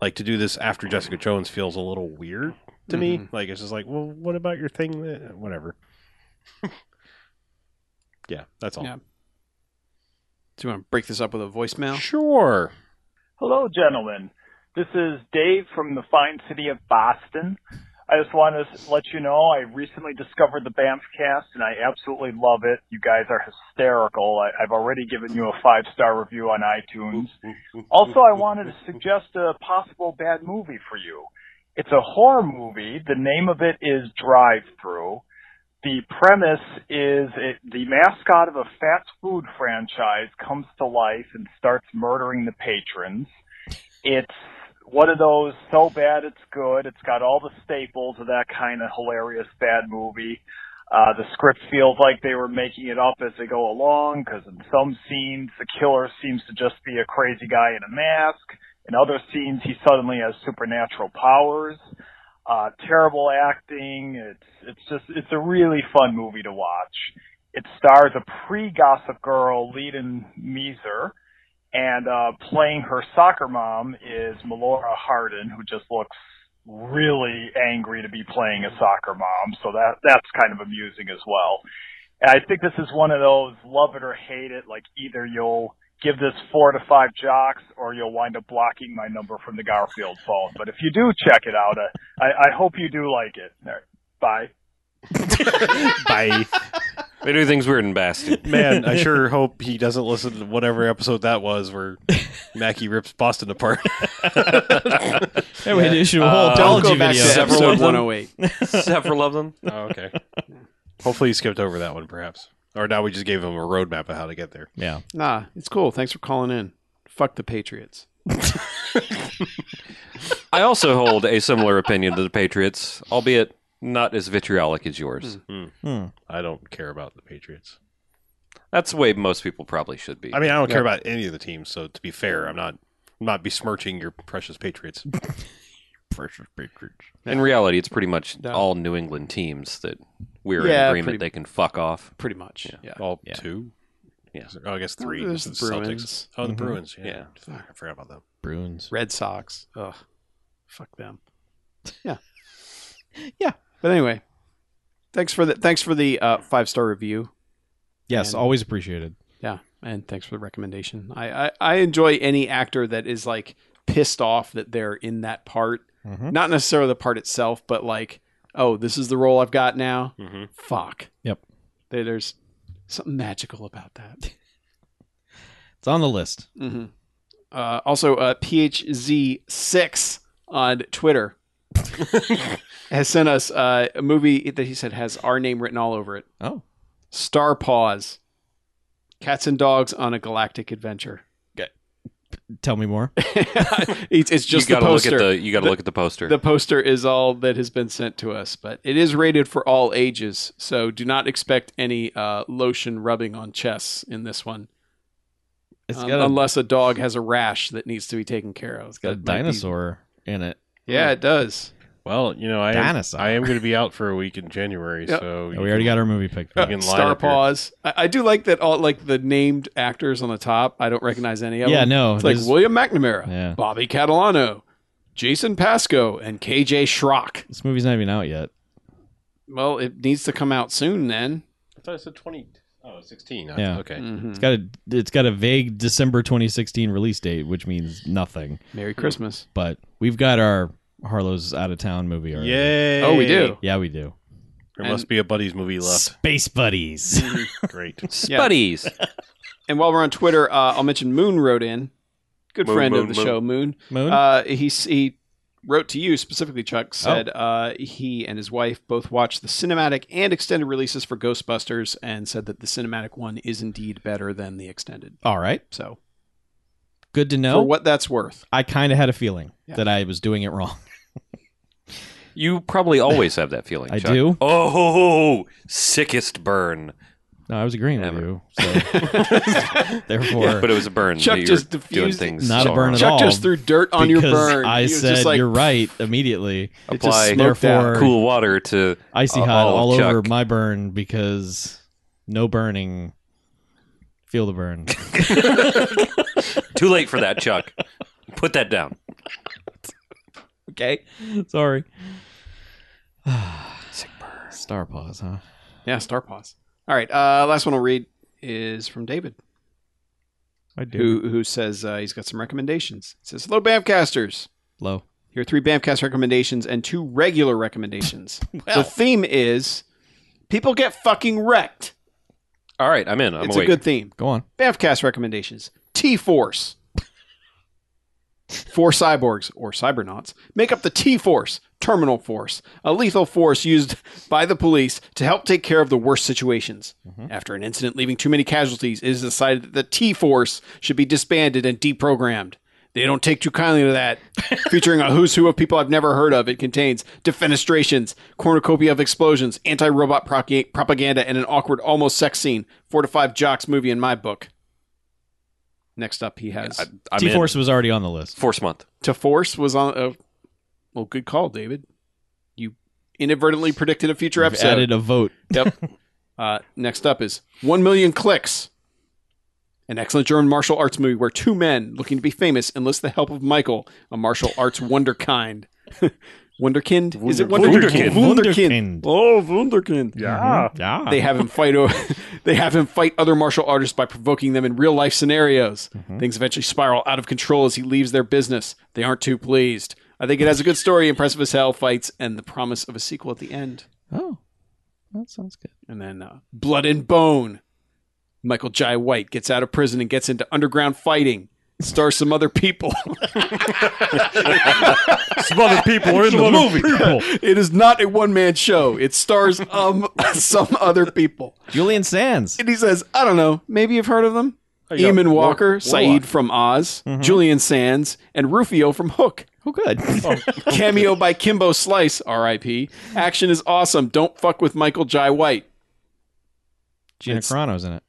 [SPEAKER 2] like to do this after Jessica Jones feels a little weird to me. Like it's just like, well, what about your thing that whatever. yeah, that's all.
[SPEAKER 3] Yeah. Do you want to break this up with a voicemail?
[SPEAKER 2] Sure.
[SPEAKER 7] Hello, gentlemen. This is Dave from the fine city of Boston. I just wanted to let you know I recently discovered the Banffcast and I absolutely love it. You guys are hysterical. I, I've already given you a five star review on iTunes. Also, I wanted to suggest a possible bad movie for you. It's a horror movie. The name of it is Drive Through. The premise is it, the mascot of a fast food franchise comes to life and starts murdering the patrons. It's one of those so bad it's good. It's got all the staples of that kind of hilarious bad movie. Uh, the script feels like they were making it up as they go along because in some scenes the killer seems to just be a crazy guy in a mask. In other scenes he suddenly has supernatural powers. Uh, terrible acting. It's it's just it's a really fun movie to watch. It stars a pre-Gossip Girl lead-in Meeser, and uh, playing her soccer mom is Melora Hardin, who just looks really angry to be playing a soccer mom. So that that's kind of amusing as well. And I think this is one of those love it or hate it. Like either you'll give this four to five jocks, or you'll wind up blocking my number from the Garfield phone. But if you do check it out, uh, I, I hope you do like it. All right, bye.
[SPEAKER 2] Bye.
[SPEAKER 5] They do things weird and bastard.
[SPEAKER 2] Man, I sure hope he doesn't listen to whatever episode that was where Mackie rips Boston apart.
[SPEAKER 4] That would issue a whole
[SPEAKER 3] Don't Uh, go
[SPEAKER 4] apology
[SPEAKER 3] back
[SPEAKER 4] video.
[SPEAKER 3] to
[SPEAKER 5] Several of
[SPEAKER 3] episode
[SPEAKER 5] them.
[SPEAKER 3] 108.
[SPEAKER 5] Several of them.
[SPEAKER 2] oh, okay. Hopefully you skipped over that one, perhaps. Or now we just gave him a roadmap of how to get there.
[SPEAKER 4] yeah.
[SPEAKER 3] Nah, it's cool. Thanks for calling in. Fuck the Patriots.
[SPEAKER 5] I also hold a similar opinion to the Patriots, albeit not as vitriolic as
[SPEAKER 3] Hmm.
[SPEAKER 5] yours.
[SPEAKER 4] Hmm.
[SPEAKER 2] I don't care about the Patriots.
[SPEAKER 5] That's the way most people probably should be.
[SPEAKER 2] I mean, I don't care about any of the teams, so to be fair, I'm not I'm not besmirching your precious Patriots.
[SPEAKER 4] Pressure pictures.
[SPEAKER 5] in reality, it's pretty much
[SPEAKER 3] No.
[SPEAKER 5] all New England teams that we're
[SPEAKER 3] Yeah,
[SPEAKER 5] in agreement
[SPEAKER 3] pretty-
[SPEAKER 5] they can fuck off.
[SPEAKER 3] Pretty much. Yeah.
[SPEAKER 2] All
[SPEAKER 4] Yeah.
[SPEAKER 2] two?
[SPEAKER 5] Yeah.
[SPEAKER 2] Is there- Oh, I guess three.
[SPEAKER 3] There's
[SPEAKER 2] This
[SPEAKER 3] the
[SPEAKER 2] is Celtics.
[SPEAKER 3] Bruins.
[SPEAKER 2] Oh, the
[SPEAKER 4] Mhm.
[SPEAKER 2] Bruins. Yeah.
[SPEAKER 5] Yeah.
[SPEAKER 2] Fuck, I forgot about them.
[SPEAKER 4] Bruins.
[SPEAKER 3] Red Sox. Ugh. Fuck them. Yeah.
[SPEAKER 4] Yeah.
[SPEAKER 3] But anyway, thanks for the thanks for the uh, five star review.
[SPEAKER 4] Yes,
[SPEAKER 3] And-
[SPEAKER 4] always appreciated.
[SPEAKER 3] Yeah, and thanks for the recommendation. I, I I enjoy any actor that is like pissed off that they're in that part.
[SPEAKER 4] Mhm.
[SPEAKER 3] Not necessarily the part itself, but like, oh, this is the role I've got now.
[SPEAKER 2] Mhm.
[SPEAKER 3] Fuck.
[SPEAKER 4] Yep.
[SPEAKER 3] There- There's something magical about that.
[SPEAKER 4] It's on the list.
[SPEAKER 3] Mm-hmm. Uh, also, uh, PHZ6 on Twitter has sent us uh, a movie that he said has our name written all over it
[SPEAKER 4] Oh.
[SPEAKER 3] Star Paws Cats and Dogs on a Galactic Adventure.
[SPEAKER 4] Tell me more.
[SPEAKER 3] it's, it's just
[SPEAKER 5] you
[SPEAKER 3] the
[SPEAKER 5] gotta
[SPEAKER 3] poster.
[SPEAKER 5] look at the you gotta
[SPEAKER 3] The-
[SPEAKER 5] look at the poster.
[SPEAKER 3] The poster is all that has been sent to us, but it is rated for all ages, so do not expect any uh, lotion rubbing on chests in this one,
[SPEAKER 4] It's
[SPEAKER 3] um,
[SPEAKER 4] got a,
[SPEAKER 3] unless a dog has a rash that needs to be taken care of.
[SPEAKER 4] it's got a
[SPEAKER 3] That might be-
[SPEAKER 4] dinosaur in it.
[SPEAKER 3] Yeah, it does.
[SPEAKER 2] Well, you know, I am,
[SPEAKER 4] Dinosaur.
[SPEAKER 2] I am going to be out for a week in January,
[SPEAKER 3] Yep.
[SPEAKER 2] so
[SPEAKER 4] we already got our movie pick.
[SPEAKER 2] You can line
[SPEAKER 3] Star
[SPEAKER 2] up your-
[SPEAKER 3] Paws. I, I do like that all like the named actors on the top. I don't recognize any of
[SPEAKER 4] Yeah,
[SPEAKER 3] them.
[SPEAKER 4] no,
[SPEAKER 3] It's like
[SPEAKER 4] there's-
[SPEAKER 3] William McNamara,
[SPEAKER 4] Yeah.
[SPEAKER 3] Bobby Catalano, Jason Pasco, and KJ Schrock.
[SPEAKER 4] This movie's not even out yet.
[SPEAKER 3] Well, it needs to come out soon then.
[SPEAKER 2] I thought it said 20. Oh, 16. I-
[SPEAKER 4] Yeah.
[SPEAKER 2] Okay.
[SPEAKER 4] It's got a it's got a vague December 2016 release date, which means nothing.
[SPEAKER 3] Merry Christmas.
[SPEAKER 4] But we've got our Harlow's out of town movie already.
[SPEAKER 2] Yay.
[SPEAKER 3] Oh, we do.
[SPEAKER 4] Yeah, we do.
[SPEAKER 2] There must be a buddies movie left.
[SPEAKER 4] Space buddies.
[SPEAKER 2] Great.
[SPEAKER 5] Spuddies.
[SPEAKER 3] And while we're on Twitter, uh, I'll mention Moon wrote in. Good
[SPEAKER 5] Moon,
[SPEAKER 3] friend of
[SPEAKER 5] Moon,
[SPEAKER 3] the
[SPEAKER 5] Moon.
[SPEAKER 3] show, Moon.
[SPEAKER 4] Moon. Oh.
[SPEAKER 3] Uh, he he wrote to you specifically, Chuck. Said uh, he and his wife both watched the cinematic and extended releases for Ghostbusters, and said that the cinematic one is indeed better than the extended.
[SPEAKER 4] All right.
[SPEAKER 3] So
[SPEAKER 4] Good to know.
[SPEAKER 3] for what that's worth,
[SPEAKER 4] I kind of had a feeling
[SPEAKER 3] Yeah.
[SPEAKER 4] that I was doing it wrong.
[SPEAKER 5] You probably always have that feeling.
[SPEAKER 4] I
[SPEAKER 5] Chuck.
[SPEAKER 4] do.
[SPEAKER 5] Oh, sickest burn!
[SPEAKER 4] No, I was agreeing
[SPEAKER 5] Ever.
[SPEAKER 4] with you. So therefore,
[SPEAKER 5] But it was a burn.
[SPEAKER 3] Chuck
[SPEAKER 5] that you
[SPEAKER 3] just
[SPEAKER 5] were doing
[SPEAKER 3] diffused it.
[SPEAKER 5] things.
[SPEAKER 4] Not a
[SPEAKER 5] so
[SPEAKER 4] burn
[SPEAKER 5] wrong.
[SPEAKER 4] at
[SPEAKER 3] Chuck
[SPEAKER 4] all,
[SPEAKER 3] just threw dirt on your
[SPEAKER 4] because
[SPEAKER 3] burn.
[SPEAKER 4] I
[SPEAKER 3] He was
[SPEAKER 4] said
[SPEAKER 3] just like,
[SPEAKER 4] you're right immediately.
[SPEAKER 3] It just
[SPEAKER 5] Apply
[SPEAKER 3] smoked out.
[SPEAKER 4] Therefore,
[SPEAKER 5] cool water to
[SPEAKER 4] icy
[SPEAKER 3] Oh,
[SPEAKER 5] Uh,
[SPEAKER 4] hot
[SPEAKER 5] all of
[SPEAKER 4] all, over
[SPEAKER 5] Chuck.
[SPEAKER 4] my burn because no burning. Feel the burn.
[SPEAKER 5] Too late for that, Chuck. Put that down.
[SPEAKER 4] okay, sorry. Star pause, huh?
[SPEAKER 3] Yeah, star pause. All right, uh, last one I'll read is from David.
[SPEAKER 4] I do.
[SPEAKER 3] who who says uh, he's got some recommendations. He says, "Hello, Bamcasters.
[SPEAKER 4] Low.
[SPEAKER 3] Here are three Bamcast recommendations and two regular recommendations. the theme is people get fucking wrecked.
[SPEAKER 5] All right, I'm in. I'm
[SPEAKER 3] it's
[SPEAKER 5] awake.
[SPEAKER 3] a good theme.
[SPEAKER 4] Go on.
[SPEAKER 3] Bamcast recommendations: T Force. Four cyborgs or cybernauts make up the T Force, Terminal Force, a lethal force used by the police to help take care of the worst situations. After an incident leaving too many casualties, it is decided that the T Force should be disbanded and deprogrammed. They don't take too kindly to that. Featuring a who's who of people I've never heard of, it contains defenestrations, cornucopia of explosions, anti robot propaganda, and an awkward, almost sex scene. Four to five jocks movie in my book. Next up, he has
[SPEAKER 5] I, I'm
[SPEAKER 4] T
[SPEAKER 5] in.
[SPEAKER 4] Force was already on the list.
[SPEAKER 5] Force month.
[SPEAKER 3] To Force was on. Oh, well, good call, David. You inadvertently predicted a future
[SPEAKER 4] I've
[SPEAKER 3] episode.
[SPEAKER 4] added a vote.
[SPEAKER 3] Yep. uh, next up is 1 Million Clicks, an excellent German martial arts movie where two men looking to be famous enlist the help of Michael, a martial arts wonderkind. wonderkind? Is it wonderkind?
[SPEAKER 5] Wunderkind.
[SPEAKER 4] Wunderkind.
[SPEAKER 3] Oh, wunderkind.
[SPEAKER 2] Yeah.
[SPEAKER 4] Mm-hmm. Yeah.
[SPEAKER 3] They have him fight. o- they have him fight other martial artists by provoking them in real life scenarios. Things eventually spiral out of control as he leaves their business. They aren't too pleased. I think it has a good story, impressive as hell fights, and the promise of a sequel at the end.
[SPEAKER 4] oh, that sounds good.
[SPEAKER 3] And then uh, Blood and Bone. Michael Jai White gets out of prison and gets into underground fighting. Stars some other people.
[SPEAKER 2] Some other people are in the movie.
[SPEAKER 3] it is not a one man show. It stars um some other people.
[SPEAKER 4] Julian Sands.
[SPEAKER 3] And he says, I don't know, maybe you've heard of them.
[SPEAKER 4] Oh,
[SPEAKER 3] Eamon Walker,
[SPEAKER 4] uh,
[SPEAKER 3] Saeed from Oz,
[SPEAKER 4] mm-hmm.
[SPEAKER 3] Julian Sands, and Rufio from Hook.
[SPEAKER 4] Oh, good.
[SPEAKER 3] Cameo by Kimbo Slice, RIP. Action is awesome. Don't fuck with Michael Jai White.
[SPEAKER 4] Gina Carano's in it.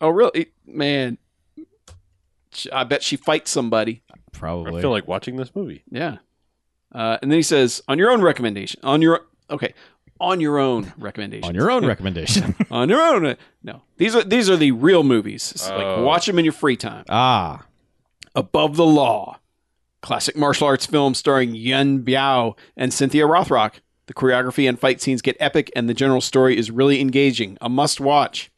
[SPEAKER 3] Oh, really? Man. I bet she fights somebody.
[SPEAKER 4] Probably.
[SPEAKER 2] I feel like watching this movie.
[SPEAKER 3] Yeah. Uh, and then he says, on your own recommendation, on your okay, on your own recommendation,
[SPEAKER 4] on your own recommendation.
[SPEAKER 3] on your own. uh, No, these are these are the real movies. It's
[SPEAKER 5] Oh.
[SPEAKER 3] Like watch them in your free time.
[SPEAKER 4] ah.
[SPEAKER 3] Above the Law, classic martial arts film starring Yuen Biao and Cynthia Rothrock. The choreography and fight scenes get epic, and the general story is really engaging. A must watch.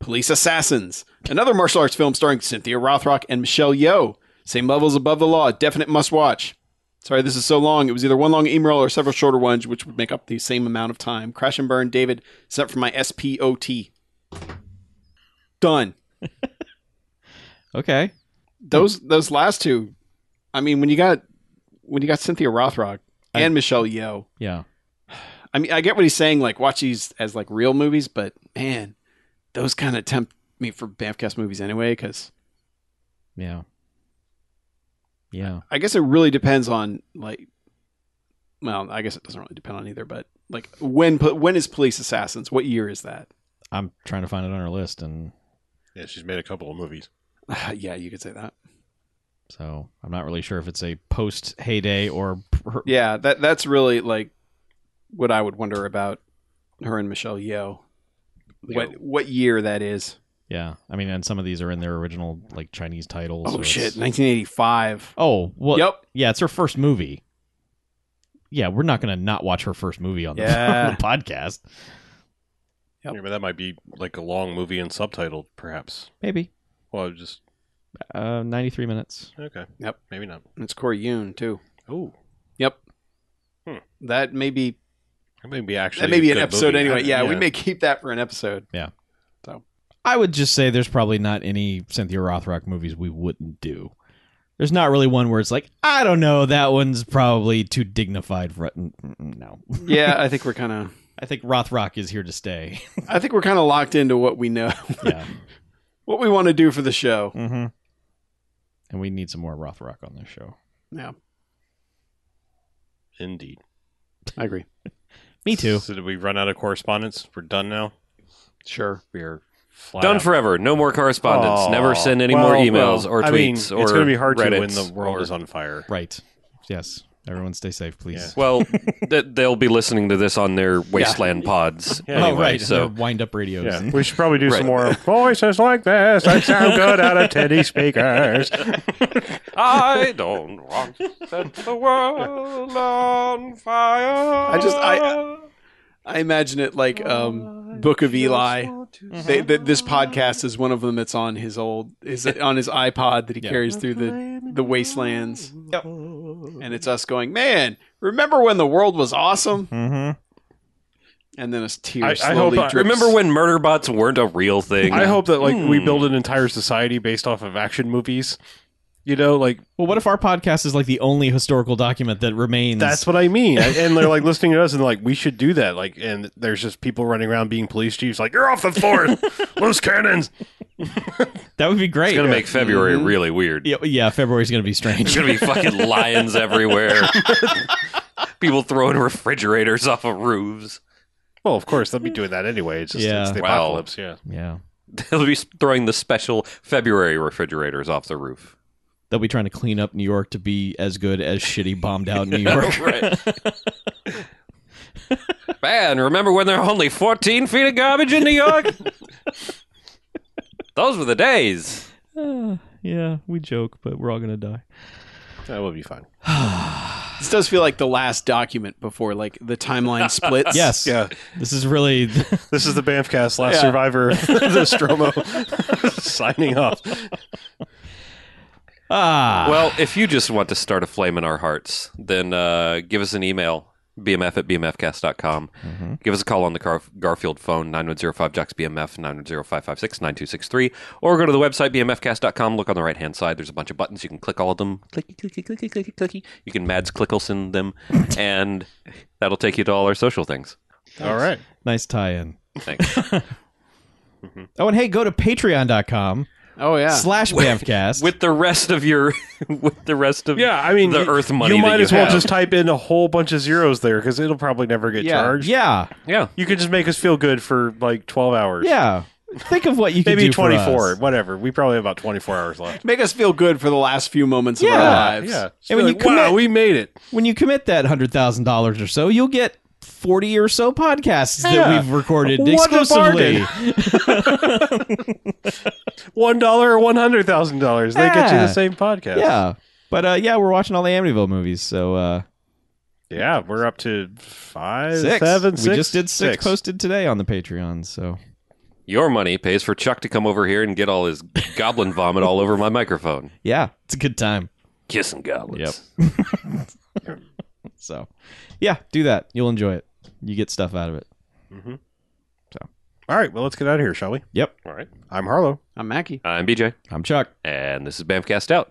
[SPEAKER 3] Police Assassins, another martial arts film starring Cynthia Rothrock and Michelle Yeoh. Same levels above the law, definite must watch. Sorry, this is so long. It was either one long email or several shorter ones, which would make up the same amount of time. Crash and burn, David, except for my SPOT. Done
[SPEAKER 4] Okay.
[SPEAKER 3] those those last two i mean when you got when you got cynthia rothrock and michelle yeoh
[SPEAKER 4] Yeah.
[SPEAKER 3] i mean i get what he's saying like watch these as like real movies but man those kind of tempt me for bamfcast movies anyway because
[SPEAKER 4] Yeah. Yeah.
[SPEAKER 3] i guess it really depends on like well i guess it doesn't really depend on either but like when po- when is police assassins what year is that
[SPEAKER 4] I'm trying to find it on our list, and
[SPEAKER 2] Yeah, she's made a couple of movies.
[SPEAKER 3] yeah you could say that
[SPEAKER 4] so I'm not really sure if it's a post heyday or per-
[SPEAKER 3] yeah that that's really like what i would wonder about her and michelle yeoh what what year that is
[SPEAKER 4] Yeah, I mean, and some of these are in their original like Chinese titles. so
[SPEAKER 3] Oh
[SPEAKER 4] it's-
[SPEAKER 3] shit, 1985.
[SPEAKER 4] Oh well.
[SPEAKER 3] Yep.
[SPEAKER 4] Yeah, it's her first movie. Yeah, we're not gonna not watch her first movie on the,
[SPEAKER 3] Yeah.
[SPEAKER 4] on the podcast.
[SPEAKER 2] Yeah, but that might be like a long movie and subtitled, perhaps.
[SPEAKER 4] Maybe
[SPEAKER 2] Well, just
[SPEAKER 4] uh, ninety three minutes.
[SPEAKER 2] okay.
[SPEAKER 3] Yep.
[SPEAKER 2] Maybe not.
[SPEAKER 3] It's Corey Yoon too.
[SPEAKER 2] Oh,
[SPEAKER 3] Yep.
[SPEAKER 2] Hmm.
[SPEAKER 3] That may be
[SPEAKER 2] that may be actually
[SPEAKER 3] that may be
[SPEAKER 2] a
[SPEAKER 3] an
[SPEAKER 2] good
[SPEAKER 3] episode
[SPEAKER 2] movie.
[SPEAKER 3] anyway.
[SPEAKER 2] I-
[SPEAKER 3] Yeah, we may keep that for an episode.
[SPEAKER 4] I would just say there's probably not any Cynthia Rothrock movies we wouldn't do. There's not really one where it's like I don't know that one's probably too dignified for it. Mm, mm, mm, No,
[SPEAKER 3] Yeah, I think we're kind of
[SPEAKER 4] I think Rothrock is here to stay.
[SPEAKER 3] I think we're kind of locked into what we know,
[SPEAKER 4] yeah.
[SPEAKER 3] what we want to do for the show.
[SPEAKER 4] Mm-hmm. And we need some more Rothrock on this show.
[SPEAKER 3] Yeah,
[SPEAKER 2] indeed.
[SPEAKER 3] I agree.
[SPEAKER 4] Me too.
[SPEAKER 2] So did we run out of correspondence? We're done now.
[SPEAKER 3] Sure.
[SPEAKER 2] We are flat
[SPEAKER 5] Done
[SPEAKER 2] out.
[SPEAKER 5] forever. No more correspondence.
[SPEAKER 2] Aw.
[SPEAKER 5] Never send any
[SPEAKER 2] Well,
[SPEAKER 5] more emails
[SPEAKER 2] well,
[SPEAKER 5] or
[SPEAKER 2] I mean,
[SPEAKER 5] tweets or
[SPEAKER 2] it's going to be hard to when
[SPEAKER 5] Reddits
[SPEAKER 2] the world
[SPEAKER 5] or-
[SPEAKER 2] is on fire.
[SPEAKER 4] Right. Yes. Everyone stay safe, please.
[SPEAKER 5] Well, th- they'll be listening to this on their wasteland pods.
[SPEAKER 2] Yeah.
[SPEAKER 5] Anyway,
[SPEAKER 4] oh, right.
[SPEAKER 5] So
[SPEAKER 4] wind up radios.
[SPEAKER 2] Yeah,
[SPEAKER 4] and-
[SPEAKER 2] we should probably do
[SPEAKER 5] Right.
[SPEAKER 2] some more voices like this that sound good out of Teddy speakers.
[SPEAKER 5] I don't want to set the world on fire.
[SPEAKER 3] I just- I- I imagine it like um, Book of Eli.
[SPEAKER 4] Mm-hmm.
[SPEAKER 3] They, th this podcast is one of them that's on his old is on his iPod that he
[SPEAKER 4] Yeah.
[SPEAKER 3] carries through the the wastelands. And it's us going, man. Remember when the world was awesome?
[SPEAKER 4] Mhm.
[SPEAKER 3] And then a tear
[SPEAKER 2] I- I
[SPEAKER 3] slowly
[SPEAKER 2] hope I-
[SPEAKER 3] drips.
[SPEAKER 5] uh, Remember when murder bots weren't a real thing?
[SPEAKER 2] I hope that like we build an entire society based off of action movies. You know, like
[SPEAKER 4] Well, what if our podcast is like the only historical document that remains?
[SPEAKER 2] that's what I mean. And- and they're like listening to us and like, we should do that. Like, and there's just people running around being police chiefs, like, you're off the force, loose cannons.
[SPEAKER 4] that would be great.
[SPEAKER 5] It's gonna make February
[SPEAKER 2] Mm-hmm.
[SPEAKER 5] really weird.
[SPEAKER 4] yeah, yeah, February's gonna be
[SPEAKER 5] There's
[SPEAKER 4] strange.
[SPEAKER 5] gonna be fucking lions everywhere. People throwing refrigerators off of roofs.
[SPEAKER 2] Well, of course, they'll be doing that anyway. It's just
[SPEAKER 4] Yeah.
[SPEAKER 2] it's the
[SPEAKER 5] Wow.
[SPEAKER 2] apocalypse. Yeah.
[SPEAKER 4] yeah,
[SPEAKER 5] They'll be throwing the special February refrigerators off the roof.
[SPEAKER 4] they'll be trying to clean up New York to be as good as shitty bombed out New York.
[SPEAKER 5] Right. Man, remember when there were only 14 feet of garbage in New York? Those were the days.
[SPEAKER 4] yeah, we joke, but we're all gonna die.
[SPEAKER 2] That will be fine.
[SPEAKER 3] This does feel like the last document before like the timeline splits.
[SPEAKER 4] Yes.
[SPEAKER 2] Yeah.
[SPEAKER 4] This is really
[SPEAKER 2] This is the Banffcast, last survivor, the Stromo, signing off.
[SPEAKER 4] ah.
[SPEAKER 5] Well, if you just want to start a flame in our hearts, then uh, give us an email, bmf at bmfcast.com.
[SPEAKER 2] Mm-hmm.
[SPEAKER 5] Give us a call on the Gar- Garfield phone, 9105 Jocks BMF, 910556 9263. Or go to the website, bmfcast.com. Look on the right hand side. There's a bunch of buttons. You can click all of them. Clicky, clicky, clicky, clicky, clicky. You can Mads Clickelson them, and that'll take you to all our social things.
[SPEAKER 2] All right.
[SPEAKER 4] nice tie-in.
[SPEAKER 5] Thanks.
[SPEAKER 4] Oh, and hey, go to patreon.com
[SPEAKER 3] Oh
[SPEAKER 2] Ah.
[SPEAKER 3] yeah.
[SPEAKER 4] slash Bamfcast.
[SPEAKER 5] with the rest of your, with the rest of
[SPEAKER 2] Yeah, I mean,
[SPEAKER 5] the
[SPEAKER 2] you-
[SPEAKER 5] Earth money
[SPEAKER 2] You
[SPEAKER 5] that
[SPEAKER 2] might as well
[SPEAKER 5] have.
[SPEAKER 2] just type in a whole bunch of zeros there because it'll probably never get
[SPEAKER 3] Yeah.
[SPEAKER 2] charged.
[SPEAKER 4] yeah,
[SPEAKER 5] yeah.
[SPEAKER 2] You could just make us feel good for like 12 hours.
[SPEAKER 4] yeah. Think of what you can
[SPEAKER 2] Maybe
[SPEAKER 4] do for
[SPEAKER 2] 24,
[SPEAKER 4] us.
[SPEAKER 2] whatever. We probably have about 24 hours left.
[SPEAKER 3] Make us feel good for the last few moments of
[SPEAKER 4] Yeah.
[SPEAKER 3] our lives.
[SPEAKER 2] Yeah.
[SPEAKER 4] And when
[SPEAKER 2] Like,
[SPEAKER 4] you
[SPEAKER 2] wow,
[SPEAKER 4] commit-
[SPEAKER 2] we made it.
[SPEAKER 4] When you commit that hundred thousand dollars or so, you'll get forty or so podcasts that
[SPEAKER 2] Yeah.
[SPEAKER 4] we've recorded
[SPEAKER 2] What a
[SPEAKER 4] exclusively.
[SPEAKER 2] $1 or $100,000. They get you
[SPEAKER 4] Yeah.
[SPEAKER 2] the same podcast.
[SPEAKER 4] Yeah. But uh, yeah, we're watching all the Amityville movies, so uh,
[SPEAKER 2] Yeah, we're up to five,
[SPEAKER 4] six.
[SPEAKER 2] seven, six.
[SPEAKER 4] we just did six, posted today on the Patreon. So
[SPEAKER 5] Your money pays for Chuck to come over here and get all his goblin vomit all over my microphone.
[SPEAKER 4] yeah, it's a good time.
[SPEAKER 5] Kissing goblins.
[SPEAKER 4] So yeah, do that. You'll enjoy it. You get stuff out of it.
[SPEAKER 2] All right, well, let's get out of here, shall we?
[SPEAKER 4] Yep.
[SPEAKER 2] All right. I'm Harlow.
[SPEAKER 3] I'm Mackie.
[SPEAKER 5] I'm BJ,
[SPEAKER 4] I'm Chuck.
[SPEAKER 5] and this is Bamcast Out.